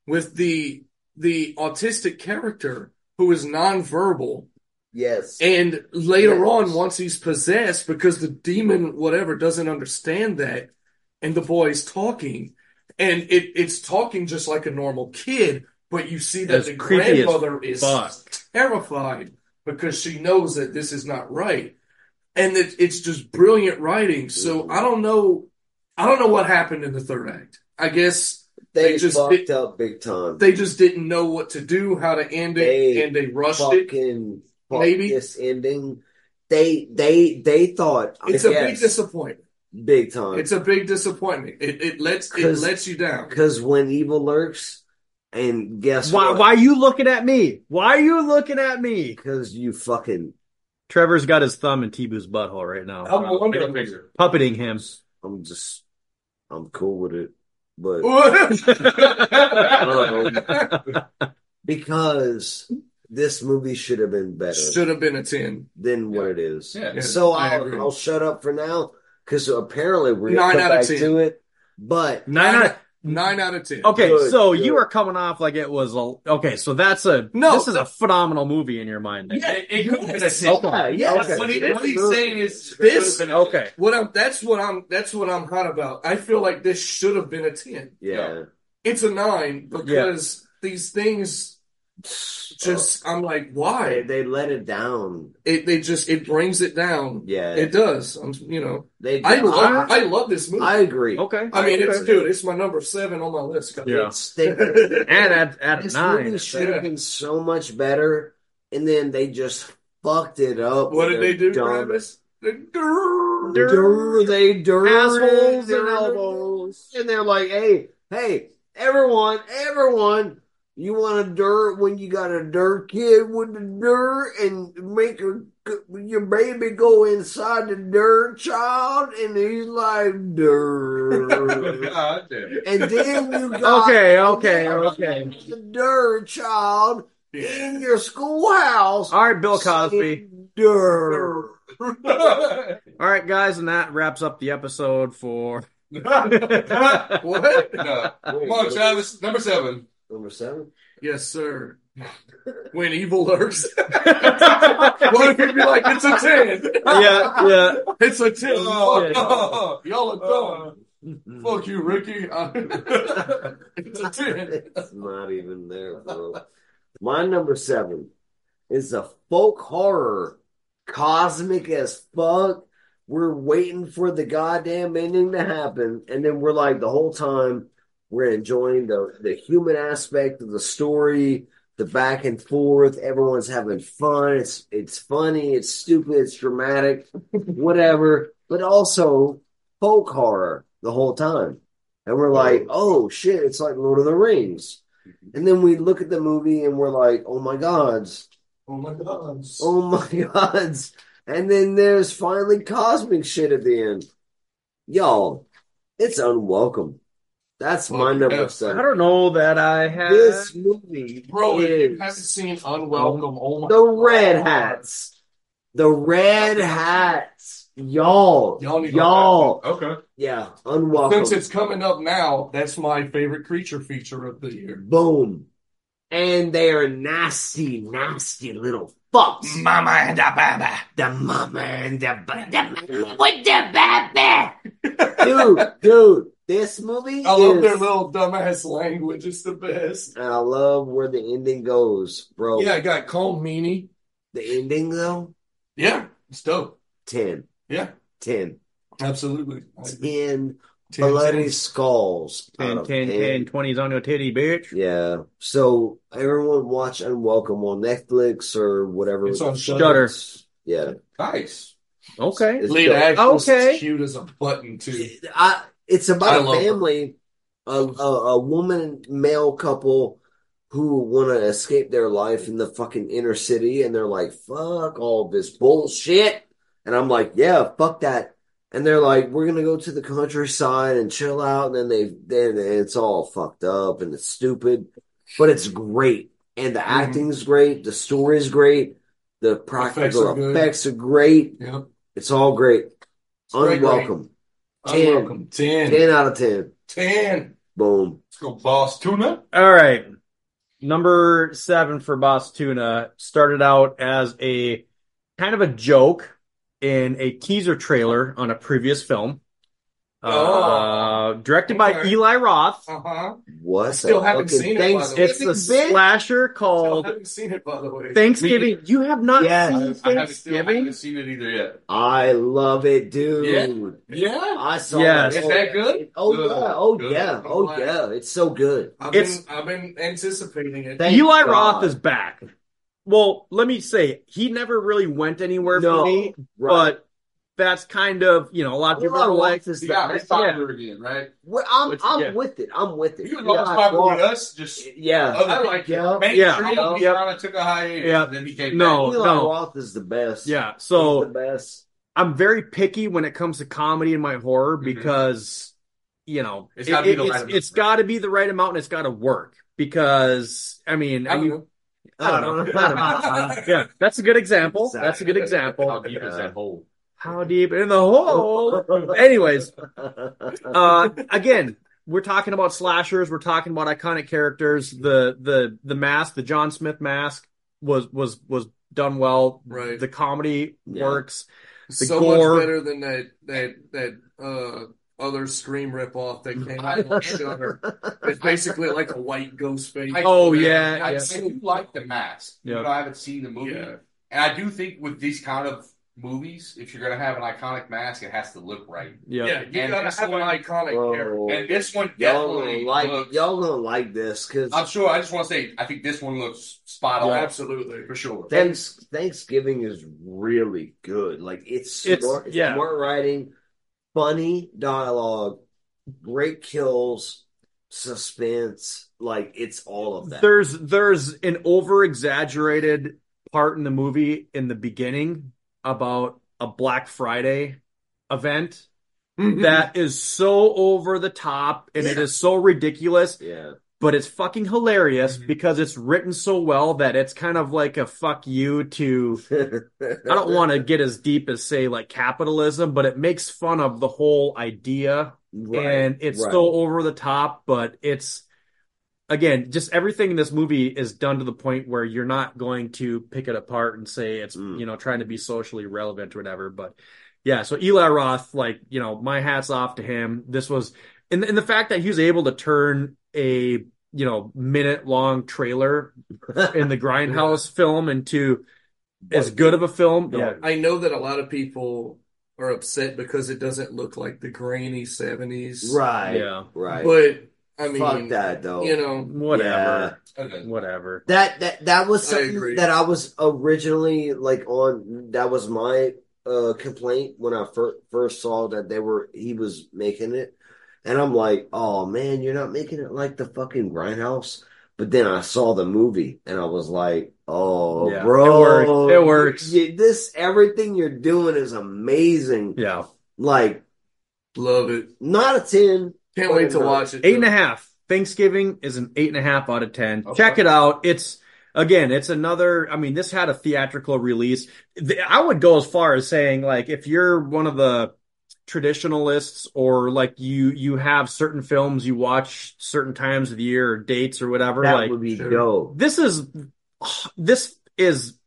with the the autistic character who is nonverbal yes. And later Yes. on, once he's possessed, because the demon, whatever, doesn't understand that, and the boy is talking, and it, it's talking just like a normal kid, but you see that That's the creepy as grandmother is fuck. terrified because she knows that this is not right. And it, it's just brilliant writing. Mm-hmm. So I don't know. I don't know what happened in the third act. I guess they, they just fucked did- up big time. they just didn't know what to do, how to end it, They and they rushed it. fucking fucked maybe. this ending. They they they thought It's I a big guess, disappointment. big time. It's a big disappointment. It it lets it 'Cause- lets you down. Because when evil lurks, and guess Why, what? why are you looking at me? Why are you looking at me? Because you fucking. Trevor's got his thumb in Tibu's butthole right now, I'm Middle wondering. finger. puppeting him. I'm just. I'm cool with it, but because this movie should have been better Should have been a ten. than what it is. Yeah. Yeah, so I I'll, agree. I'll shut up for now because apparently we're Nine gonna come out of back 10. to it. But Nine out- Nine out of ten. Okay, Good, so good. you are coming off like it was a okay. So that's a No. This is a phenomenal movie in your mind. then. Yeah, it, it could have been a Yes. sitcom. yeah, yeah, okay. What, he, what he's saying is it This- could have been a Okay, What I'm that's what I'm that's what I'm hot about. I feel like this should have been a ten. yeah, It's a nine because these things just I'm like they, why they let it down. it they just it brings it down. Yeah, It does. I'm you know they. I love I love this movie. I I, agree. okay, mean I- it's dude it's my number seven on my list. God. Yeah. It's they, and at at a this nine, movie should Yeah. have been so much better, and then they just fucked it up. What did with they do, their dumb- Travis? They durr- Durr- Dur- they dirty Assholes and elbows. and they're like, "Hey, hey, everyone, everyone, you want a dirt when you got a dirt kid with the dirt and make her, your baby go inside the dirt child?" And he's like, "Dirt." God damn it. and then you got Okay, okay, okay. the dirt child Yeah. in your schoolhouse. All right, Bill Cosby. Dirt. All right, guys, and that wraps up the episode for. What? No. Come on, Travis. Number seven. Number seven. Yes, sir. when evil lurks, what if you'd be like, it's a ten, yeah, yeah. it's a ten. Oh, Fuck oh, Y'all are dumb. Fuck you, Ricky. I- it's a ten. it's not even there, bro. My number seven is a folk horror, cosmic as fuck. We're waiting for the goddamn ending to happen, and then we're like the whole time we're enjoying the the human aspect of the story, the back and forth. Everyone's having fun. It's it's funny. It's stupid. It's dramatic, whatever. But also folk horror the whole time. And we're like, oh shit, it's like Lord of the Rings. Mm-hmm. And then we look at the movie and we're like, oh my gods, Oh my god. oh my gods. And then there's finally cosmic shit at the end. Y'all, it's unwelcome. That's my Fuck number yeah. I seven. don't know that I have. This movie Bro, if you haven't is seen Unwelcome, oh my the red God. hats. The red hats. Y'all, Y'all need to y'all, Okay. yeah, Since unwelcome. it's coming up now, that's my favorite creature feature of the year. Boom, and they are nasty, nasty little fucks. Mama and a baba. The mama and the, ba- the mama with the baby. dude, dude, this movie. I love is- their little dumbass language. It's the best. and I love where the ending goes, bro. Yeah, I got Cole Meany. The ending though, Yeah, it's dope. 10, Yeah, 10, absolutely. I- 10 Ten, bloody ten. skulls. out 10, of 10, 10. 10, 20s on your titty, bitch. Yeah. So everyone watch Unwelcome on Netflix or whatever. It's on Shudder. Shudder. Yeah. Nice. Okay. It's Lead dope. actress Okay. cute as a button too. I, it's I about a love her. family, a, a, a woman and male couple who want to escape their life in the fucking inner city, and they're like, "Fuck all this bullshit," and I'm like, "Yeah, fuck that." And they're like, "We're gonna go to the countryside and chill out," and then they then it's all fucked up and it's stupid, but it's great, and Mm-hmm. the acting's great, the story's great, the practical are good. effects are great, Yep. it's all great. Great, great. Unwelcome. Ten. Unwelcome. Ten. 10 out of 10. Ten. Boom. Let's go, boss tuna. All right. Number seven for Boss Tuna started out as a kind of a joke in a teaser trailer on a previous film. Uh, directed by okay. Eli Roth. Uh huh. What? I still the haven't fucking seen it, by thanks- the way. It's a Bitch. slasher Still called haven't seen it by the way. Thanksgiving. You have not Yes. I, seen I haven't, still Thanksgiving? haven't seen it either yet. I love it, dude. Yeah. I saw Yes. it. Is that good? Oh, Good. yeah. Oh, Good. yeah. Oh, Glad. yeah. It's so good. I've It's- been I've been anticipating it. Thank Eli God. Roth is back. Well, let me say, he never really went anywhere No, for me, Right. but that's kind of, you know, a lot of people Eli are like, Roth is He the got best. popular again, right? Well, I'm, Which- I'm yeah. with it. I'm with it. He was Eli always popular with Roth- us. Just Yeah. other like Yeah. Main Yeah. Street, he Yeah. kind of took a hiatus, Yeah. and then he came No. back. Eli no. Roth is the best. yeah. So He's the best. I'm very picky when it comes to comedy and my horror Mhm. because you know It's gotta be the right it's- amount. it's got to be the right amount and it's got to work because I mean I I don't mean know. I don't know. I don't know. yeah that's a good example that's a good How example deep is that hole? how deep in the hole Oh. anyways uh again we're talking about slashers we're talking about iconic characters the the the mask the John Smith mask was was was done well Right. the comedy Yeah. works the so gore. much better than that that that uh other scream ripoff that came out on Shudder. It's basically like a white ghost face. I- Oh, yeah, I, yeah. I do like the mask. even Yeah. though I haven't seen the movie, Yeah. and I do think with these kind of movies, if you're gonna have an iconic mask, it has to look right. yeah, Yeah, you And gotta this have an one- iconic Whoa. character. And this one y'all definitely gonna like looks- y'all gonna like this because I'm sure. I just want to say, I think this one looks spot Oh, on absolutely. for sure. Thanks, Thanksgiving is really good. Like it's It's- smart, it's, yeah. smart writing, funny dialogue, great kills, suspense. Like it's all of that. there's there's an over exaggerated part in the movie in the beginning about a Black Friday event Mm-hmm. that is so over the top and it is so ridiculous, yeah, but it's fucking Mm-hmm. hilarious Mhm. because it's written so well that it's kind of like a fuck you to I don't want to get as deep as say like capitalism, but it makes fun of the whole idea and it's right. so over the top, but it's again just everything in this movie is done to the point where you're not going to pick it apart and say it's Mm. you know trying to be socially relevant or whatever. But yeah, so Eli Roth, like you know, my hats off to him. This was and and the fact that he was able to turn a you know minute long trailer in the Grindhouse film into as good of a film. Yeah. I know that a lot of people are upset because it doesn't look like the grainy seventies. Yeah. right, yeah. right. But I mean Fuck that though. you know Yeah. Whatever. Okay. Whatever. That that that was I something agree. that I was originally like on. That was my uh complaint when I fir- first saw that they were he was making it, and I'm like, oh man, you're not making it like the fucking grindhouse. But then I saw the movie and I was like, oh Yeah, it bro, works. It works. You- this everything you're doing is amazing. Yeah. Like love it. not a ten. Can't wait to watch it. Eight and a half. Thanksgiving is an eight and a half out of ten. Check it out. It's again, it's another. I mean, this had a theatrical release. The- I would go as far as saying, like, if you're one of the traditionalists, or like you you have certain films you watch certain times of the year, or dates, or whatever, That like would be sure. dope. this is this is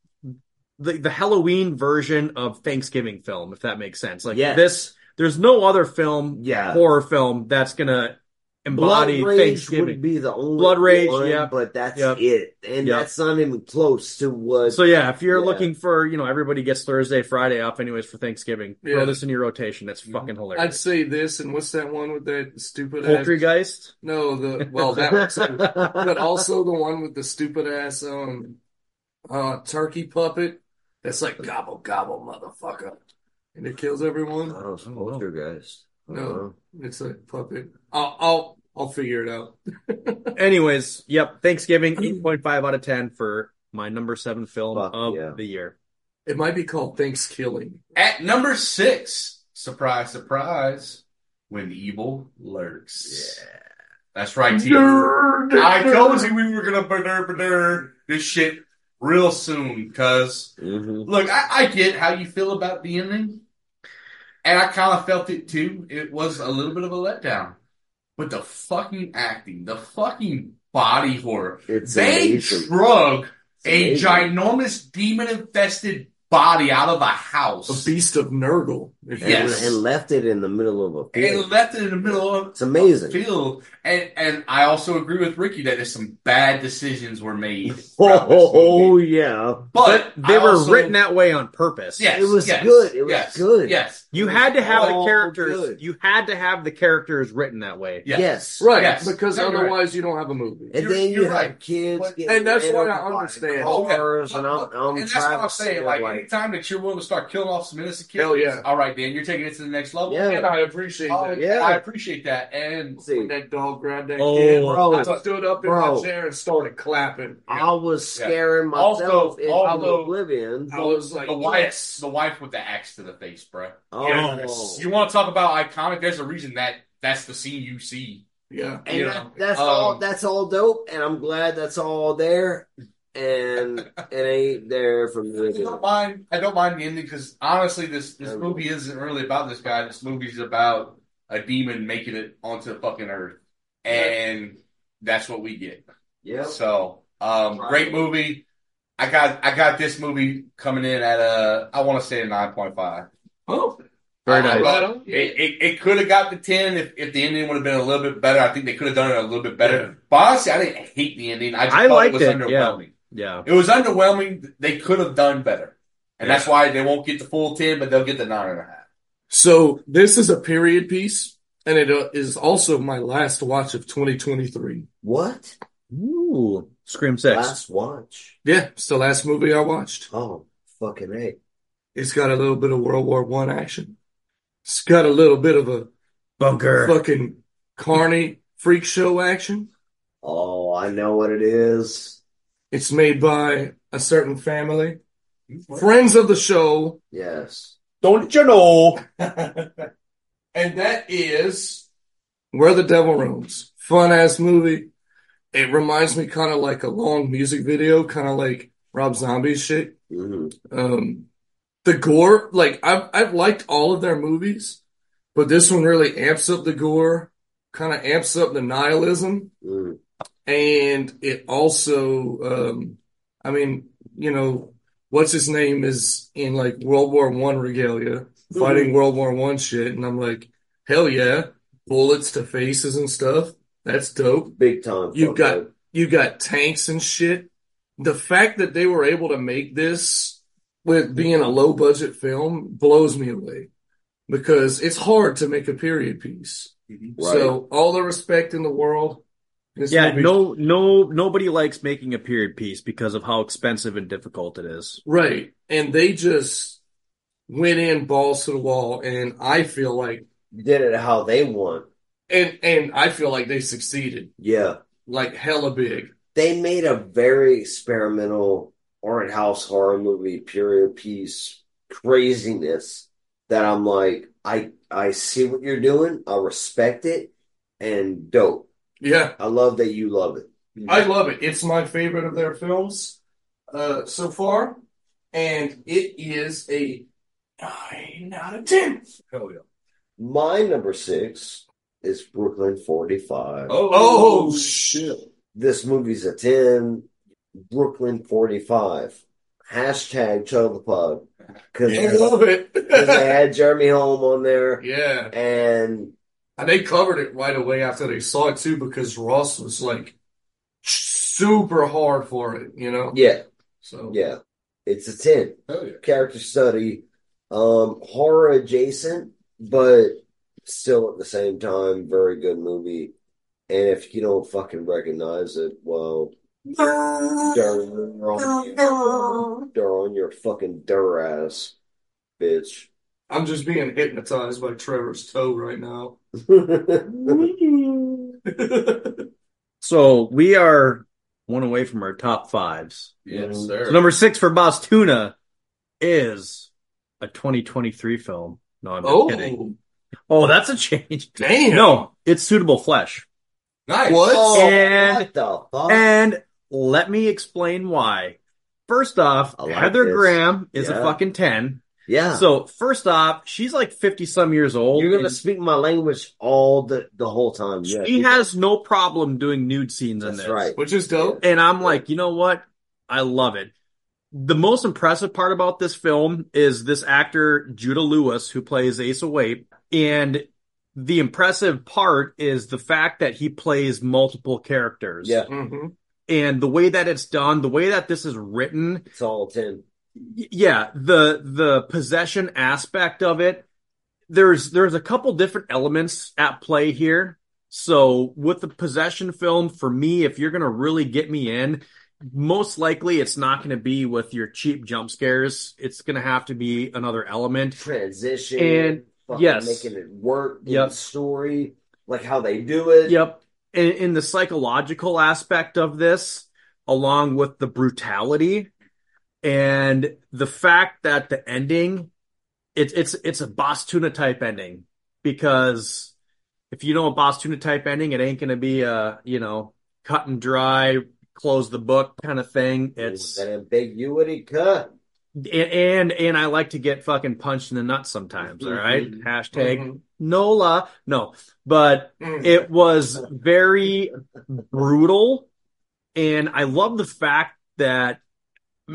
the the Halloween version of Thanksgiving film, if that makes sense. Like Yes. this, there's no other film, Yeah. horror film that's gonna embody Blood Rage Thanksgiving. would be the only Blood Rage, one, yeah. but that's Yeah. it, and Yeah. that's not even close to what. So yeah, if you're Yeah. looking for, you know, everybody gets Thursday, Friday off anyways for Thanksgiving. Yeah. Throw this in your rotation. That's fucking Mm-hmm. I'd hilarious. say this, and what's that one with that stupid ass? Poltergeist. No, the well that one too. but also the one with the stupid ass um uh turkey puppet that's like gobble gobble motherfucker, and it kills everyone. Oh, it's Poltergeist. No. It's a puppet. I'll I'll I'll figure it out. Anyways, yep, Thanksgiving, 8.5 out of 10 for my number seven film Mm-hmm. Fuck, of yeah. the year. It might be called Thanksgiving. At number six, surprise, surprise, when evil lurks. Yeah. That's right, T. I told you we were gonna burder burder this shit real soon, cuz Mhm. look, I, I get how you feel about the ending. And I kinda felt it too. It was a little bit of a letdown. But the fucking acting, the fucking body horror. It's they amazing. drug a It's amazing. ginormous demon infested body out of a A house. beast of Nurgle. if you will. Yes. and left it in the middle of a and field. left it in the middle of It's amazing. field. And and I also agree with Ricky that there's some bad decisions were made. Oh, throughout this movie. yeah, but they I were also- written that way on purpose. Yes, It was yes, good. It was yes, good. Yes, You had to have the All characters. good. You had to have the characters written that way. yes. yes. Right, Yes. because No, you're right. otherwise you don't have a movie. And You're- then you you're have right. kids, But- getting And that's rid what of I understand. cars, and I'm, Look, I'm and that's what I'm saying. Like, like anytime that you're willing to start killing off some innocent kids, Hell yeah. all right, Dan, you're taking it to the next level. Yeah. And And I, I appreciate oh, that. yeah. I appreciate that. And see, That dog grabbed that Oh, kid. bro. I stood up in Bro. my chair and started clapping. I was Yeah. scaring Also- myself in also- oblivion. I was like, the wife, yes. the wife with the axe to the face, bro. Oh, Yes. You want to talk about iconic? There's a reason that that's the scene you see. Yeah. and you that, know, that's all. um, That's all dope, and I'm glad that's all there, and it ain't there from the I don't beginning. mind. I don't mind the ending because honestly, this this Okay. movie isn't really about this guy. This movie's about a demon making it onto the fucking earth, and that's what we get. Yep. So, um, Right. great movie. I got I got this movie coming in at a I want to say a nine point five. Oh, Very I- I nice. love It it, it could have got the ten if, if the ending would have been a little bit better. I think they could have done it a little bit better. But honestly, I didn't hate the ending. I just I thought liked it was it, yeah. underwhelming. Yeah. It was underwhelming. They could have done better. And that's why they won't get the full 10, but they'll get the 9.5. So this is a period piece, and it uh, is also my last watch of 2023. What? Ooh. Scream Six. Last watch. Yeah, it's the last movie I watched. Oh, fucking a. It's got a little bit of World War One action. It's got a little bit of a Bunker. fucking carny freak show action. Oh, I know what it is. It's made by a certain family, friends of the show, Yes. Don't you know? and that is Where the Devil Roams. Fun ass movie. It reminds me kind of like a long music video, kind of like Rob Zombie's shit. hmm um the gore like i've i've liked all of their movies but this one really amps up the gore kind of amps up the nihilism Mm. and it also um i mean you know what's his name is in like world war one regalia fighting world war one shit and i'm like hell yeah bullets to faces and stuff that's dope Big time. You fuck got- it. you got tanks and shit. The fact that they were able to make this with being a low budget film blows me away because it's hard to make a period piece. Right. So all the respect in the world. This Yeah, movie- no, no, nobody likes making a period piece because of how expensive and difficult it is. Right. And they just went in balls to the wall and I feel like did it how they want. and and I feel like they succeeded Yeah. like hella big. They made a very experimental art house horror movie, period piece craziness that I'm like, I I see what you're doing, I respect it, and dope. Yeah. I love that you love it. I love it. It's my favorite of their films. uh, so far, and it is a nine out of ten. Hell yeah. My number six is Brooklyn 45. Oh, shit! This movie's a 10. Brooklyn 45. Hashtag Chug the Pod. Because I love it. they had Jeremy Holm on there. yeah, And and they covered it right away after they saw it too, because Ross was like super hard for it, you know. yeah, So yeah. It's a 10. Hell yeah. Character study. Um, horror adjacent, but still at the same time, very good movie. And if you don't fucking recognize it, well, they're on your, they're on your fucking dur ass, bitch. I'm just being hypnotized by Trevor's toe right now. So we are one away from our top fives. Yes, Mm. So sir. number six for Boss Tuna is a 2023 film. No, I'm just kidding. oh, Oh, that's a change. damn! No, it's Suitable Flesh. Nice. What? Oh, And- what the fuck? And let me explain why. First off, I like Heather this. Graham is Yeah. a fucking 10. yeah, So, first off, she's like 50 some years old. you're gonna and speak my language all the the whole time. Yeah, she has no problem doing nude scenes in that's this. right. Which is dope. And I'm like, you know what? I love it. The most impressive part about this film is this actor, Judah Lewis, who plays Asa Waite. And the impressive part is the fact that he plays multiple characters. Yeah, hmm And the way that it's done, the way that this is written, it's all ten. y- yeah, the the possession aspect of it, there's there's a couple different elements at play here. So with the possession film, for me, if you're gonna really get me in, most likely it's not gonna be with your cheap jump scares. It's gonna have to be another element. Transition And- fucking yes. making it work. in Yep. the story, like how they do it. Yep. In, in the psychological aspect of this, along with the brutality and the fact that the ending, it's it's it's a Boss Tuna type ending because if you know a Boss Tuna type ending, it ain't gonna be a you know cut and dry, close the book kind of thing. It's an ambiguity cut. and and, and I like to get fucking punched in the nuts sometimes. All right, hashtag Mm-hmm. Nola. No, but it was very brutal and i love the fact that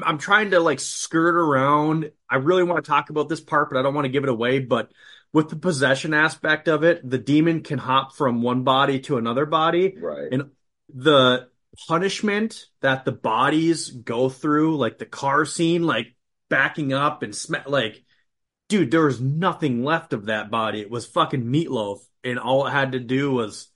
i'm trying to like skirt around i really want to talk about this part but i don't want to give it away but with the possession aspect of it the demon can hop from one body to another body Right. the punishment that the bodies go through like the car scene like backing up and sm- like dude, there was nothing left of that body. It was fucking meatloaf, and all it had to do was,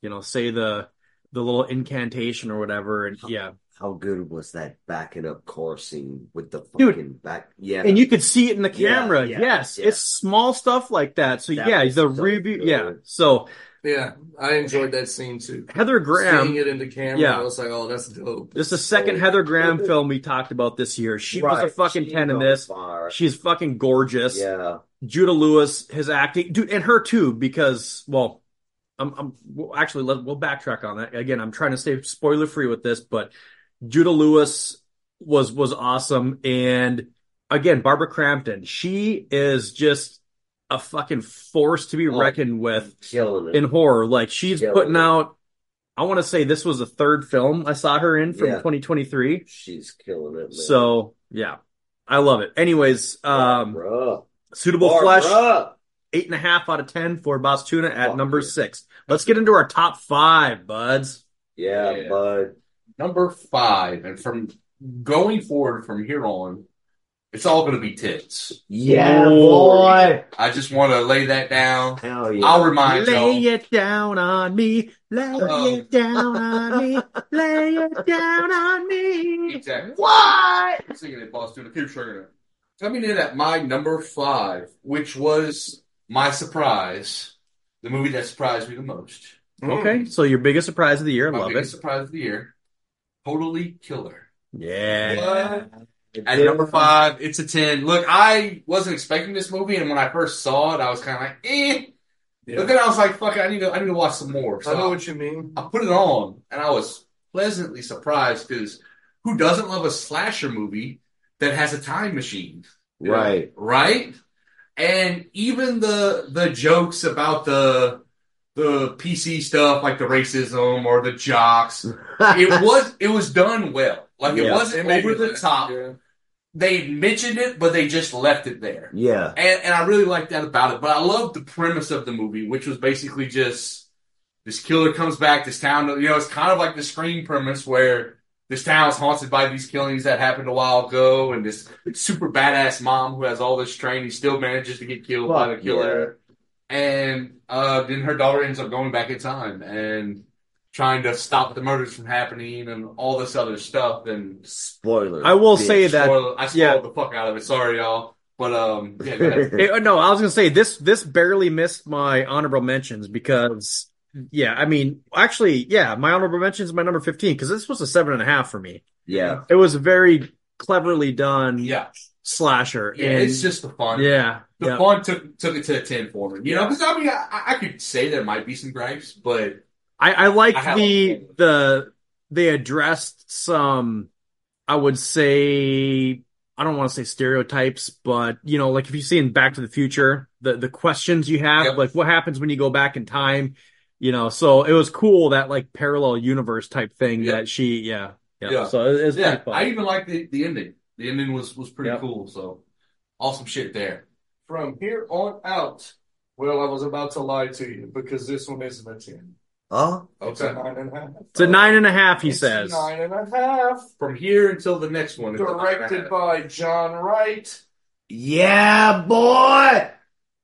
you know, say the the little incantation or whatever, and yeah, How good was that backing up car scene with the fucking Dude. back? Yeah. and you could see it in the camera. Yeah, yeah, yes, yeah. it's small stuff like that. So That yeah, was the so review. good. Yeah, so Yeah, I enjoyed that scene too. Heather Seeing Graham. it in the camera, Yeah. I was like, "Oh, that's dope." This is the second Heather Graham film we talked about this year. She Right. was a fucking She 10 in on this. fire. She's fucking gorgeous. Yeah. Judah Lewis, his acting, dude, and her too, because well, I'm, I'm well, actually let we'll backtrack on that again. I'm trying to stay spoiler free with this, but Judah Lewis was was awesome, and again, Barbara Crampton, she is just a fucking force to be Oh. reckoned with Killing it. in horror. Like she's Yeah. putting out. I want to say this was the third film I saw her in from Yeah. 2023. She's killing it, man. So yeah, I love it. Anyways, um, Barbara. suitable Barbara. flesh eight and a half out of ten for Boss Tuna at Fuck number yeah. six. Let's get into our top five, buds. Yeah, Yeah. bud. Number five, and from going forward from here on, it's all going to be tits. Yeah, boy. I just want to lay that down. Hell yeah. I'll remind Lay y'all. it down on me. Lay Oh. it down on me. Lay it down on me. Exactly. What? Singing it, Boss Tuna. Keep sugar it. Coming in at my number five, which was my surprise, the movie that surprised me the most. Okay, so your biggest surprise of the year. I my love biggest it. surprise of the year. Totally killer. Yeah. At number five, it's a 10. Look, I wasn't expecting this movie, and when I first saw it, I was kind of like, eh. Yeah. But then I was like, fuck it, I need to, I need to watch some more. So I know what you mean. I put it on, and I was pleasantly surprised because who doesn't love a slasher movie that has a time machine? Right. right? And even the the jokes about the the PC stuff, like the racism or the jocks, it was it was done well. Like it Yeah. wasn't over the top. They mentioned it, but they just left it there. Yeah. And, and I really liked that about it. But I loved the premise of the movie, which was basically just this killer comes back, this town, you know, it's kind of like the screen premise where this town's haunted by these killings that happened a while ago and this super badass mom who has all this training still manages to get killed by the Fuck killer. And uh, then her daughter ends up going back in time and trying to stop the murders from happening and all this other stuff. And Spoiler. I will bitch. say that spoil- I spoiled yeah. the fuck out of it. Sorry, y'all. But um, yeah, go ahead. It- uh, no, I was gonna say this. This barely missed my honorable mentions because, yeah, I mean, actually, yeah, my honorable mentions is my number fifteen because this was a seven and a half for me. Yeah. It was a very cleverly done yeah, slasher. yeah. and- It's just the fun. yeah, The yeah. fun took took it to a ten for me. You know, because I mean, I, I could say there might be some gripes, but I, I like I have- the the they addressed some. I would say I don't want to say stereotypes, but you know, like if you see in Back to the Future, the the questions you have, Yep. like what happens when you go back in time, you know. So it was cool that like parallel universe type thing Yep. that she, yeah, yeah. Yeah. So it, it's yeah, pretty fun. I even liked the, the ending. The ending was was pretty Yeah. cool. So awesome shit there. From here on out, well, I was about to lie to you because this one isn't a 10. Huh? It's a nine and a half. it's a nine and a half, he It's a says. Nine and a half. From here until the next one, it's- Directed by John Wright. Ah, Yeah, boy.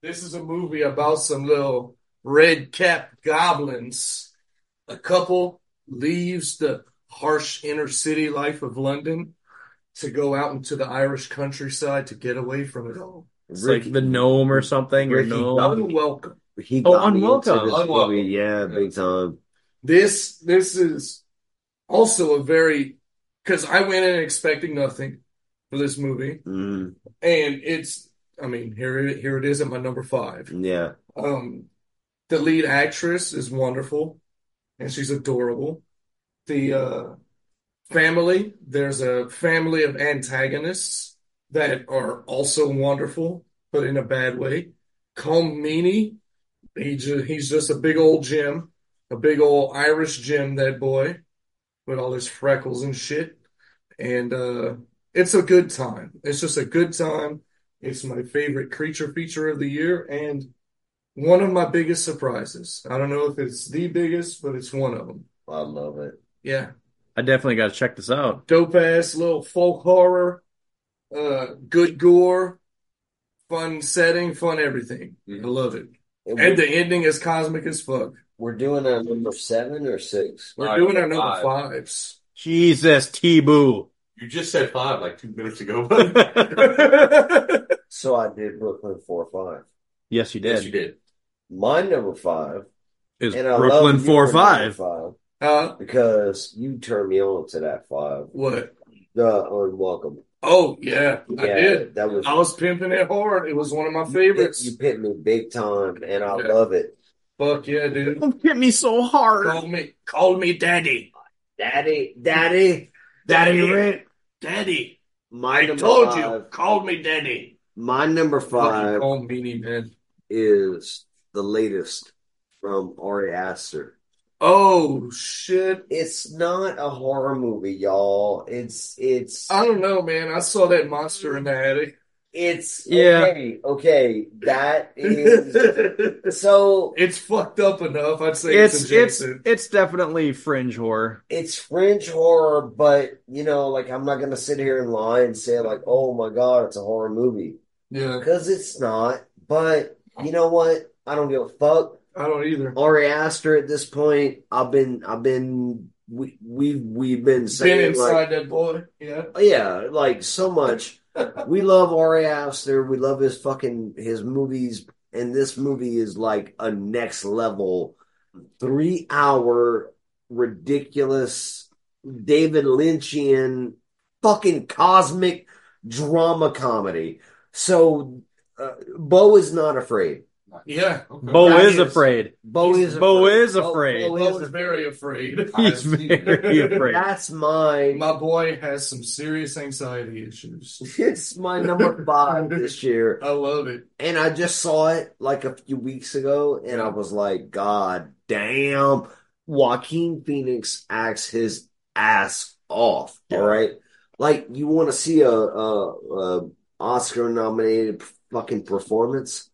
This is a movie about some little red capped goblins. A couple leaves the harsh inner city life of London to go out into the Irish countryside to get away from it all. It's like the gnome or something, or Ricky gnome. Unwelcome. He Oh, got me Unwelcome. into this Unwelcome. movie. Yeah, big time. This this is also a very because I went in expecting nothing for this movie, Mm, and it's I mean here it, here it is at my number five. yeah. Um, the lead actress is wonderful, and she's adorable. The uh, family, there's a family of antagonists that are also wonderful, but in a bad way. Colm he ju he's just a big old Jim, a big old Irish Jim, that boy, with all his freckles and shit. And uh, it's a good time. It's just a good time. It's my favorite creature feature of the year, and one of my biggest surprises. I don't know if it's the biggest, but it's one of them. I love it. Yeah. I definitely got to check this out. Dope ass little folk horror, uh, good gore, fun setting, fun everything. Mhm. I love it. And And we're, the ending is cosmic as fuck. we're doing a number seven or six. We're All right, doing our number five. fives. Jesus, T Boo. You just said five like two minutes ago. So I did Brooklyn four five. yes, you yes, did. you did. My number five Is and I Brooklyn love you four for number five? five Uh, because you turned me on to that five. what? The unwelcome. Oh, yeah, I Yeah, did. That was I was pimping it hard. It was one of my you pit- favorites. You picked me big time, and I Yeah. love it. Fuck yeah, dude. Don't hit me so hard. Call me, call me daddy. Daddy, daddy, daddy Rick. Daddy. My I number told you, five. call me daddy. My number Fucking five call me, man. is the latest from Ari Aster. Oh shit. It's not a horror movie, y'all. It's it's I don't know, man. I saw that monster in the attic. it's Yeah. okay, okay. That is so it's fucked up enough. I'd say it's, It's it's adjacent. it's definitely fringe horror. it's fringe horror, but you know, like I'm not gonna sit here and lie and say like, oh my god, it's a horror movie. yeah, Because it's not. But you know what? I don't give a fuck. I don't either. Ari Aster at this point, I've been I've been we we've we've been Been saying inside like that boy. Yeah. Yeah, like so much. we love Ari Aster. We love his fucking his movies, and this movie is like a next level, three hour ridiculous David Lynchian fucking cosmic drama comedy. So uh, Bo is not afraid. Yeah. Bo That is, is- afraid. Bo is Bo afraid. is afraid. Bo- Bo is very afraid. He's very afraid. That's mine. My boy has some serious anxiety issues. It's my number five this year. I love it. And I just saw it like a few weeks ago, and I was like, God damn. Joaquin Phoenix acts his ass off. All right. Like, you want to see a, a, a Oscar nominated fucking performance?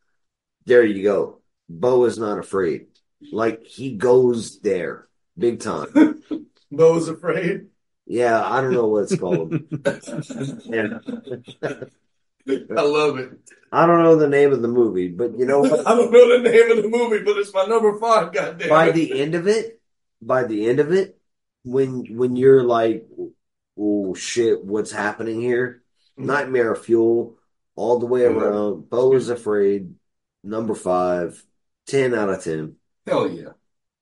There you go. Bo is not afraid. Like, he goes there big time. Bo is afraid. Yeah. I don't know what it's called. And I love it. I don't know the name of the movie, but you know what? I don't know the name of the movie, but it's my number five. Goddamn. by it. the end of it, by the end of it, when when you're like, oh shit, what's happening here? Nightmare fuel all the way around. Bo is afraid. Number five, 10 out of ten. Hell yeah.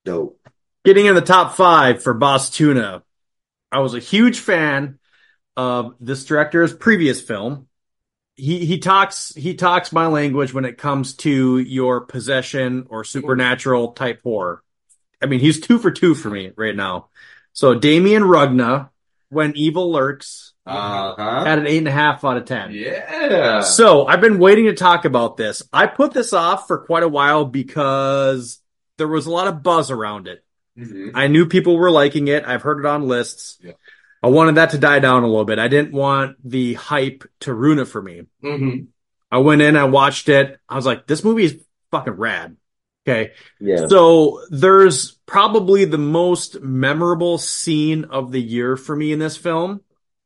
Dope. Getting in the top five for Boss Tuna. I was a huge fan of this director's previous film. He he talks he talks my language when it comes to your possession or supernatural type horror. I mean, he's two for two for me right now. So Damien Rugna, When Evil Lurks, Uh huh. at an eight and a half out of ten. Yeah. So I've been waiting to talk about this. I put this off for quite a while because there was a lot of buzz around it. Mm-hmm. Mhm. I knew people were liking it. I've heard it on lists. Yeah. I wanted that to die down a little bit. I didn't want the hype to ruin it for me. Mhm. I went in, I watched it. I was like, this movie is fucking rad. Okay. Yeah. So there's probably the most memorable scene of the year for me in this film.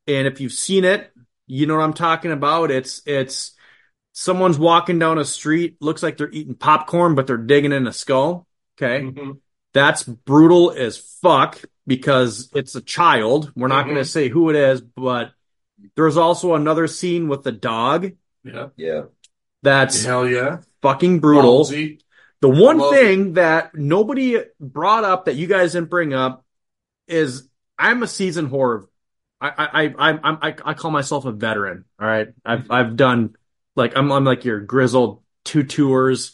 And if you've seen it, you know what I'm talking about. It's it's someone's walking down a street, looks like they're eating popcorn, but they're digging in a skull. Okay. Mhm. That's brutal as fuck because it's a child. We're not Mhm. going to say who it is, but there's also another scene with the dog Yeah. Yeah. that's Hell yeah. fucking brutal. Ballsy. The one Love thing that nobody brought up that you guys didn't bring up is I'm a seasoned horror. I I I I'm- I'm, I I call myself a veteran. All right, I've I've done like I'm I'm like your grizzled two tours,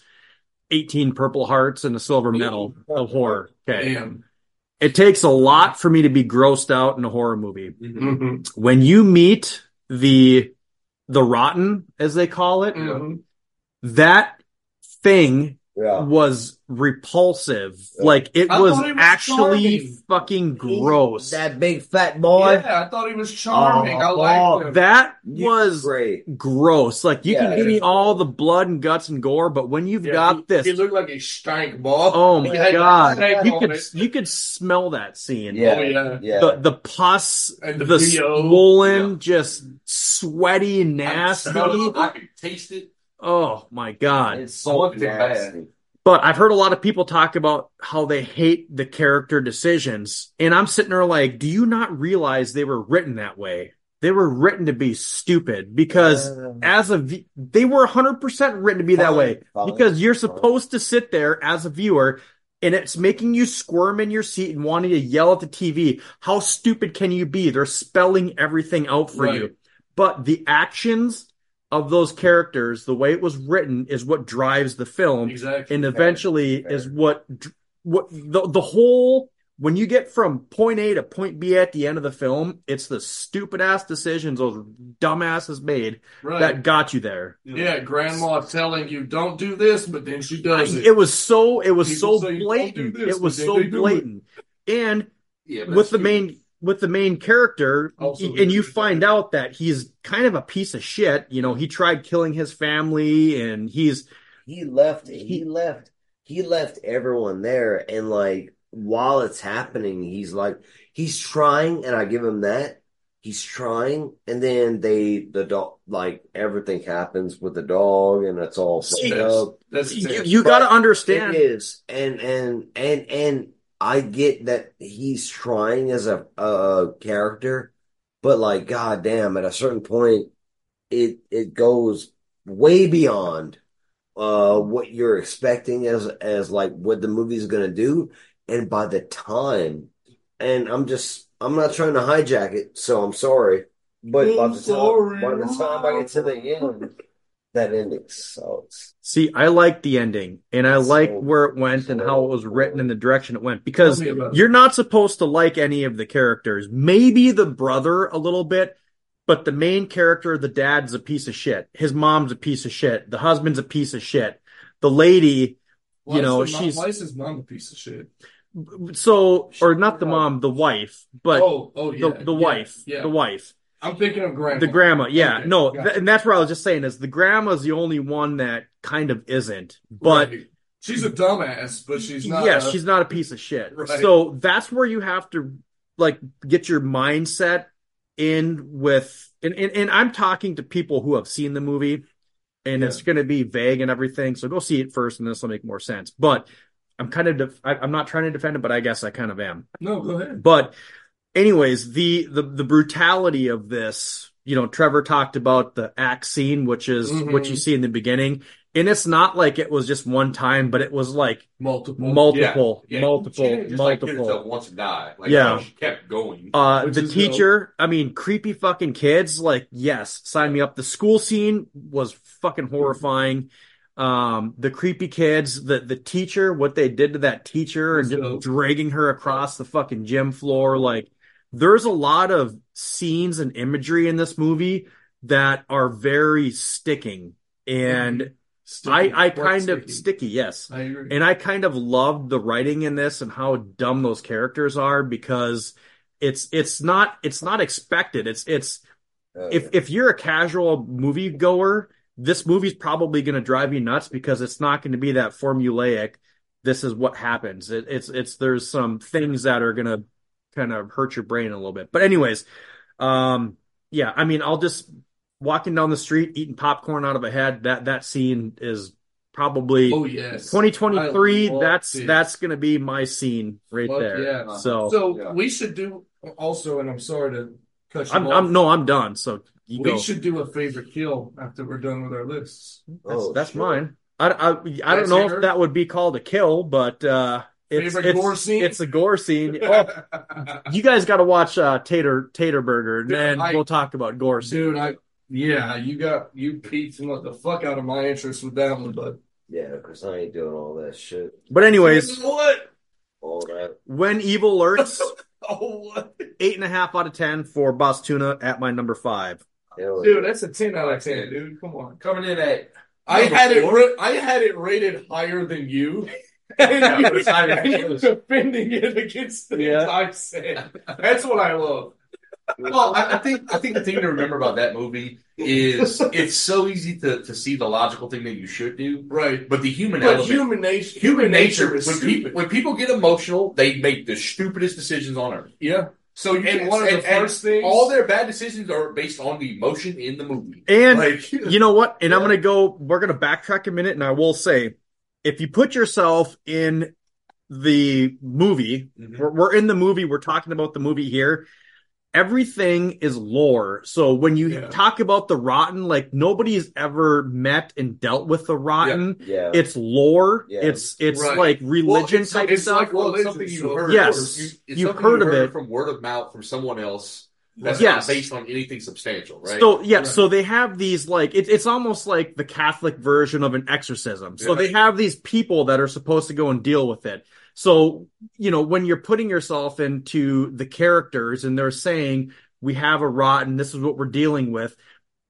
eighteen purple hearts, and a silver medal of horror. Okay, Damn. it takes a lot for me to be grossed out in a horror movie. Mm-hmm. Mhm. When you meet the the rotten, as they call it, Mhm. that thing Yeah. was repulsive. Like it I was, thought it was actually charming. fucking gross. That, That big fat boy. Yeah, I thought he was charming. Oh, I liked him. You- was Great. gross. Like you Yeah, can give it me is. all the blood and guts and gore, but when you've Yeah, got he- this, He looked like a stank ball. oh my He had god, stank you on could it. you could smell that scene. Yeah. Oh yeah. Yeah. The the pus, And the, the PO. swollen, just sweaty, nasty. Smell it. I can taste it. Oh my god. It's so Something bad. nasty. But I've heard a lot of people talk about how they hate the character decisions. And I'm sitting there like, do you not realize they were written that way? They were written to be stupid because Uh, as a, v- they were 100% written to be that fine, way fine. because you're supposed to sit there as a viewer and it's making you squirm in your seat and wanting to yell at the TV. How stupid can you be? They're spelling everything out for you. But the actions of those characters, the way it was written is what drives the film Exactly. and eventually is what what the the whole when you get from point A to point B at the end of the film, it's the stupid ass decisions those dumbasses made Right. that got you there. yeah, grandma telling you don't do this, but then she does it. It was so it was People so say, "Don't blatant. do this," It was but then so they do it. blatant. And Yeah, but with the that's main with the main character Also y- and you interesting. find out that he's kind of a piece of shit you know he tried killing his family and he's he left he left he left everyone there and like while it's happening he's like he's trying and i give him that he's trying and then they the dog like everything happens with the dog and it's all See, fucked up That's you, it. you got to it understand is and and and and i get that he's trying as a a character but like god damn at a certain point it it goes way beyond uh what you're expecting as as like what the movie's gonna do and by the time and i'm just i'm not trying to hijack it so i'm sorry but by I'm the time sorry. by the time i get to the end that ending sucks. See, I like the ending and I like So- where it went and how it was written and the direction it went because Tell me about it. you're not supposed to like any of the characters. Maybe the brother a little bit, but the main character, the dad's a piece of shit. His mom's a piece of shit. The husband's a piece of shit. The lady, Why you is know, the mom- she's why is his mom a piece of shit? so, or not the mom, the wife, but oh, oh, yeah, the, the yeah, wife, Yeah, the wife. I'm thinking of grandma. The grandma, yeah, Okay, no, gotcha. th- and that's what I was just saying is the grandma's the only one that kind of isn't, but Right. she's a dumbass, but she's not. yes, a- she's not a piece of shit. Right. So that's where you have to like get your mindset in with and, and, and I'm talking to people who have seen the movie and it's going to be vague and everything. So go see it first and this will make more sense. But I'm kind of def- I, I'm not trying to defend it, but I guess I kind of am. no. Go ahead. But anyways, the the the brutality of this, you know, Trevor talked about the axe scene, which is what Mm-hmm. you see in the beginning. And it's not like it was just one time, but it was like Multiple. multiple, Yeah. multiple, She didn't just like hit herself multiple. once and die. Like, Yeah. she kept going. uh, Which the is teacher, I mean, creepy fucking kids. Like, yes, sign me up. The school scene was fucking horrifying. Um, the creepy kids, the the teacher, what they did to that teacher, and So- just dragging her across the fucking gym floor. Like, there's a lot of scenes and imagery in this movie that are very sticking, and I Sticky. I Quite kind of sticky. sticky. Yes, I agree. and I kind of loved the writing in this and how dumb those characters are because it's it's not it's not expected. It's it's Uh, if if you're a casual moviegoer, this movie's probably going to drive you nuts because it's not going to be that formulaic. This is what happens. It, it's it's there's some things that are going to kind of hurt your brain a little bit. But anyways, um, yeah, I mean, I'll just walking down the street eating popcorn out of a head. That that scene is probably oh yes. 2023 I love that's it. that's gonna be my scene right Oh, Fuck there yeah. so, So Yeah. we should do also, and I'm sorry to cut you I'm, off. I'm no i'm done so you we go should do a favorite kill after we're done with our lists. that's, oh, that's shit. mine i, I, I don't That's know your- if that would be called a kill but uh it's, Favorite it's, gore scene? it's a gore scene oh, you guys gotta watch uh tater tater burger and Dude, then I- we'll talk about gore scene Dude, I yeah, you got you peaked and let the fuck out of my interest with that one, but Yeah, because I ain't doing all that shit. but anyways You know what? All that. when evil lurks Oh what? eight and a half out of ten for boss tuna at my number five Hell Dude, that's a ten out of ten, dude. Come on. Coming in at I Number had it four? ra- I had it rated higher than you. Yeah, And but it's not you- even and you're close. defending it against things Yeah. I said. That's what I love. well, I, I think I think the thing to remember about that movie is it's so easy to, to see the logical thing that you should do, Right. but the human But element, human nature human nature, is when, stupid. people, when people get emotional, they make the stupidest decisions on earth. yeah. So you And and one of the first things all their bad decisions are based on the emotion in the movie. and like you know what? And I'm gonna go. We're gonna backtrack a minute, and I will say, if you put yourself in the movie, Mm-hmm. we're, we're in the movie. We're talking about the movie here. Everything is lore. So when you Yeah. talk about the rotten, like nobody's ever met and dealt with the rotten. yeah. It's lore. Yeah. It's it's Right. like religion it's- type it's stuff. like Well, it's religion, something you so- heard. Yes. you, it's You've something heard you of heard it. from word of mouth from someone else. That's Yes. not based on anything substantial, right? So yeah, Right. so they have these like it's it's almost like the Catholic version of an exorcism. So Yeah. they have these people that are supposed to go and deal with it. So you know when you're putting yourself into the characters and they're saying we have a rot and this is what we're dealing with,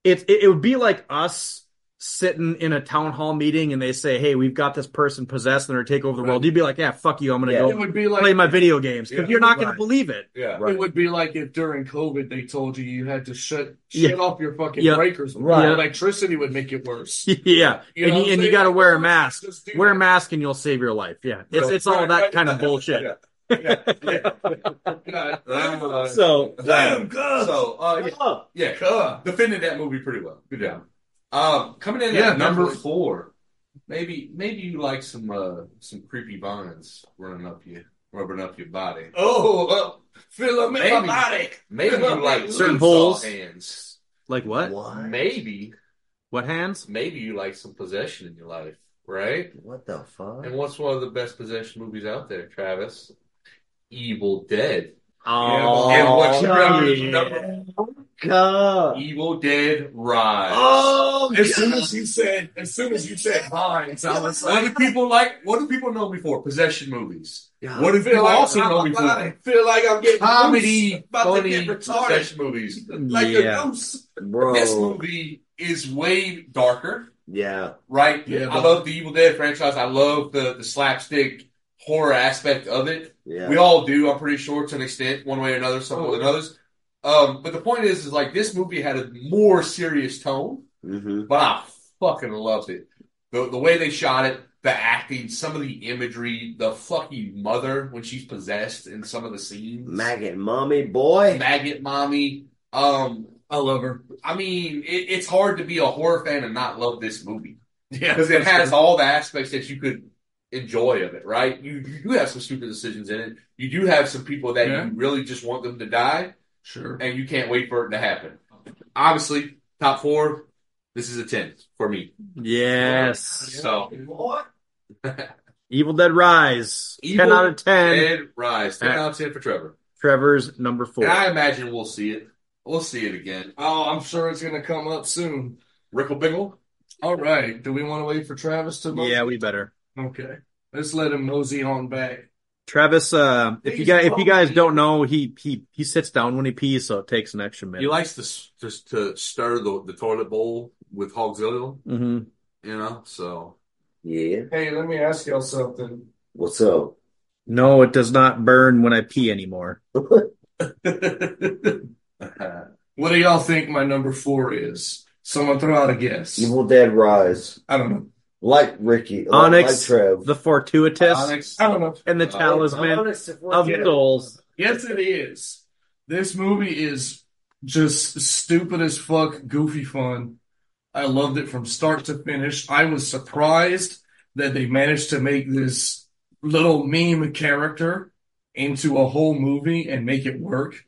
it it, it would be like us sitting in a town hall meeting and they say hey we've got this person possessed and they're take over the world. You'd be like yeah fuck you I'm gonna Yeah. go it would be like play my video games because Yeah. you're not gonna Right. believe it. yeah. Right. It would be like if during COVID they told you you had to shut Yeah. shut off your fucking Yeah. breakers. Right. The Electricity would make it worse. yeah, You and know what you, I'm and you saying? got to wear a Like, mask. just do Wear a that. mask and you'll save your life. Yeah, it's Right, it's all right, that right. kind of bullshit. God. Uh, So Damn, So, uh, yeah, yeah, God. defended that movie pretty well. Good job. Um, coming in Yeah, at number definitely. four, maybe maybe you like some uh, some creepy vines running up you, rubbing up your body. Oh, well, fill up my Maybe. body. Maybe you like Certain loose holes. saw hands. like what? Why? Maybe What hands? maybe you like some possession in your life, right? What the fuck? And what's one of the best possession movies out there, Travis? Evil Dead. Oh, and what's your yeah. number, number god! Evil Dead Rise. Oh, As soon as you said, as soon as you said Hines, I was What like, do people like? What do people know me for? Possession movies. God. What do feel people like, also know I'm, me about for? to feel like I'm getting Comedy, loose, about to funny, get possession retarded, movies. like yeah. a goose. bro. This movie is way darker, Yeah, right? Yeah, I love the Evil Dead franchise. I love the the slapstick horror aspect of it. yeah. We all do, I'm pretty sure, to an extent, one way or another, some way or another. Um, but the point is, is like this movie had a more serious tone, hmm but I fucking loved it. The, the way they shot it, the acting, some of the imagery, the fucking mother when she's possessed in some of the scenes, Maggot mommy boy. maggot mommy. Um, I love her. I mean, it, it's hard to be a horror fan and not love this movie Yeah, because it has all the aspects that you could enjoy of it, right? You you do have some stupid decisions in it. You do have some people that Yeah. you really just want them to die, sure. and you can't wait for it to happen. Obviously, top four. This is a ten for me. Yes. So Evil Dead Rise. ten Evil out of ten. Ed Rise, ten out of ten for Trevor, Trevor's number four. and I imagine we'll see it. We'll see it again. Oh, I'm sure it's gonna come up soon. Rickle Biggle. All right. Do we want to wait for Travis to? mosey? yeah, we better. Okay. Let's let him mosey on back. Travis, uh, if you Please guys if you don't guys pee. don't know, he he he sits down when he pees, so it takes an extra minute. He likes to s- just to stir the, the toilet bowl with Hog's oil, hmm you know. So Yeah. Hey, let me ask y'all something. What's up? No, it does not burn when I pee anymore. What do y'all think my number four is? Someone throw out a guess. Evil Dead Rise. I don't know. Like Ricky. like- Onyx, Like Trev. the fortuitous, Onyx, Uh, I don't know. and the talisman of souls. Yes, it is. This movie is just stupid as fuck, goofy fun. I loved it from start to finish. I was surprised that they managed to make this little meme character into a whole movie and make it work.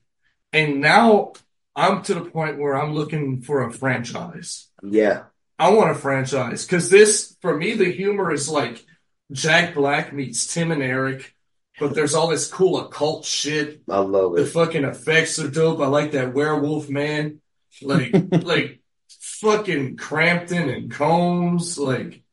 And now I'm to the point where I'm looking for a franchise. Yeah. I want a franchise because this, for me, the humor is like Jack Black meets Tim and Eric, but there's all this cool occult shit. I love The it. fucking effects are dope. I like that werewolf man, like like fucking Crampton and Combs. Like,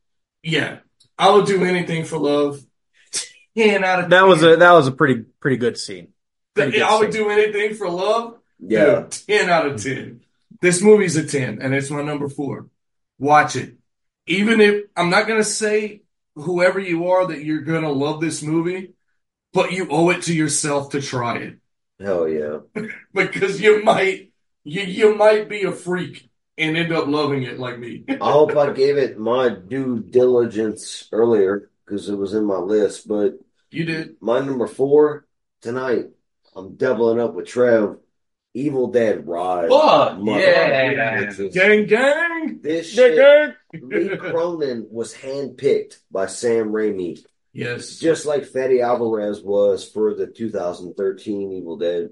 yeah, I would do anything for love. Ten out of That was 10. a that was a pretty pretty good scene. pretty good I would scene. do anything for love. Yeah. Dude, 10 out of 10. This movie's a 10, and it's my number four. Watch it. Even if I'm not going to say whoever you are that you're going to love this movie, but you owe it to yourself to try it Hell yeah. because you might you, you might be a freak and end up loving it like me. I hope I gave it my due diligence earlier because it was in my list. But you did. my number four tonight, I'm doubling up with Trev. Evil Dead Rise. Fuck, Mother- Oh, yeah. Gang gang. This shit, Lee Cronin was handpicked by Sam Raimi. Yes. just like Fede Alvarez was for the 2013 Evil Dead.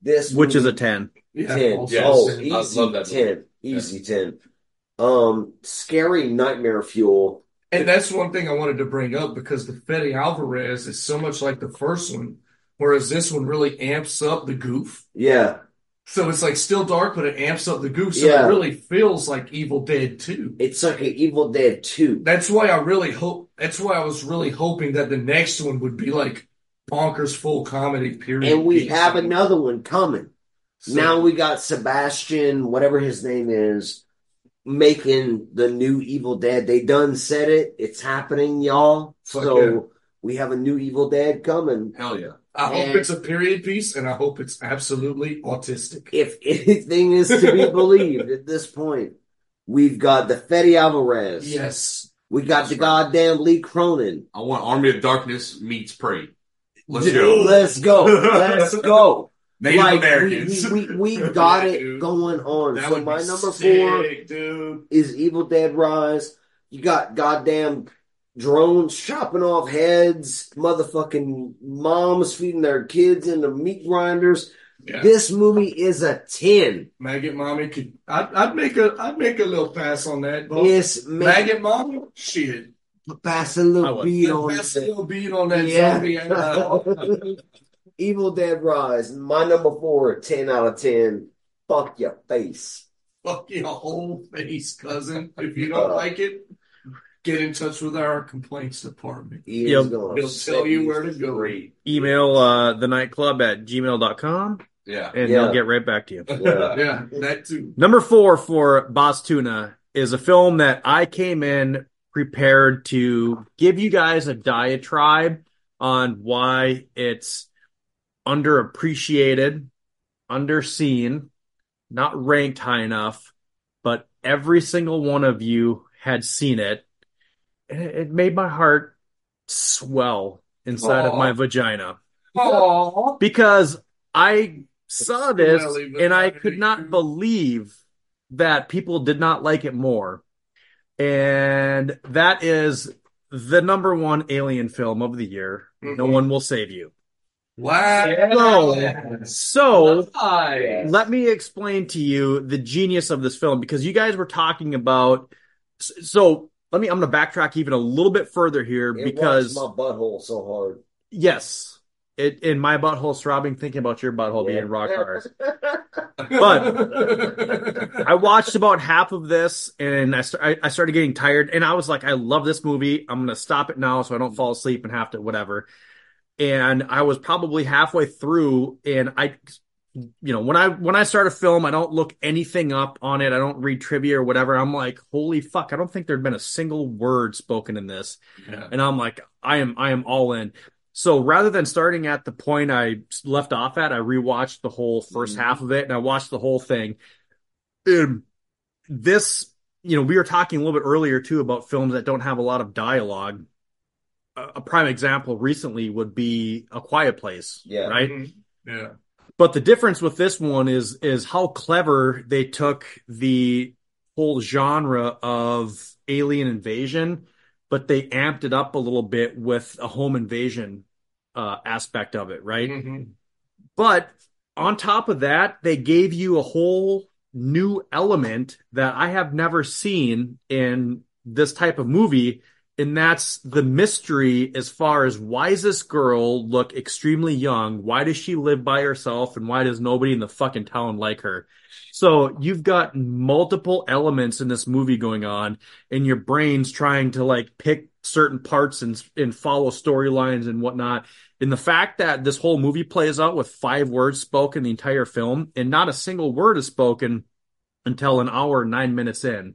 This Which is a movie- ten. Yeah. ten. also Oh, sin. easy love that movie. ten, easy ten. Um, scary nightmare fuel. And that's one thing I wanted to bring up because the Fede Alvarez is so much like the first one, whereas this one really amps up the goof. Yeah, So it's like still dark, but it amps up the goof. So Yeah. it really feels like Evil Dead 2. it's like an Evil Dead two. That's why I really hope, that's why I was really hoping that the next one would be like bonkers full comedy period. And we piece. have another one coming. So- Now we got Sebastian, whatever his name is, making the new Evil Dead. They done said it. It's happening, y'all. Fuck so yeah. we have a new Evil Dead coming. Hell yeah. I hope and- it's a period piece and I hope it's absolutely autistic. if anything is to be believed at this point, we've got the Fede Alvarez. Yes. We got the goddamn Lee Cronin. I want Army of Darkness meets Prey. Let's Dude, go. Let's go. Let's go. Native Like, we- Americans. We, we, we got Yeah, it dude. going on. That so would my be number four sick, dude. is Evil Dead Rise. You got goddamn drones chopping off heads, motherfucking moms feeding their kids into meat grinders. Yeah. This movie is a 10. Maggot Mommy could, I'd, I'd make a, I'd make a little pass on that. bro. It's Maggot Maggot Mommy? Shit. pass a little would. beat on That's it. still beat on that Yeah. zombie. uh, ass. Evil Dead Rise, my number four, 10 out of 10. fuck your face. Fuck your whole face, cousin. If you Uh. don't like it, get in touch with our complaints department. Ian's Yep. gonna They'll set tell you where to go. free. Email uh, the nightclub at gmail.com Yeah. and Yeah. they'll get right back to you. Yeah. Yeah, that too. Number four for Boss Tuna is a film that I came in prepared to give you guys a diatribe on why it's underappreciated, underseen, not ranked high enough, but every single one of you had seen it. And it it made my heart swell inside of my vagina Oh, because I saw this Well, even and I that could is not true. believe that people did not like it more. And that is the number one alien film of the year. No Mhm. one will save you. wow. So Nice. let me explain to you the genius of this film because you guys were talking about. s- So let me, I'm going to backtrack even a little bit further here It because. warms my butthole so hard. Yes. It in my butthole throbbing thinking about your butthole Yeah. being rock hard. But- I watched about half of this and I, st- I I started getting tired and I was like, I love this movie. I'm gonna stop it now so I don't fall asleep and have to whatever. And I was probably halfway through and I you know when I when I start a film I don't look anything up on it I don't read trivia or whatever I'm like holy fuck I don't think there'd been a single word spoken in this Yeah. and I'm like, I am, I am all in. So rather than starting at the point I left off at, I rewatched the whole 1st half of it and I watched the whole thing. Um, this, you know, we were talking a little bit earlier too about films that don't have a lot of dialogue. A, a prime example recently would be A Quiet Place, Yeah. right? yeah. But the difference with this one is is how clever they took the whole genre of alien invasion, but they amped it up a little bit with a home invasion uh, aspect of it, right? Mhm. But on top of that, they gave you a whole new element that I have never seen in this type of movie. And that's the mystery as far as why does this girl look extremely young? Why does she live by herself? And why does nobody in the fucking town like her? So you've got multiple elements in this movie going on, and your brain's trying to like pick certain parts and and follow storylines and whatnot. And the fact that this whole movie plays out with five words spoken the entire film, and not a single word is spoken until an hour and nine minutes in,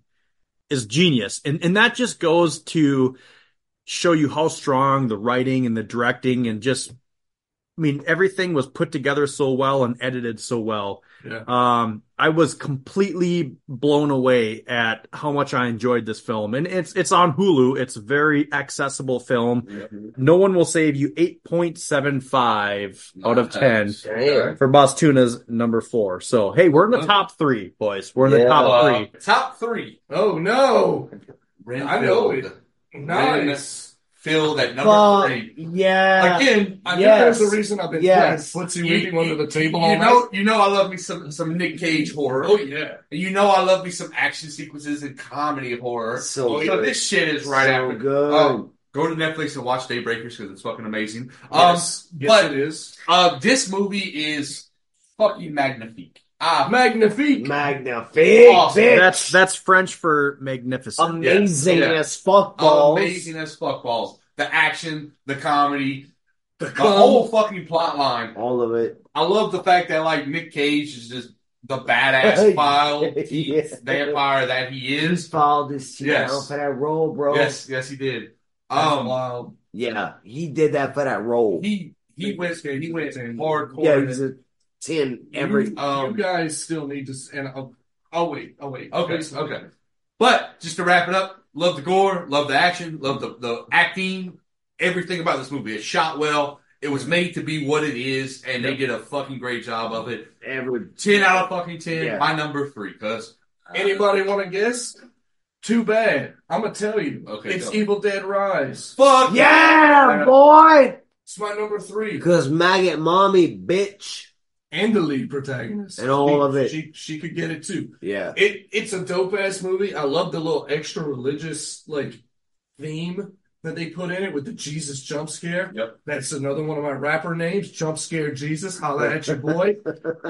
is genius. And and that just goes to show you how strong the writing and the directing and just, I mean, everything was put together so well and edited so well. Yeah. Um, I was completely blown away at how much I enjoyed this film, and it's it's on Hulu. It's a very accessible film. No one will save you. Eight point seven five out of ten Damn. for Boss Tuna's number four. So hey, we're in the top three, boys. We're in the Yeah. top Uh, three. top three. Oh no! I know Renfield. it. Nice. Renfield at number Fuck, three. yeah. Again, I Yes. think that's the reason I've been Yes. playing footsie You- weeping under the table all You night. know, you know, I love me some some Nick Cage horror. Oh yeah. And You know, I love me some action sequences and comedy horror. So So, good. this shit is right so after. good. Um, go to Netflix and watch Daybreakers because it's fucking amazing. Um, Yes, yes but- it is. uh, this movie is fucking magnifique. Ah, Magnifique. Magnifique, Awesome. bitch. That's that's French for magnificent. Um, amazing yeah. as fuck balls. amazing as fuck balls. The action, the comedy, the, cum. whole fucking plot line. All of it. I love the fact that like Nick Cage is just the badass file Yeah. vampire that he He's is. filed his shit Yes. down for that role, bro. Yes, yes, he did. Um, Um, Yeah, he did that for that role. he he went he went hardcore. yeah, he's a ten every. you, um, you guys still need to. s- And I'll, I'll wait. I'll wait. Okay, That's- okay. But just to wrap it up, love the gore, love the action, love the, the acting, everything about this movie. It shot well. It was made to be what it is, and they did a fucking great job of it. every Ten out of fucking ten. Yeah. My number three, cuz. Uh, Anybody want to guess? Too bad. I'm gonna tell you. Okay, it's go. Evil Dead Rise. Fuck yeah, boy. It's my number three Because maggot mommy, bitch, and the lead protagonist and all of it. She she could get it too. Yeah, It it's a dope ass movie. I love the little extra religious like theme that they put in it with the Jesus jump scare. Yep. That's another one of my rapper names, Jump Scare Jesus. Holla at your boy.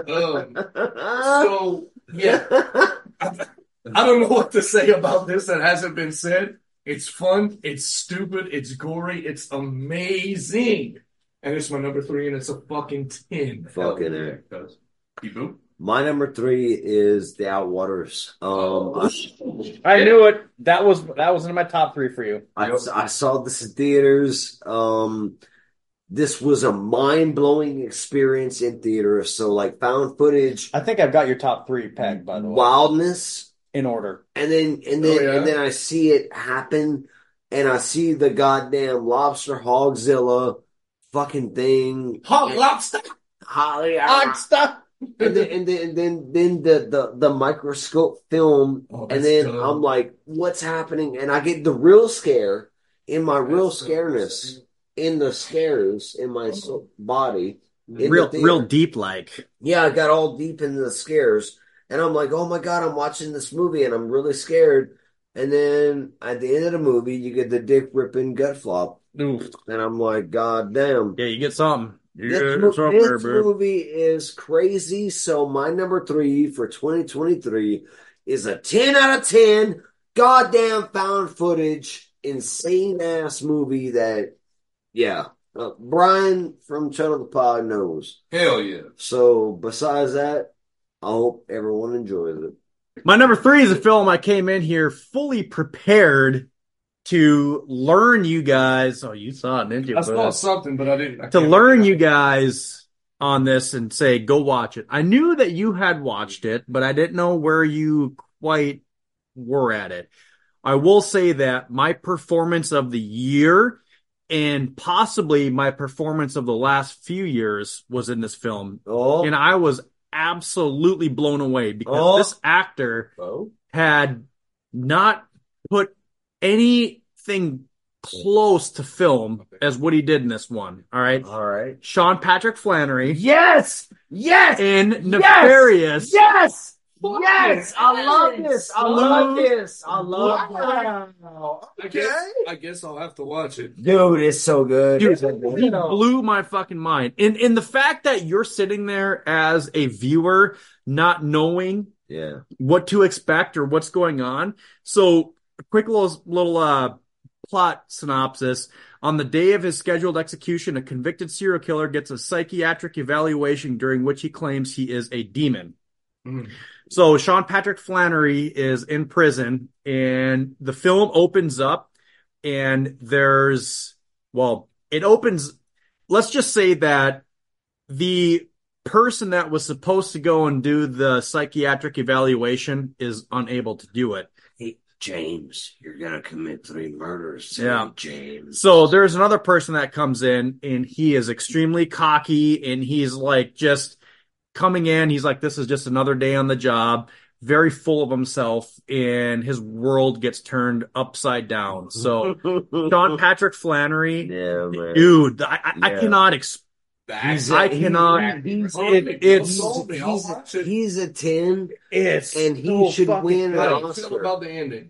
um, so, yeah. I, I don't know what to say about this that hasn't been said. It's fun, it's stupid, it's gory, it's amazing. And it's my number three, and it's a fucking 10. Fucking there. People. My number three is the Outwaters. Oh, Um, I knew it. That was that was in my top three for you. I, I, I saw this in theaters. Um, this was a mind blowing experience in theater. So like found footage, I think I've got your top three pegged by the way, wildness, in order. and then and then Oh, yeah? and then I see it happen, and I see the goddamn lobster hogzilla fucking thing. Hog lobster! Holly, Oxta. and then and then and then, then the, the the microscope film Oh, and that's then dumb. i'm like what's happening and i get the real scare in my real That's dumb. scareness in the scares in my so- body in Oh. real, the theater. real deep like. yeah i got all deep into the scares and i'm like oh my god i'm watching this movie and i'm really scared and then at the end of the movie you get the dick ripping gut flop Oof. and i'm like god damn Yeah, you get something. You this, get mo- something there, this bro. movie is crazy. So my number three for 2023 is a 10 out of 10 goddamn found footage, insane ass movie that, yeah, uh, Brian from Channel the Pod knows. Hell yeah. So besides that, I hope everyone enjoys it. My number three is a film I came in here fully prepared to learn you guys. Oh, you saw it, didn't you? I But, saw uh, something, but I didn't. I to can't learn remember. you guys on this and say, go watch it. I knew that you had watched it, but I didn't know where you quite were at it. I will say that my performance of the year and possibly my performance of the last few years was in this film. Oh, And I was absolutely blown away because Oh. this actor oh. had not put anything close to film as what he did in this one. All right. all right. Sean Patrick Flannery Yes! Yes! in Nefarious. Yes! Yes! I love this! I love love this! I love this! I guess, I guess I'll have to watch it. Dude, it's so good. Dude, It's so good. He blew my fucking mind. And and the fact that you're sitting there as a viewer not knowing Yeah. what to expect or what's going on. So, a quick little little uh, plot synopsis. On the day of his scheduled execution, a convicted serial killer gets a psychiatric evaluation during which he claims he is a demon. Mm. So, Sean Patrick Flannery is in prison, and the film opens up, and there's well, it opens. Let's just say that the person that was supposed to go and do the psychiatric evaluation is unable to do it. Hey, James, you're going to commit three murders. today, Yeah. James. So there's another person that comes in and he is extremely cocky and he's like just coming in. He's like, this is just another day on the job, very full of himself and his world gets turned upside down. So John Patrick Flannery, Yeah, man. dude, I, I, I Yeah. cannot explain. That's I cannot. He's, It- it's- Sold me. I'll he's, watch it. he's a 10 It's and he so should fucking win an How do you feel Oscar. about the ending?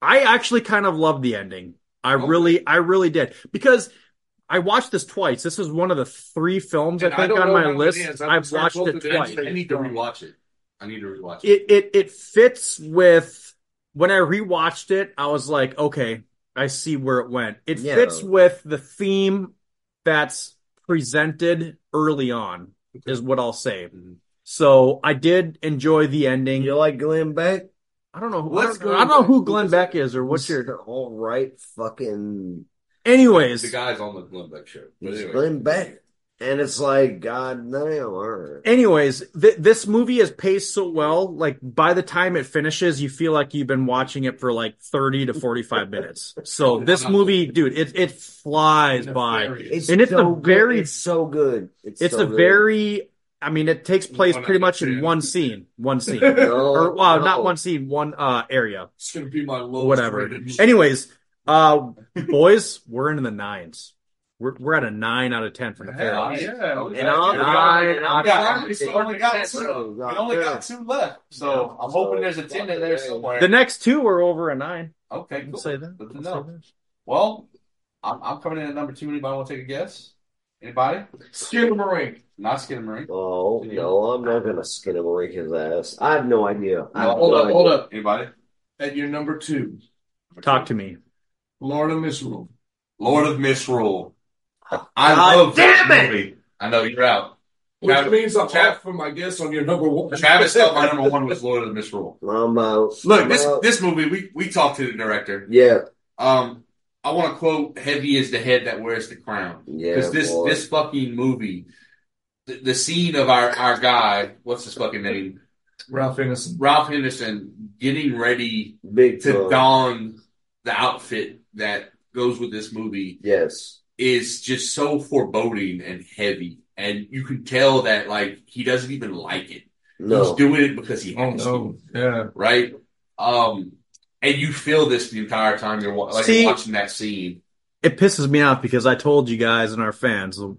I actually kind of loved the ending. I really, I really did because I watched this twice. This is one of the three films And I I think don't on know my how many list. is. I've I've seen watched both it of them. twice. I need to rewatch it. I need to rewatch it. It it it fits with when I rewatched it. I was like, okay, I see where it went. It Yeah. fits with the theme that's presented early on, is what I'll say. Mm-hmm. So I did enjoy the ending. You like Glenn Beck? I don't know. Who, I, What's don't, I don't know Glenn who Beck? Glenn Beck is or what's your. all right fucking Anyways, The guy's on the Glenn Beck show. But He's anyway. Glenn Beck. And it's like, God damn, all right. anyways th- this movie is paced so well like by the time it finishes you feel like you've been watching it for like 30 to 45 minutes so this movie dude it it flies by Nefarious. It's And it's so a very- good. it's so good. it's so a good. very i mean it takes place One pretty much idea. in one scene one scene No, Oh, or well not no. one scene one uh area It's gonna be my lowest. whatever rated movie. anyways uh boys we're into the nines we're, we're at a nine out of ten for the Hell pair yeah. And I'm nine. and I'm Yeah, nine. we only got two. Oh, We God only damn. got two left. So I'm hoping there's a 10 in there somewhere. the next two are over a nine Okay, I'll cool. say that Good to I'll know. say that. Well, I'm, I'm coming in at number two. Anybody want to take a guess? Anybody? Skin Marine. Not Skin and Marine. Oh no, I'm not gonna skin him or his ass. I have no idea. I have Hold no up, idea. hold up. Anybody? At your number two, Talk to me. Lord of Misrule. Lord of Misrule. I God love that damn it! movie. I know you're out. Which Travis- means I'm Travis- off from, I guess, on your number one. Travis thought my number one was Lord of the Misrule. I'm out. Look, I'm this out. this movie we we talked to the director. Yeah, Um, I want to quote: "Heavy is the head that wears the crown." yeah. Because this boy. this fucking movie, the, the scene of our our guy, what's his fucking name, Ralph Innocent. Ralph Henderson, getting ready big to time. don the outfit that goes with this movie Yes, is just so foreboding and heavy. And you can tell that like he doesn't even like it. He's no. doing it because he Oh has to, no! Yeah, right? Um, and you feel this the entire time you're wa- like See- watching that scene. It pisses me off because I told you guys and our fans the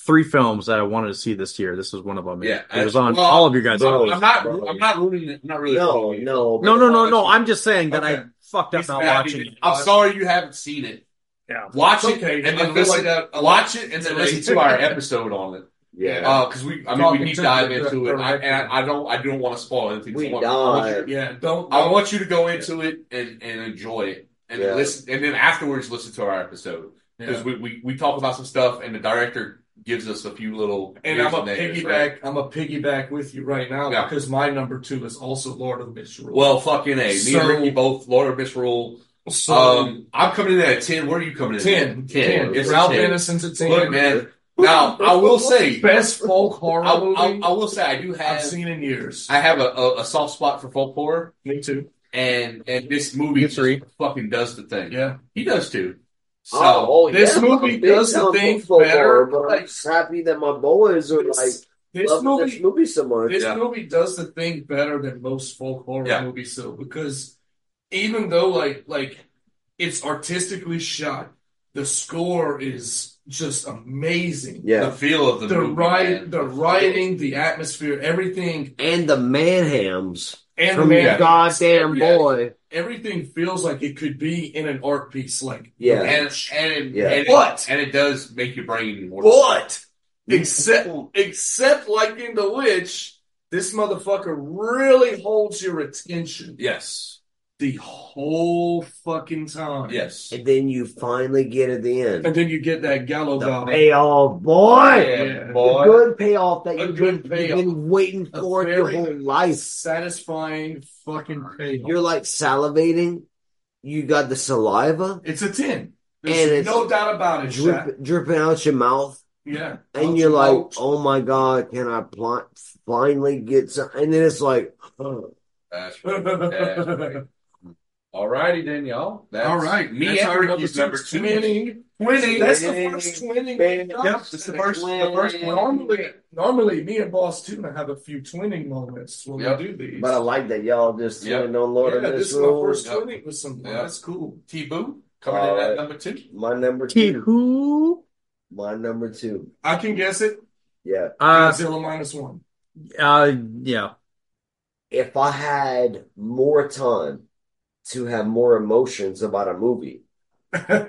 three films that I wanted to see this year. This was one of them. Yeah, it was on well, all of your guys. bro. No, I'm not. I'm not ruining. it. I'm not really. No, following you. no, no, no, no. I'm just saying that I Okay. fucked up He's not mad he watching didn't- it. I'm sorry you haven't seen it. Yeah. Watch It's it okay. and I then feel listen. like that a lot watch it and then today. listen to our episode on it. yeah. Uh, because we, I mean, we Talking deep to dive the into it. I, director. and I, I don't, I don't want to spoil anything. We so I want- I want dive. you- Yeah, don't. I want you to go into it and, and enjoy it, and Yeah. listen, and then afterwards listen to our episode because Yeah. we, we we talk about some stuff, and the director gives us a few little And here's I'm a the negatives, piggyback. right? I'm a piggyback with you right now Yeah. because my number two is also Lord of the Misrule. Well, fucking a. Me So- and Ricky both Lord of Misrule. so Um, I'm coming in at ten. Where are you coming in? ten, at? ten. It's It's a Ralph 10. Innocent's a ten. Look, man. Now I will say, best folk I, horror I, movie I will say, I do have have, seen in years. I have a, a, a soft spot for folk horror. Me too. and and this movie You just three. fucking does the thing. Yeah. He does too. So oh, oh, this yeah, movie I'm a big does the time thing football better, But I'm like- just happy that my boys are This, like this loving movie, this movie so much. This Yeah. movie does the thing better than most folk horror Yeah. movies do because even though like like it's artistically shot, the score is just amazing. yeah, the feel of the, The movie, write, man. the writing, the atmosphere, everything, and the man hams and from man, your goddamn Yeah. boy. everything feels like it could be in an art piece. Like, Yeah. and and it, Yeah. and, it, But- and it does make your brain more. but except except like in The Witch, this motherfucker really holds your attention yes, the whole fucking time. yes. And then you finally get at the end And then you get that gallow the guy. payoff, boy. Yeah. A boy. good payoff that A you've good been, payoff. you've been waiting A for it your very- whole life. satisfying fucking payoff. You're like salivating. You got the saliva it's a 10. And There's it's no doubt about it, Shaq. drip, dripping out your mouth. Yeah. and you're like, oh my god, can I pl- finally get some? And then it's like, oh, That's right. That's right. Alrighty then, y'all. That's All right. me That's and our Ricky's number two. Twinning. Twinning. That's the first twinning. we've done. Yep, it's the first- the first one. Normally, normally, me and Boss Tuna have a few twinning moments when Yep. we do these. but I like that y'all just Yeah. yeah. no Lord yeah, of this this is my rule. first Yep. twinning with someone. Yep. That's cool. T-Boo coming in at Alright. number two. My number two. Who? My number two. I can guess it. Yeah. Uh, Godzilla minus one. uh, yeah. If I had more time to have more emotions about a movie, I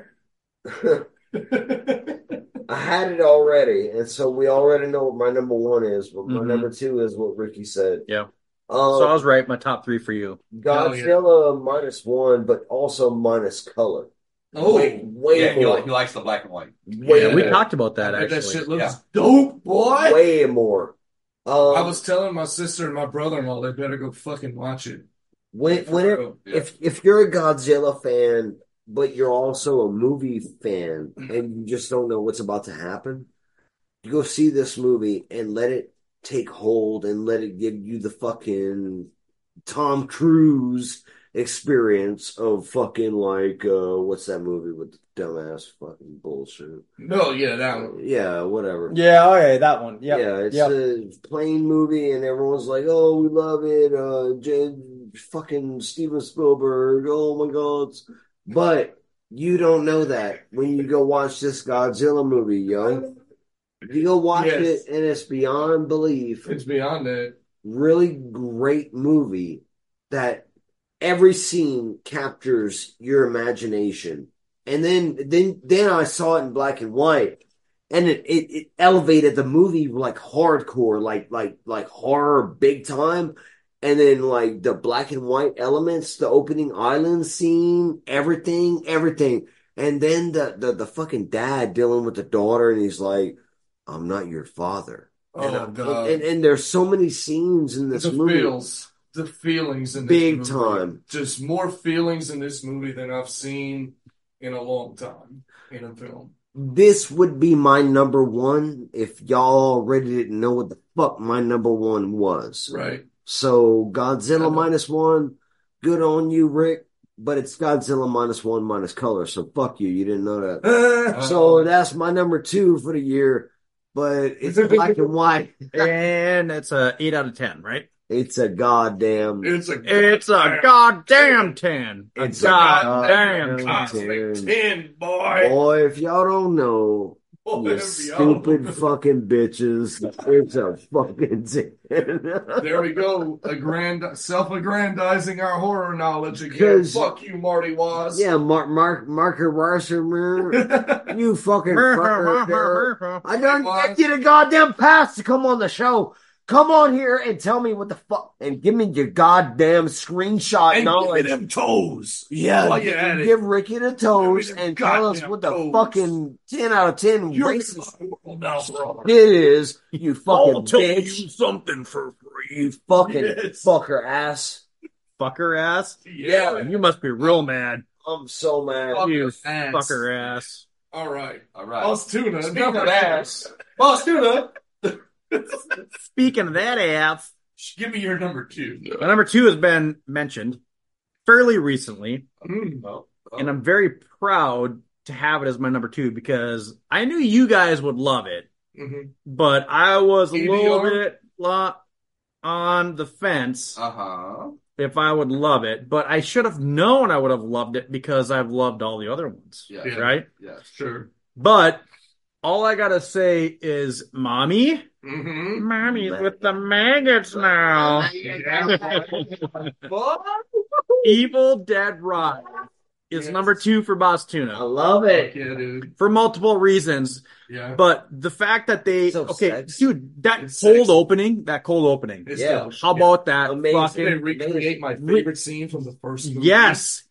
had it already, and so we already know what my number one is. But my Mhm. number two is what Ricky said. Yeah. Um, So I was right. My top three for you. Godzilla minus one, but also minus color. Oh, way, way yeah, he, more. li- he likes the black and white. way Yeah, we more. talked about that But actually. that shit looks Yeah. dope, boy. Way more. Um, I was telling my sister and my brother in law they better go fucking watch it. when, whenever, Oh, Yeah. if if you're a Godzilla fan, but you're also a movie fan, and you just don't know what's about to happen, you go see this movie and let it take hold and let it give you the fucking Tom Cruise experience of fucking like uh, what's that movie with the dumbass fucking bullshit? No, yeah, that one. Yeah, whatever. Yeah, okay, that one. Yep. Yeah, it's Yep. a plain movie, and everyone's like, "Oh, we love it." Uh, J- fucking Steven Spielberg. Oh my god! But you don't know that when you go watch this Godzilla movie, yo. You go watch Yes. it, and it's beyond belief. It's beyond that. Really great movie that every scene captures your imagination and then then then I saw it in black and white, and it, it, it elevated the movie like hardcore, like like like horror big time. And then like the black and white elements, the opening island scene, everything, everything. And then the the, the fucking dad dealing with the daughter, and he's like, "I'm not your father." and, Oh I'm- god, and, and there's so many scenes in this the movie. feels, the feelings in Big this movie. time. Just more feelings in this movie than I've seen in a long time in a film. This would be my number one if y'all already didn't know what the fuck my number one was. Right. So Godzilla I know. minus one, good on you, Rick. But it's Godzilla minus one minus color, so fuck you. You didn't know that. Uh, Uh, Uh-huh. So that's my number two for the year. But it's black and white. And it's a eight out of ten, right? It's a goddamn. It's a It's a goddamn ten. It's a goddamn goddamn ten. cosmic Dude. ten, boy. Boy, if y'all don't know, Boy, Oh, you if stupid y'all- fucking bitches. It's a fucking ten. There we go. Agrand self-aggrandizing our horror knowledge again. 'Cause- Fuck you, Marty Was. yeah, Mark Mark Marker Wasserman. You fucking fucker. Derek. I don't get you the goddamn pass to come on the show. Come on here and tell me what the fuck, and give me your goddamn screenshot and give me knowledge. them toes. yeah, While gi- you're at it. give Ricky the toes them and tell us goddamn what the toes. fucking ten out of ten You're racist horrible now, brother. shit is. You fucking I'll tell bitch. you something for free, You fucking Yes. fucker ass. fucker ass. Yeah. You must be real mad, I'm so mad. Fucker you ass. fucker ass. All right. All right. Boss Tuna. Speaking enough of that. ass, boss tuna. Speaking of that ass, Give me your number two. my number two has been mentioned fairly recently, Mm-hmm. Mm. Oh. and I'm very proud to have it as my number two because I knew you guys would love it. Mhm. but I was a little EDR? bit lo- on the fence Uh huh. if I would love it, but I should have known I would have loved it because I've loved all the other ones, Yeah. Yeah. right? Yes. Sure. But all I gotta say is, mommy, Mm-hmm. mommy with the maggots now. Evil Dead Rise is Yes. number two for Boss I Tuna love Fuck it. yeah, dude. for multiple reasons. Yeah. But the fact that they So okay, sexy. dude, that It's cold sexy. opening, that cold opening. It's Yeah. dope. How about that Amazing. fucking Did they recreate my Re- favorite scene from the first movie? Yes.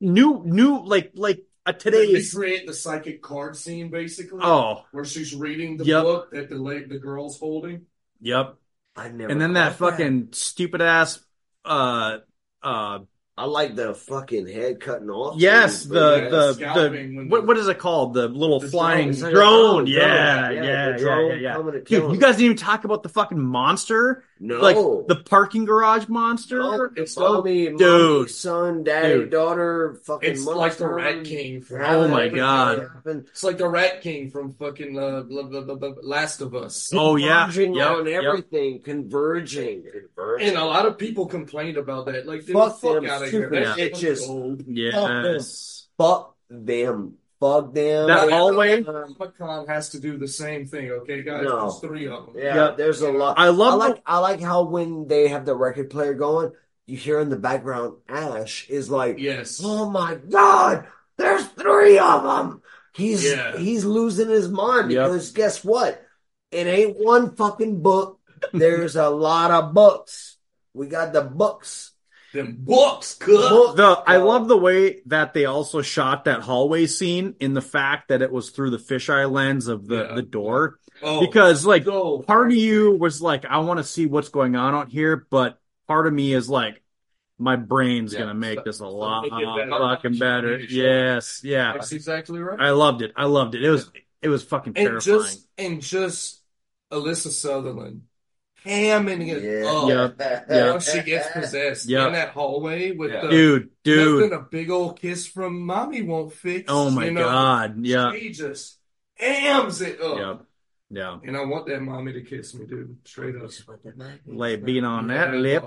New, new, like, like a Did they today's. recreate the psychic card scene basically? Oh, Where she's reading the Yep. book that the la- the girl's holding. yep. I never. And then that caught fucking stupid ass, uh, uh, I like the fucking head cutting off. yes, too, the, but yeah, the, scalping the, when what, the- what is it called? The little The flying drone. drone. Drone, Yeah, drone. yeah, Yeah, yeah, the yeah, drone yeah, coming to kill Dude, you him. guys didn't even talk about the fucking monster, no, Oh, like the parking garage monster. no, it's it's mommy, mommy, Dude. son, daddy, Dude. daughter, fucking. It's like the monster. Rat King. From, Oh my Everything God. happened. It's like the Rat King from fucking uh, blah, blah, blah, blah, Last of Us. Oh yeah, Converging yeah, on everything, converging, converging. And a lot of people complained about that. Like, dude, Fuck fuck, them out of here. stupid That's bitches. old. yes. Fuck them. Fuck them. That hallway. Um, Comic-Con has to do the same thing, okay, guys? No. There's three of them. yeah, Yeah. there's a lot. I love I the- like I like how when they have the record player going, you hear in the background Ash is like, Yes. "Oh my god, there's three of them." He's Yeah. he's losing his mind Yep. because guess what? It ain't one fucking book. There's a lot of books. We got the books. Them books, good. Book- the I Uh, love the way that they also shot that hallway scene in the fact that it was through the fisheye lens of the Yeah. the door Oh, because like so- part of you was like I want to see what's going on out here but part of me is like my brain's Yeah, gonna make so- this a make lot it better. fucking better Sure. yes yeah That's exactly right. I loved it I loved it it was it was fucking and terrifying just and just Alyssa Sutherland hamming it Yeah. Oh. up Yeah. when Yeah. she gets possessed Yeah. in that hallway with Yeah. the dude dude nothing a big old kiss from mommy won't fix. oh my you know? god yeah She just hams it up. yeah yeah And I want that mommy to kiss me, dude. Straight up. like being on that Yeah. lip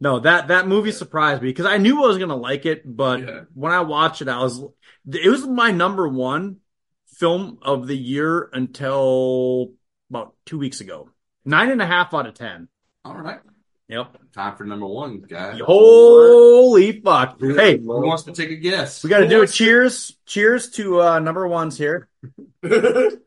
No, that that movie Yeah. surprised me because I knew I was gonna like it, but Yeah. when I watched it, I was it was my number one film of the year until about two weeks ago. Nine and a half out of ten. All right. Yep. Time for number one, guys. Holy fuck. Hey, Who wants to take a guess? we got to do a cheers. Cheers to uh, number ones here.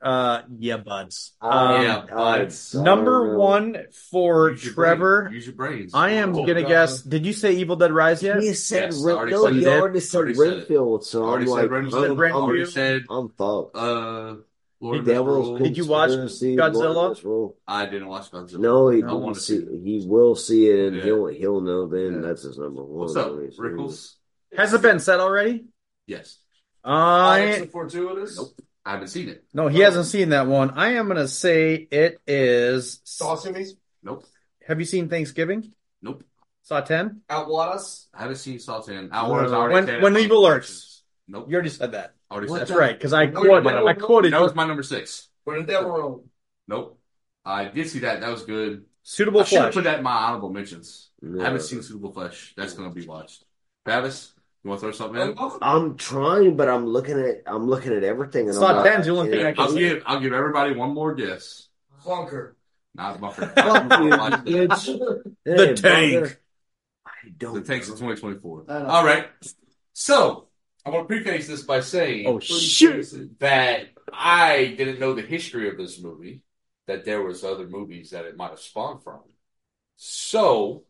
uh, yeah, buds. Oh, Um, yeah, buds. Number one for Use your Trevor. brain. Use your brains. I am Oh, gonna God. guess. Did you say Evil Dead Rise yet? He said Yes, I Ren- already no, said you that. already said Already said it. Renfield, so Already I'm said like, Renfield. I'm, Renfield. I'm, Already Oh, said I'm fucked. uh, Lord of the Devil's Rings. Did you watch Conspiracy, Godzilla? Lord of the Rings. I didn't watch Godzilla. No, he I didn't wanna see. it. He will see it, and Yeah. he'll he'll know. Then Yeah. that's his number one. What's up, He's- Rickles? Has it been said already? Yes. I Alex the Fortuitous. Nope. I haven't seen it. no, he hasn't seen that one. I am gonna say it is. Sawsimies. Nope. Have you seen Thanksgiving? Nope. Saw ten. Outwadas. I haven't seen Saltan. I was already When- said when it. evil lurks. Nope. You already said that. I already What said That's that. right, because I No, quoted. no, I quoted That you. was my number six. Where the devil roam. Nope. I did see that. That was good. Suitable I should have flesh. put that in my honorable mentions. Mm, No. I haven't seen Suitable Flesh. That's going to be watched. Travis, you want to throw something in? Unwelcome. I'm trying, but I'm looking at I'm looking at everything, and It's I'm not not- Dan's, the only thing I I'll can. give I'll give everybody one more guess. Clunker. Not Bunker. Fuck you, Watch that. bitch. The Hey, tank. brother. I don't. The tanks know. of 2024. I know. All right. So I want to preface this by saying Oh shit! that I didn't know the history of this movie. That there was other movies that it might have spawned from. So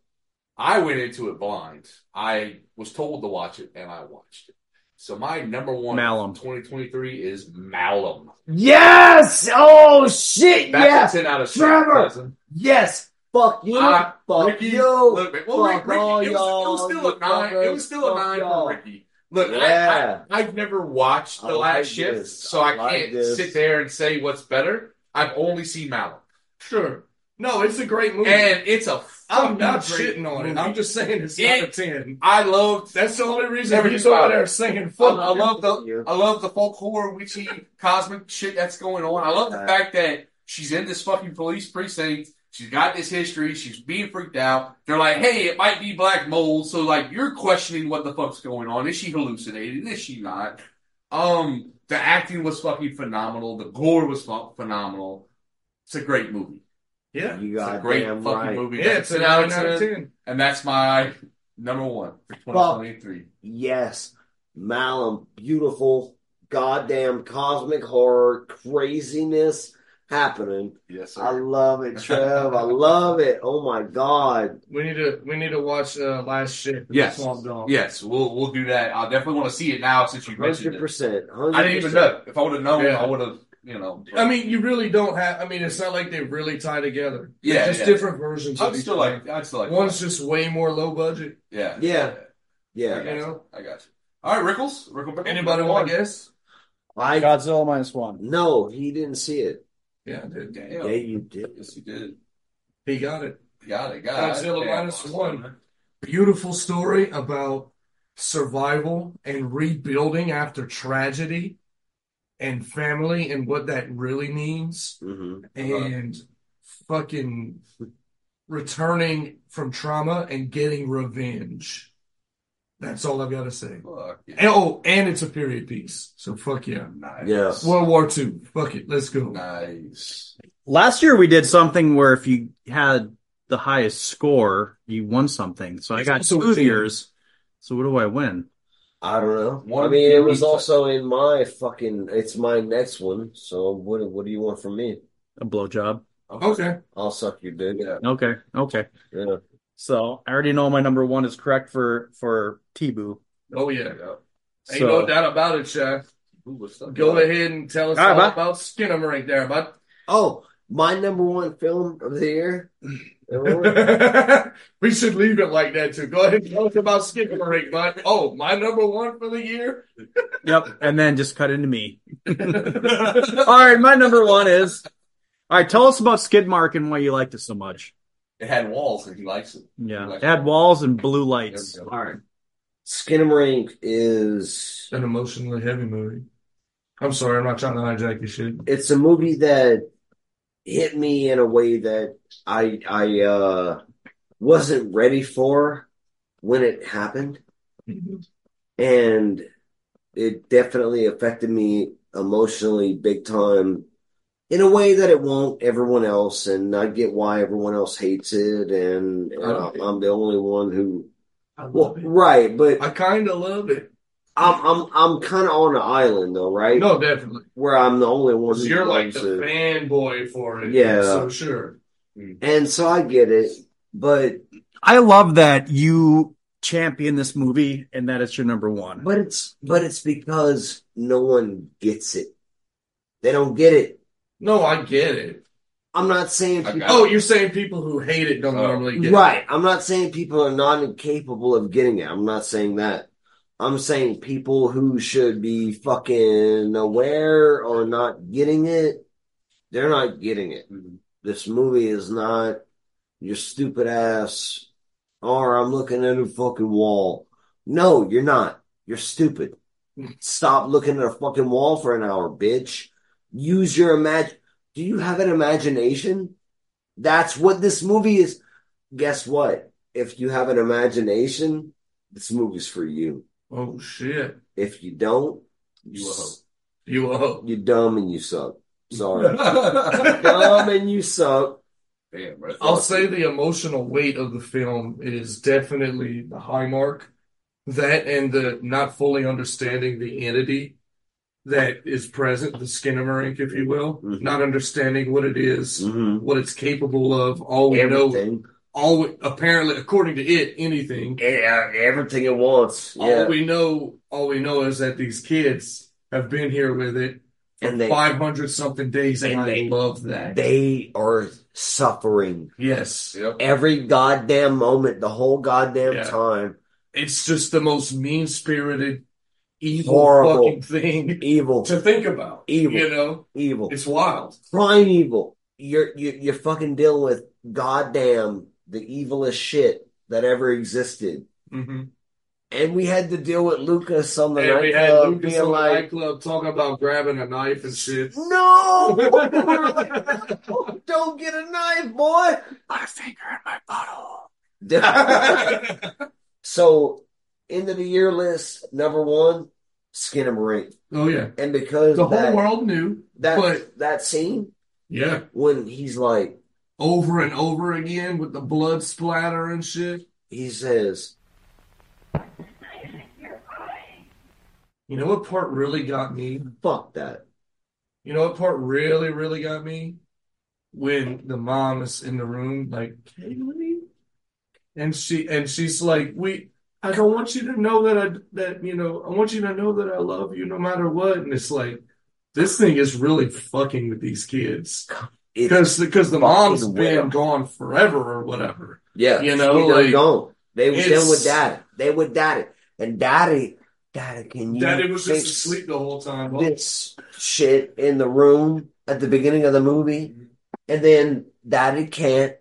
I went into it blind. I was told to watch it, and I watched it. So my number one Malum. 2023 is Malum. Yes. Oh shit. That's yes. a 10 out of 10. Trevor! cousin. Yes. Fuck you. Uh, fuck Ricky, you. look, man, well, Rick, Fuck Ricky, all it, was, y'all, it was still you a nine. It was still a fuckers. nine Fuck y'all. for Ricky. Look, Yeah. I, I, I've never watched I the like last shift, this. so I I, like can't this. sit there and say what's better. I've only seen Malum, Sure. No, it's a great movie. and it's a I'm fucking not great shitting on it. movie. I'm just saying it's Yeah. not a ten. I love. That's the only reason Everything he's over about there singing I, fuck. I love the you. I love the folklore witchy cosmic shit that's going on. I love the fact that she's in this fucking police precinct. She's got this history. She's being freaked out. They're like, "Hey, it might be black mold." So like, you're questioning what the fuck's going on. Is she hallucinating? Is she not? Um, the acting was fucking phenomenal. The gore was fu- phenomenal. It's a great movie. Yeah. You It's a got great damn fucking right. movie. Yeah, it's a Ten out nine of out of 10. ten. and that's my number one for 2023. Yes. Malum, beautiful, goddamn cosmic horror craziness happening. Yes, I love it, Trev. I love it. Oh my god. We need to we need to watch uh, Last Shift. Yes. Swamp Dog. Yes, we'll we'll do that. I definitely want to see it now since you mentioned Hundred it. percent. I didn't even know. If I would have known, Yeah. I would have. You know. I mean, you really don't have. I mean, it's not like they really tie together. They're Yeah, just yeah. different versions. I'm of each still one. like, I'm still like, one's just way more low budget. yeah, Yeah. I Yeah. got You you. know? I got you. All right, Rickles. Rickle, Rickle, Anybody want to guess? I Godzilla minus one. no, he didn't see it. Yeah, I did. Damn. Yeah, you did. Yes, you did. He got it. Got it. Got it. Godzilla Damn, minus lost one. Beautiful story about survival and rebuilding after tragedy and family and what that really means hmm and fucking returning from trauma and getting revenge. That's all I've got to say. Fuck. Yeah. And- oh, and it's a period piece. So fuck yeah. Nice. Yeah. World War II. Fuck it. Let's go. Nice. Last year we did something where if you had the highest score, you won something. So I got also two a team. years. So what do I win? I don't know. One I mean, it was pizza. also in my fucking. It's my next one. So what? What do you want from me? A blowjob. Okay. I'll suck your dick. Yeah. Okay. Okay. Yeah. So I already know my number one is correct for for Tibu. Oh yeah. Ain't So- no doubt about it, Chef. Ooh, what's up? Go ahead and tell us All all, right, bye. about Skinner right there, bud. Oh, my number one film of the year. we should leave it like that too. Go ahead and tell us about Skinner right, bud. Oh, my number one for the year. Yep. And then just cut into me. All right, my number one is all right, tell us about Skidmark and why you liked it so much. It had walls, and he likes it. Yeah. It had walls and blue lights. There we go. All right. Skinamarink is An emotionally heavy movie. I'm sorry, I'm not trying to hijack your shit. it's a movie that hit me in a way that I I uh wasn't ready for when it happened and it definitely affected me emotionally big time in a way that it won't everyone else, and I get why everyone else hates it, and, and I love I'm, I'm the only one who. I love Well, it. right, but I kind of love it. I'm I'm I'm kind of on an island though, right? No, definitely. Where I'm the only one. 'Cause who You're like loves the it. fanboy for it. Yeah. So sure. and so I get it, but I love that you champion this movie and that it's your number one. but it's but it's because no one gets it. They don't get it. No, I get it. I'm not saying I people, got Oh, you're saying people who hate it don't Oh. normally get right. I'm not saying people are not incapable of getting it. I'm not saying that. I'm saying people who should be fucking aware are not getting it. They're not getting it. Mm-hmm. This movie is not your stupid ass. Or I'm looking at a fucking wall. No, you're not. You're stupid. Stop looking at a fucking wall for an hour, bitch. Use your imag. Do you have an imagination? That's what this movie is. Guess what? If you have an imagination, this movie's for you. it. Oh, shit. If you don't, You a hoe. s- You a hoe. you're dumb and you suck. Sorry. dumb and you suck. Damn, bro. I'll say the emotional weight of the film is definitely the high mark. That and the not fully understanding the entity that is present, the Skinnamarink, if you will, Mhm. not understanding what it is, Mm-hmm. what it's capable of. All we know, Everything. all we- apparently, according to it, anything. Yeah, e-, everything it wants. All Yeah. we know, all we know is that these kids have been here with it for And they- 500 something days, and, and I they- love that. They are suffering yes. Yep. every goddamn moment, the whole goddamn Yeah. time. It's just the most mean spirited, evil Horrible. fucking thing Evil, to think about. Evil. You know, evil, it's wild. prime evil. You're you're, you're fucking dealing with goddamn the evilest shit that ever existed. Mm-hmm. And we had to deal with Lucas on the And we had nightclub Lucas being on the like, nightclub talking about grabbing a knife and shit. "No, don't get a knife, boy." My finger in my bottle. so, end of the year list number one, Skinner Marine, Oh yeah, and because the whole that world knew, that but- that scene yeah, when he's like. over and over again with the blood splatter and shit. he says, You know what part really got me? "Fuck that." You know what part really, really got me? When the mom is in the room, like Kaylee, and she and she's like, "We, I don't want you to know that I that you know I want you to know that I love you no matter what." And it's like, this thing is really fucking with these kids It, because because the mom's fucking been weird. gone forever or whatever. yeah, you know, they're like, gone. They were it's- done with daddy. They were daddy, and daddy, daddy, can you? Daddy was just fix asleep the whole time. This shit in the room at the beginning of the movie, and then daddy can't,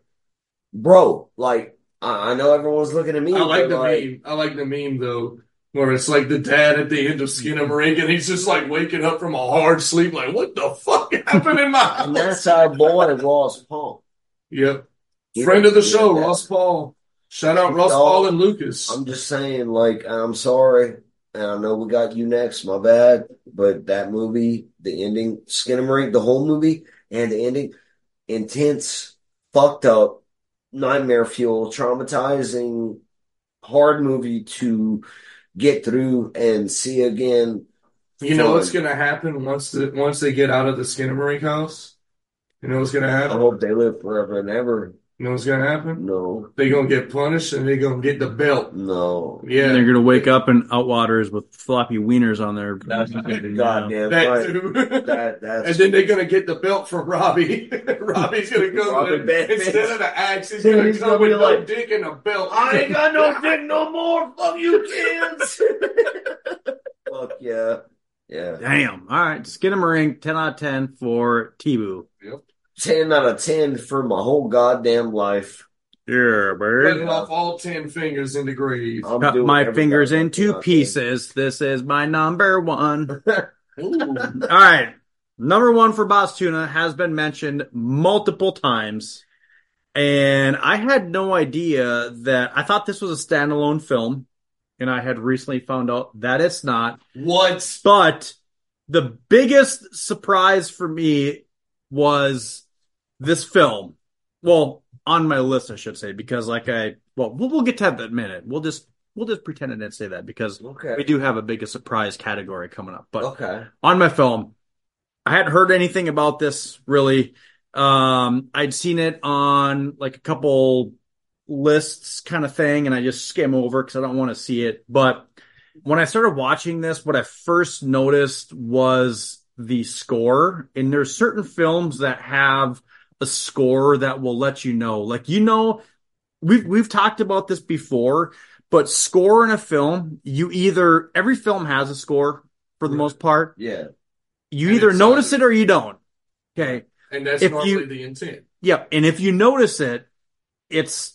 bro. Like I, I know everyone's looking at me. I like but, the meme. I like the meme though, where it's like the dad at the end of Skinnamarink, and he's just like waking up from a hard sleep, like, "What the fuck happened in my house?" And that's our boy Ross Paul, Yep, He friend of the did show, that. Ross Paul. Shout out Ross No. Paul and Lucas. I'm just saying, like, I'm sorry. And I know we got you next, my bad. But that movie, the ending, Skinnamarink, the whole movie, and the ending, intense, fucked up, nightmare fuel, traumatizing, hard movie to get through and see again. You know what's Fun. gonna happen once the once they get out of the Skinnamarink house? You know what's gonna I happen? hope they live forever and ever. You know what's gonna happen? No, They're gonna get punished and they're gonna get the belt. no. And Yeah, they're gonna wake up in outwaters with floppy wieners on their. Goddamn that right. too. That, that's And then they're gonna get the belt from Robbie. Robbie's gonna go Robin there. Bennett. instead of the axe. He's Dude, gonna he's come gonna with be no like, dick and a belt. I ain't got no dick no more. Fuck you, kids. Fuck yeah, yeah. Damn. All right. Skinnamarink, 10 out of 10 for Tibu. Ten out of ten for my whole goddamn life. Yeah, Cutting off all ten fingers in the grave. I'm Cut doing my every fingers goddamn in two thing I can. pieces. This is my number one. Ooh. All right. Number one for Boss Tuna has been mentioned multiple times. And I had no idea that I thought this was a standalone film. And I had recently found out that it's not. What? But the biggest surprise for me was this film. Well, on my list, I should say, because like I, well, we'll, we'll get to that in a minute. We'll just, we'll just pretend I didn't say that because Okay. we do have a biggest surprise category coming up. But Okay. on my film. I hadn't heard anything about this really. Um, I'd seen it on like a couple lists kind of thing, and I just skim over because I don't want to see it. But when I started watching this, what I first noticed was the score. And there's certain films that have a score that will let you know. Like you know, we've we've talked about this before, but score in a film, you either every film has a score for the most part Yeah. you And either it's notice not- it or you don't. Okay. And that's If normally you- the intent. Yep. And if you notice it, it's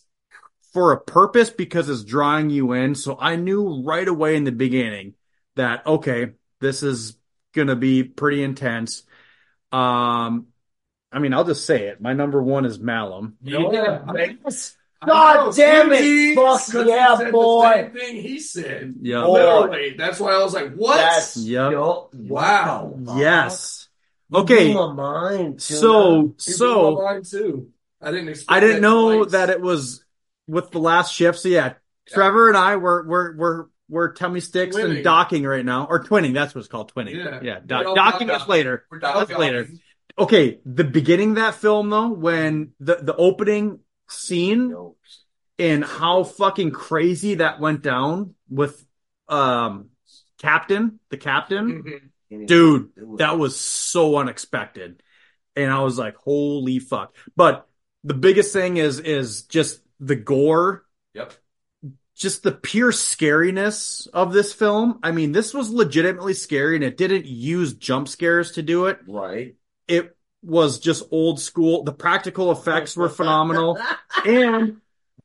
for a purpose because it's drawing you in. So I knew right away in the beginning that, okay, this is going to be pretty intense. Um, I mean, I'll just say it. My number one is Malum. God damn Fuji, it! Fuck 'cause he said yeah, the boy. same thing he said. Yeah. Boy. Literally. That's why I was like, what? That's Yep. yo- Wow. Yes. Fuck. Okay. Blew my mind, tuna. So, He blew so. my mind too. I didn't expect I didn't that know twice. that it was with the last shift. So yeah, Trevor and I were were were were tummy sticks Twinning. and docking right now, or twinning. That's what it's called, twinning. Yeah. do- We all docking docked us later. We're Us diving later. Okay, the beginning of that film though, when the the opening scene and how fucking crazy that went down with um captain, the captain, Mhm. dude It was- that was so unexpected and i was like holy fuck but the biggest thing is is just the gore Yep. just the pure scariness of this film i mean this was legitimately scary and it didn't use jump scares to do it right. it was just old school the practical effects were phenomenal and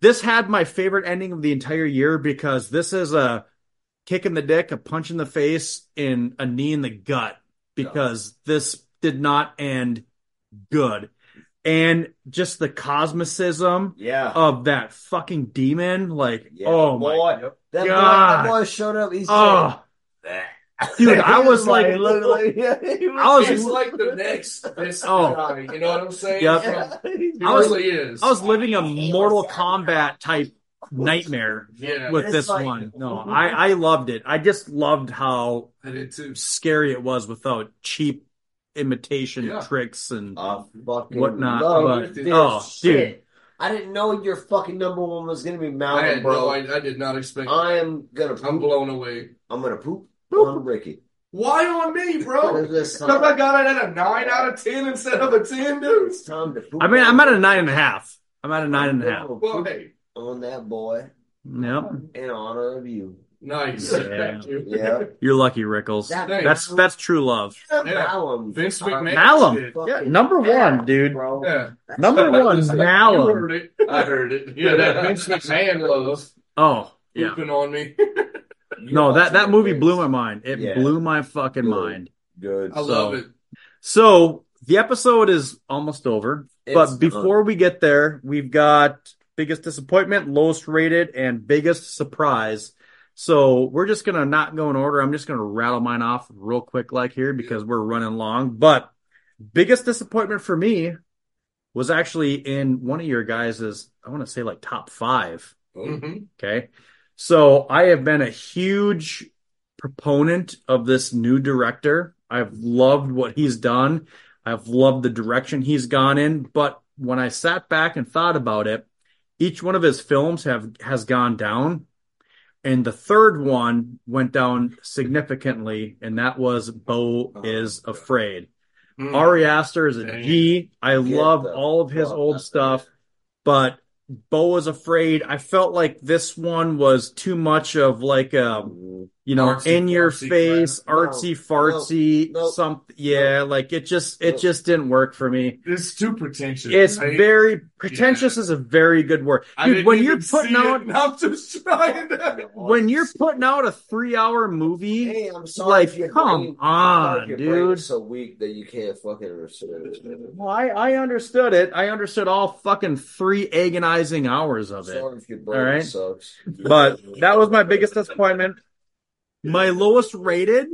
this had my favorite ending of the entire year because this is a kick in the dick, a punch in the face, and a knee in the gut because this did not end good. And just the cosmicism Yeah. of that fucking demon, like, Yeah, oh my, boy. That, boy, God. that boy showed up. He said, oh, dude, I was like, I He's was, like the next this Oh. guy. You know what I'm saying? Yep. From- He I was- really is. I was living a Mortal Kombat type nightmare yeah, with It's this like- Mm-hmm. one. No, I, I loved it. I just loved how I did too. scary it was without cheap imitation Yeah. tricks and I fucking whatnot. love but- this oh, shit. dude, I didn't know your fucking number one was gonna be I Malcolm, had no, bro. I, I did not expect. I am gonna I'm poop. blown away. I'm gonna poop Boop. on Ricky. Why on me, bro? Because it's Because I time, got it at a nine out of ten instead of a ten, dude. it's time to poop. I mean, on I'm at a Ricky. nine and a half. I'm at a nine and a half. I'm gonna Well, poop hey, on that boy Yep. in honor of you. nice. Yeah. Thank you. Yeah. You're lucky, Rickles. That That's Malcolm- that's true love. that Yeah. Malcolm. Vince McMahon. Uh, Malum. did. Yeah, fucking number ass, one, dude. Bro. Yeah, Number one, you Malum. heard it. I heard it. Yeah, that Vince McMahon love Oh, yeah. pooping on me. No, that that movie blew my mind. It Yeah. blew my fucking Good. mind. Good. I love it. So the episode is almost over, It's uh, but before we get there, we've got biggest disappointment, lowest rated, and biggest surprise. So we're just gonna not go in order. I'm just gonna rattle mine off real quick, like here, because we're running long. But biggest disappointment for me was actually in one of your guys's. I want to say like top five. Mhm. Okay. So I have been a huge proponent of this new director. I've loved what he's done. I've loved the direction he's gone in, but when I sat back and thought about it, each one of his films have has gone down. And the third one went down significantly, and that was Bo Oh, is Afraid. Mm. Ari Aster is a Dang. G. I Hmm. Get love the all of his fuck out old of stuff, but Bo was afraid. I felt like this one was too much of like a you know Artsy in your fartsy face crap. No, artsy fartsy no, something. Yeah, like it just it No. just didn't work for me. It's too pretentious. It's right? very pretentious is a very good word, I dude. didn't When you're even putting see it, out and I'm just trying to. when you're putting out a three hour movie, Hey, I'm sorry. like, if your come brain- on, if your brain dude. is So weak that you can't fucking understand. it. well, I, I understood it. I understood all fucking three agonizing hours of it. Sorry if your brain All right. sucks. But that was my biggest disappointment. My lowest rated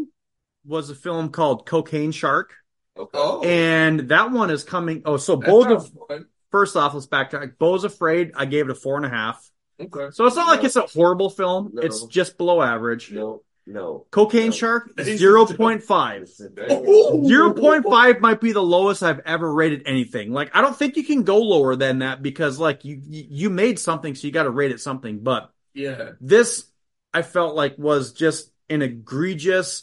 was a film called Cocaine Shark. Okay. Oh, and that one is coming. Oh, so that Bo's sounds Af- fun. first off, let's backtrack. Bo's Afraid, I gave it a four and a half. Okay. So it's not like it's a horrible film. No. It's just below average. No, no. Cocaine No. Shark He's- zero point five. Oh. 0.5 might be the lowest I've ever rated anything. Like I don't think you can go lower than that because like you you you made something so you got to rate it something. But Yeah. this I felt like was just an egregious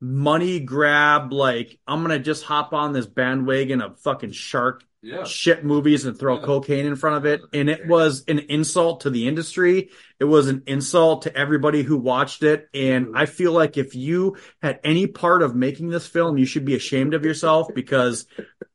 money grab like I'm going to just hop on this bandwagon of fucking shark Yeah. shit movies and throw Yeah. cocaine in front of it and it was an insult to the industry. It was an insult to everybody who watched it Mm-hmm. and I feel like if you had any part of making this film you should be ashamed of yourself because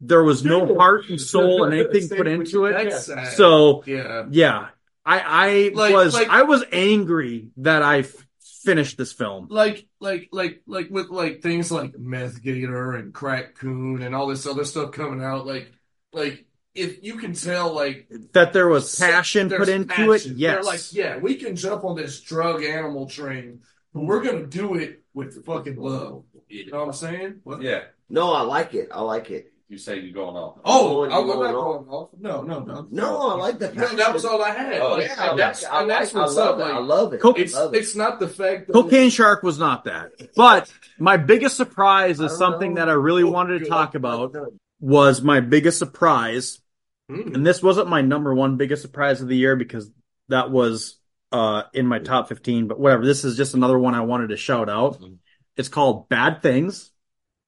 there was no heart and soul and anything put into it. That's sad. So yeah. yeah. I I Like- was like- I was angry that I f- finished this film. Like, like, like, like with like things like Meth Gator and Crack Coon and all this other stuff coming out. Like, like if you can tell, like That there was passion there's put into action. it. They're Yes. like, yeah, we can jump on this drug animal train, but we're gonna do it with fucking love. You know what I'm saying? What? Yeah. No, I like it. I like it. You say you're going off. Oh, Going I'm not on. going off. No, no, no. No, I like that. No, that was all I had. Oh, Like, yeah, I, that's, like- I, and that's like- I what's love up. it. I Like, love it. Coke- it's love it. it's not the fact that Cocaine Shark was not that. But my biggest surprise I is don't something know. that I really Oh, wanted to good. talk about was my biggest surprise. Mm, And this wasn't my number one biggest surprise of the year because that was uh in my top 15, but whatever. This is just another one I wanted to shout out. It's called Bad Things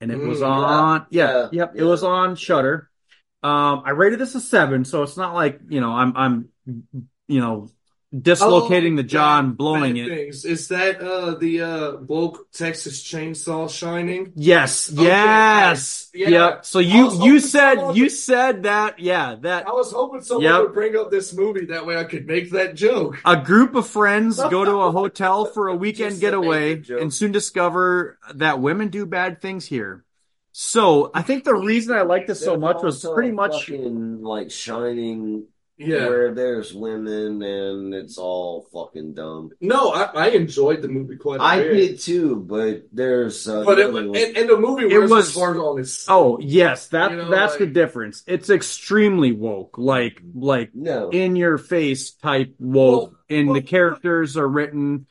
and it was Mm, on yeah, yeah, yep, yeah. it was on Shutter. Um I rated this a 7, so it's not like, you know, I'm I'm you know dislocating the yeah, jaw and blowing bad it. Things. Is that uh the uh woke Texas chainsaw shining? Yes, Okay, yes. nice. Yeah. Yep. So you Also, you some said of you it- said that yeah, that I was hoping someone Yep. would bring up this movie that way I could make that joke. a group of friends go to a hotel for a weekend Just a getaway naked joke. and soon discover that women do bad things here. So, I think the reason I liked this so There's much was also pretty a much fucking, like shining Yeah. where there's women and it's all fucking dumb. No, I, I enjoyed the movie quite a I bit. did too, but there's uh, But it, another and, one. and the movie It was, was- hard on his. Oh, yes, that You know, that's the like- difference. It's extremely woke, like like no. in your face type woke Well, and well- the characters are written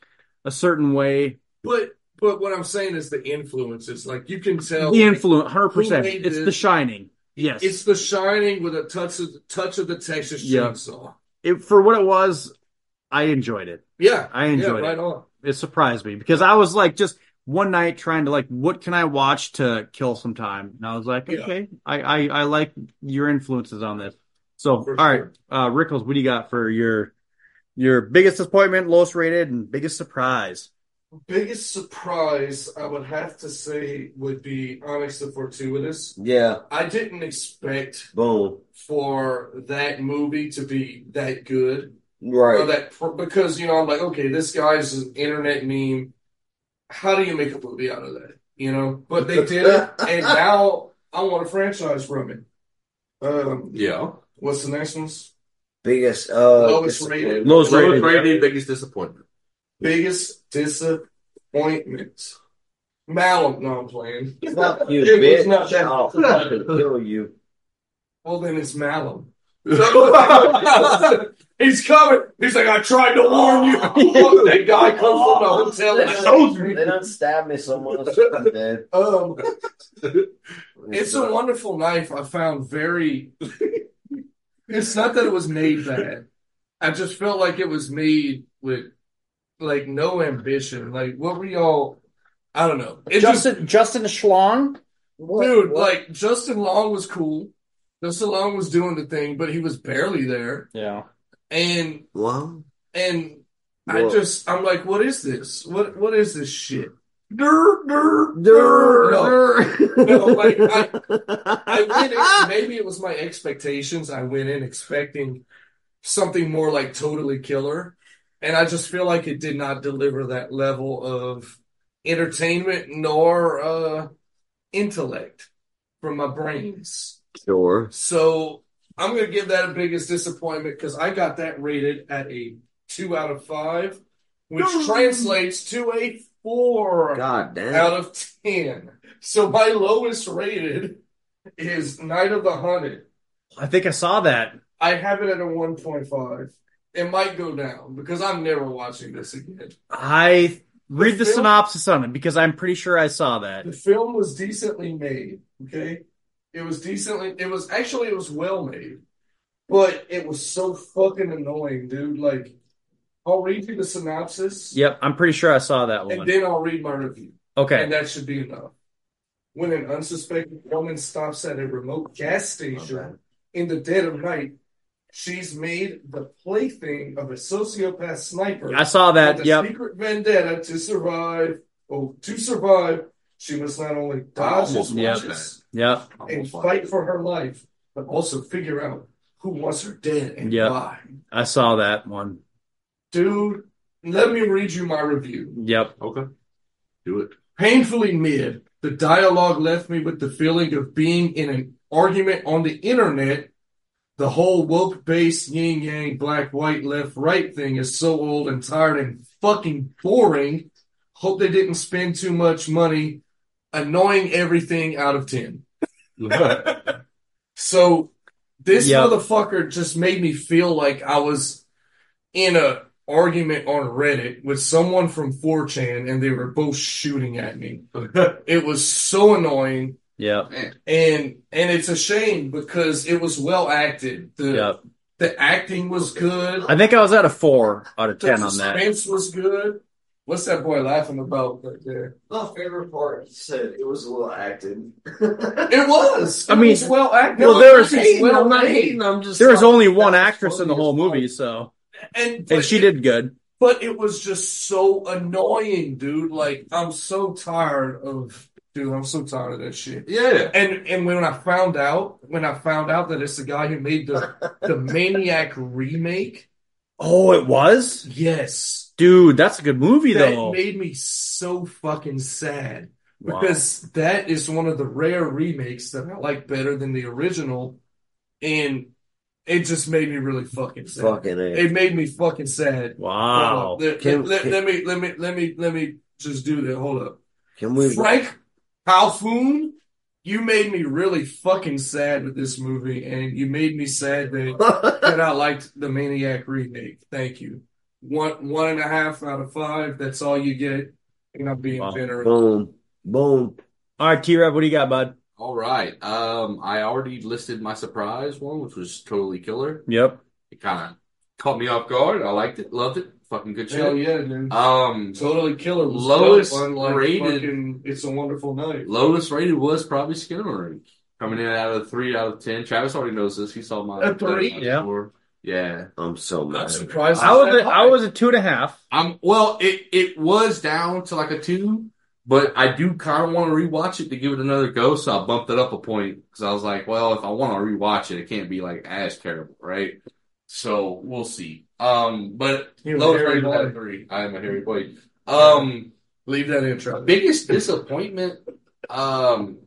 a certain way. But but what I'm saying is the influences. Like you can tell The influence, hundred percent. Who made It's this? The Shining. Yes, It's The Shining with a touch of touch of the Texas Yeah. chainsaw. it, for what it was, I enjoyed it. Yeah, I enjoyed yeah, right it. on. It surprised me because I was like just one night trying to like, what can I watch to kill some time? And I was like, Yeah. okay, I, I I like your influences on this. So, For all right, sure. uh, Rickles, what do you got for your your biggest disappointment, lowest rated, and biggest surprise? Biggest surprise I would have to say would be Onyx the Fortuitous. Yeah, I didn't expect boom. for that movie to be that good. Or Right. that pr- because you know I'm like, okay, this guy's an internet meme. How do you make a movie out of that? You know, but they did it, and now I want a franchise from it. Um, Yeah. what's the next one's Biggest uh Lowest dis- rated. Lowest Lowest rated. rated, biggest disappointment. biggest disappointment? Malum, no, I'm playing. Fuck you, It bitch. was not that- I'll fucking kill you. Well, then it's Malum. He's coming. He's like, I tried to warn you. Oh, Look, that guy comes from the hotel and shows me. They done stabbed me someone else fucking dead. Um, It's a Wonderful Knife I found very. it's not that it was made bad. I just felt like it was made with like no ambition. Like what were y'all? I don't know. It just, Justin Justin Schlong. dude, like Justin Long was cool. Justin Long was doing the thing, but he was barely there. Yeah. And Wow. and I Whoa. just I'm like, what is this? What what is this shit? Durr, durr, Durr, No. durr. No, like, I went in, maybe it was my expectations. I went in expecting something more like totally killer, and I just feel like it did not deliver that level of entertainment nor uh, intellect from my brains. Sure. So I'm gonna give that a biggest disappointment because I got that rated at a two out of five, which translates to a four God damn. out of ten. So my lowest rated is Night of the Hunted. I think I saw that. I have it at a 1.5. It might go down because I'm never watching this again. I read the film? synopsis on it because I'm pretty sure I saw that. The film was decently made, okay? It was decently it was actually it was well made. But it was so fucking annoying, dude. Like I'll read you the synopsis Yep, I'm pretty sure I saw that and one. then I'll read my review. Okay. And that should be enough. When an unsuspecting woman stops at a remote gas station in the dead of night, she's made the plaything of a sociopath sniper. I saw that. With a Yep. secret vendetta to survive. Oh, to survive, she must not only dodge his Almost watched punches Yep. Oh and fight for her life, but also figure out who wants her dead and Yeah. why. I saw that one. Dude, let me read you my review. Yep. Okay. Do it. Painfully mid, the dialogue left me with the feeling of being in an argument on the internet. The whole woke base yin yang black white left right thing is so old and tired and fucking boring. Hope they didn't spend too much money annoying everything out of 10. So this Yeah. motherfucker just made me feel like I was in a argument on Reddit with someone from 4chan and they were both shooting at me. it was so annoying Yep. and and it's a shame because it was well acted. The Yep. the acting was good. I think I was at a four out of The ten on that. suspense was good. What's that boy laughing about right there? My favorite part he said it was a little acted. It was. I It mean, was well acted. well, there was- It was well I'm not made. hating. I'm just There was only one That's actress in the funny whole as fuck. movie, so and, and she did good. But it was just so annoying, dude. Like I'm so tired of dude, I'm so tired of that shit. yeah. And and when I found out when I found out that it's the guy who made the the Maniac remake, Oh, it was, yes. dude. That's a good movie That though. made me so fucking sad. Wow. Because that is one of the rare remakes that I like better than the original. And it just made me really fucking sad. Fucking A. It made me fucking sad. Wow. Hold up. Let, Can- let- can- let me let me let me let me just do that. Hold up. Can we? Frank Calhoun, you made me really fucking sad with this movie, and you made me sad that, that I liked the Maniac remake. Thank you. One one and a half out of five. That's all you get. And I'm being Wow. generous. Boom. Boom. All right, T Rev, what do you got, bud? All right. Um, I already listed my surprise one, which was totally killer. Yep. It kind of caught me off guard. I liked it, loved it. Fucking good Hell shit. yeah, dude. Um, Totally killer. was Lowest dope, unlike rated- fucking It's a Wonderful Night. lowest rated was probably Skinnamarink. Coming in out of three out of ten. Travis already knows this. He saw my A three? Yeah. score. Yeah. I'm so Not mad. surprised. I it's that was a, high. I was a two and a half. I'm well. It it was down to like a two, but I do kind of want to rewatch it to give it another go. So I bumped it up a point because I was like, well, if I want to rewatch it, it can't be like as terrible, right? So we'll see. Um, but You're a lowest hairy rated out of boy. three. I am a hairy boy. Um, Leave that intro. biggest disappointment. Um,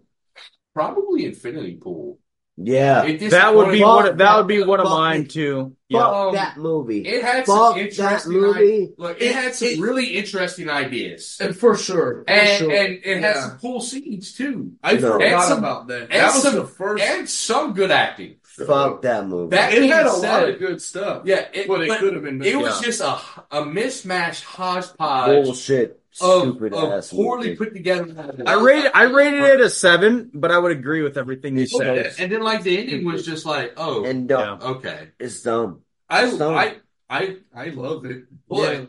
probably Infinity Pool. Yeah. It That would be disappointed- one. of- That would be one of Fuck. mine too. Yeah. Fuck Um, that movie. It had Fuck some that interesting. i- movie. Look, it had some It- really interesting ideas. And for sure. For and sure. and it has Yeah. some cool scenes too, I No. forgot And some- about that. and That was some- the first. and some good acting. Fuck that movie. That it being had a lot said, of good stuff. yeah, it, but it but could have been. it better. was just a a mismatched hodgepodge Bullshit. uh, of, Stupid of ass poorly movie. put together. I rated I rated it a seven, but I would agree with everything you said. and then like the ending was just like, oh, And dumb. Yeah. okay, It's dumb. I, It's dumb. I, I, I loved it. but Yeah.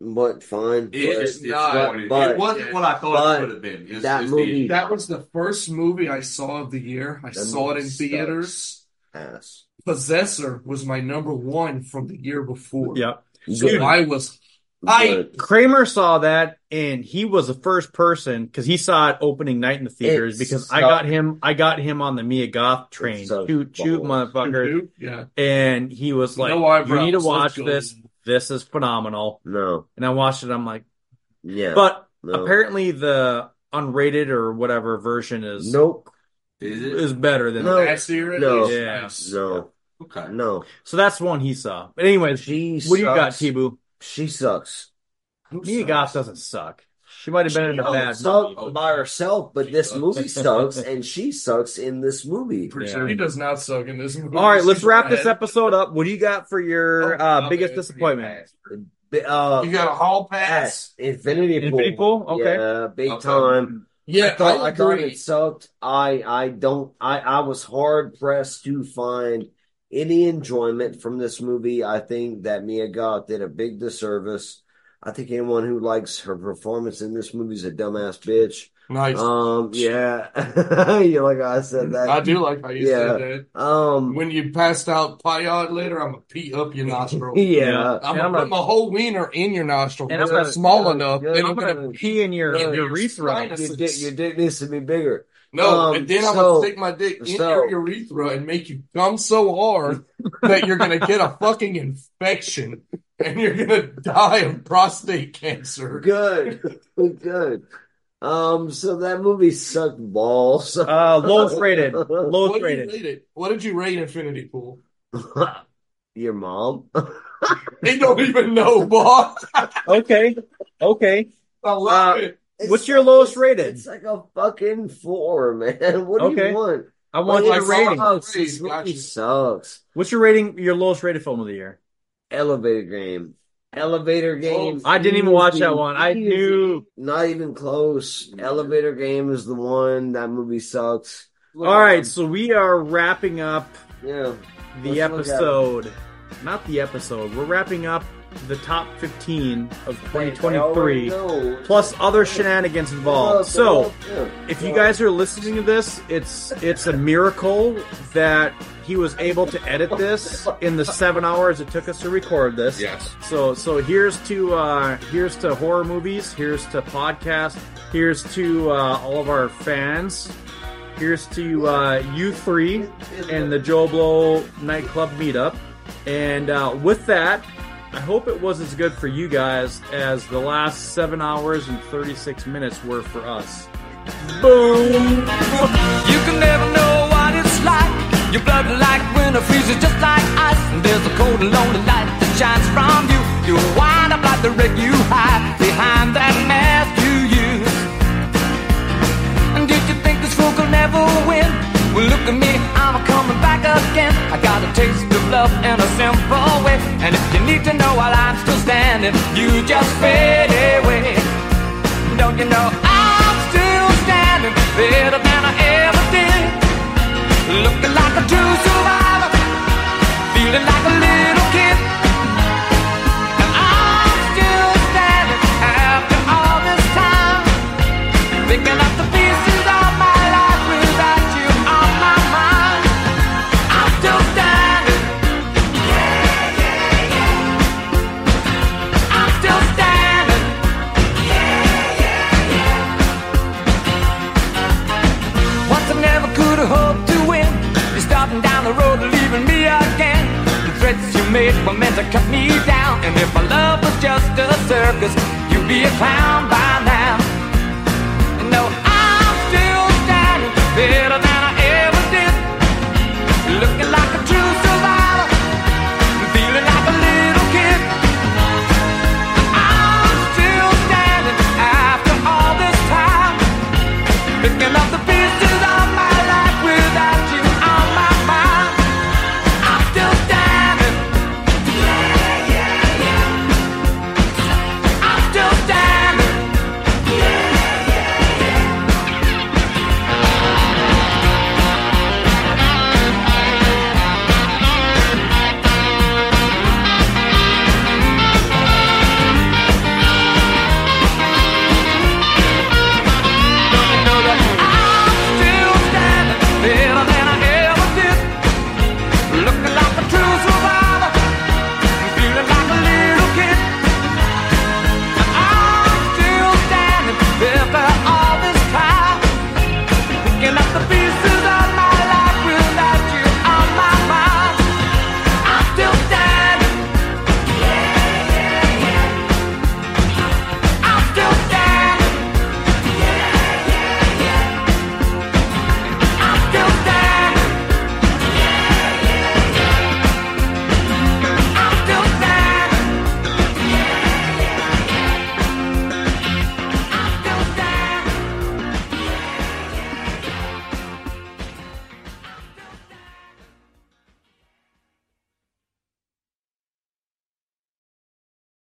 But fine. it But- is it's not. what- but it wasn't what I thought but it would have been. Is, that is movie- That was the first movie I saw of the year. I That saw it in movie sucks. theaters. ass. Possessor was my number one from the year before. Yeah. So Good. I was I- But Kramer saw that and he was the first person because he saw it opening night in the theaters It because I sucked. got him I got him on the Mia Goth train. It sucked Shoot, shoot, balls. motherfucker. yeah. And he was like, No eyebrows. You need to Let's watch go." this. This is phenomenal. no. And I watched it, I'm like, Yeah. but no. apparently the unrated or whatever version is Nope. Is it is better than No. Last year, at No. least. Yeah. Nice. No. okay? No. so that's one he saw. But anyways, She what do you got, sucks. T Boo? She sucks. Who Mia sucks? Goth doesn't suck. She might have been in a bad sucked movie. by herself, but She this sucks. movie sucks, and she sucks in this movie. Pretty Yeah. sure he does not suck in this movie. All right, let's He's wrap this bad. episode up. What do you got for your Oh, uh, my biggest bad. disappointment? But, Uh, You got a hall pass. yes, Infinity Pool. Infinity Pool? Okay. Yeah, big Okay. time. Yeah, I thought, I, thought agree. it sucked. I I don't. I I was hard pressed to find any enjoyment from this movie. I think that Mia Goth did a big disservice. I think anyone who likes her performance in this movie is a dumbass bitch. Nice. Um, yeah, yeah, like I said that. Mm, I do like how you Yeah. said that. Um, When you passed out pyod later, I'm gonna pee up your nostril. yeah. I'm And gonna I'm gonna- put my whole wiener in your nostril And because I'm they're gonna- small enough. yeah, and I'm gonna pee in your Yeah, urethra. it's Your dick, your dick needs to be bigger. no, um, and then I'm so- gonna stick my dick in so- your urethra and make you come so hard that you're gonna get a fucking infection and you're gonna die of prostate cancer. Good, good. Um, so that movie sucked balls. Uh, lowest rated. Lowest What did you rated. rate it? What did you rate Infinity Pool? Your mom? They don't even know, boss. Okay. Okay. I love Uh, it. What's your lowest rated? It's like a fucking four, man. What do Okay. you want? I want Like, your it rating. sucks. Rating, This movie gotcha. sucks. What's your rating? Your lowest rated film of the year? Elevator game. Elevator game. Oh, I didn't even watch Easy. that one. I knew. Not even close. Elevator game is the one. That movie sucks. All right, so we are wrapping up Yeah. the Let's look at it. episode. Not the episode. We're wrapping up the top 15 of They already 2023, know. plus other shenanigans involved. So. Yeah. If you guys are listening to this, it's it's a miracle that he was able to edit this in the seven hours it took us to record this. Yes. So so here's to uh, here's to horror movies. Here's to podcasts. Here's to uh, all of our fans. Here's to uh, you three and the Joe Blow nightclub meetup. And uh, with that, I hope it was as good for you guys as the last seven hours and 36 minutes were for us. Boom! You can never know what it's like. Your blood like winter freezes just like ice. And there's a cold and lonely light that shines from you. You wind up like the wreck you hide behind that mask you use. And did you think this fool could never win? Well, look at me, I'm coming back again. I got a taste of love in a simple way. And if you need to know while I'm still standing, you just fade away. Don't you know I'm still standing better than I ever did? Looking like a true survivor, feeling like a little kid. And I'm still standing after all this time, picking up the pieces of my life without you on my mind. I'm still standing. Yeah, yeah, yeah. I'm still standing. Once I never could have hoped to win. You're starting down the road, leaving me again. The threats you made were meant to cut me down. And if my love was just a circus, you'd be a clown by now. No, I'm still standing better than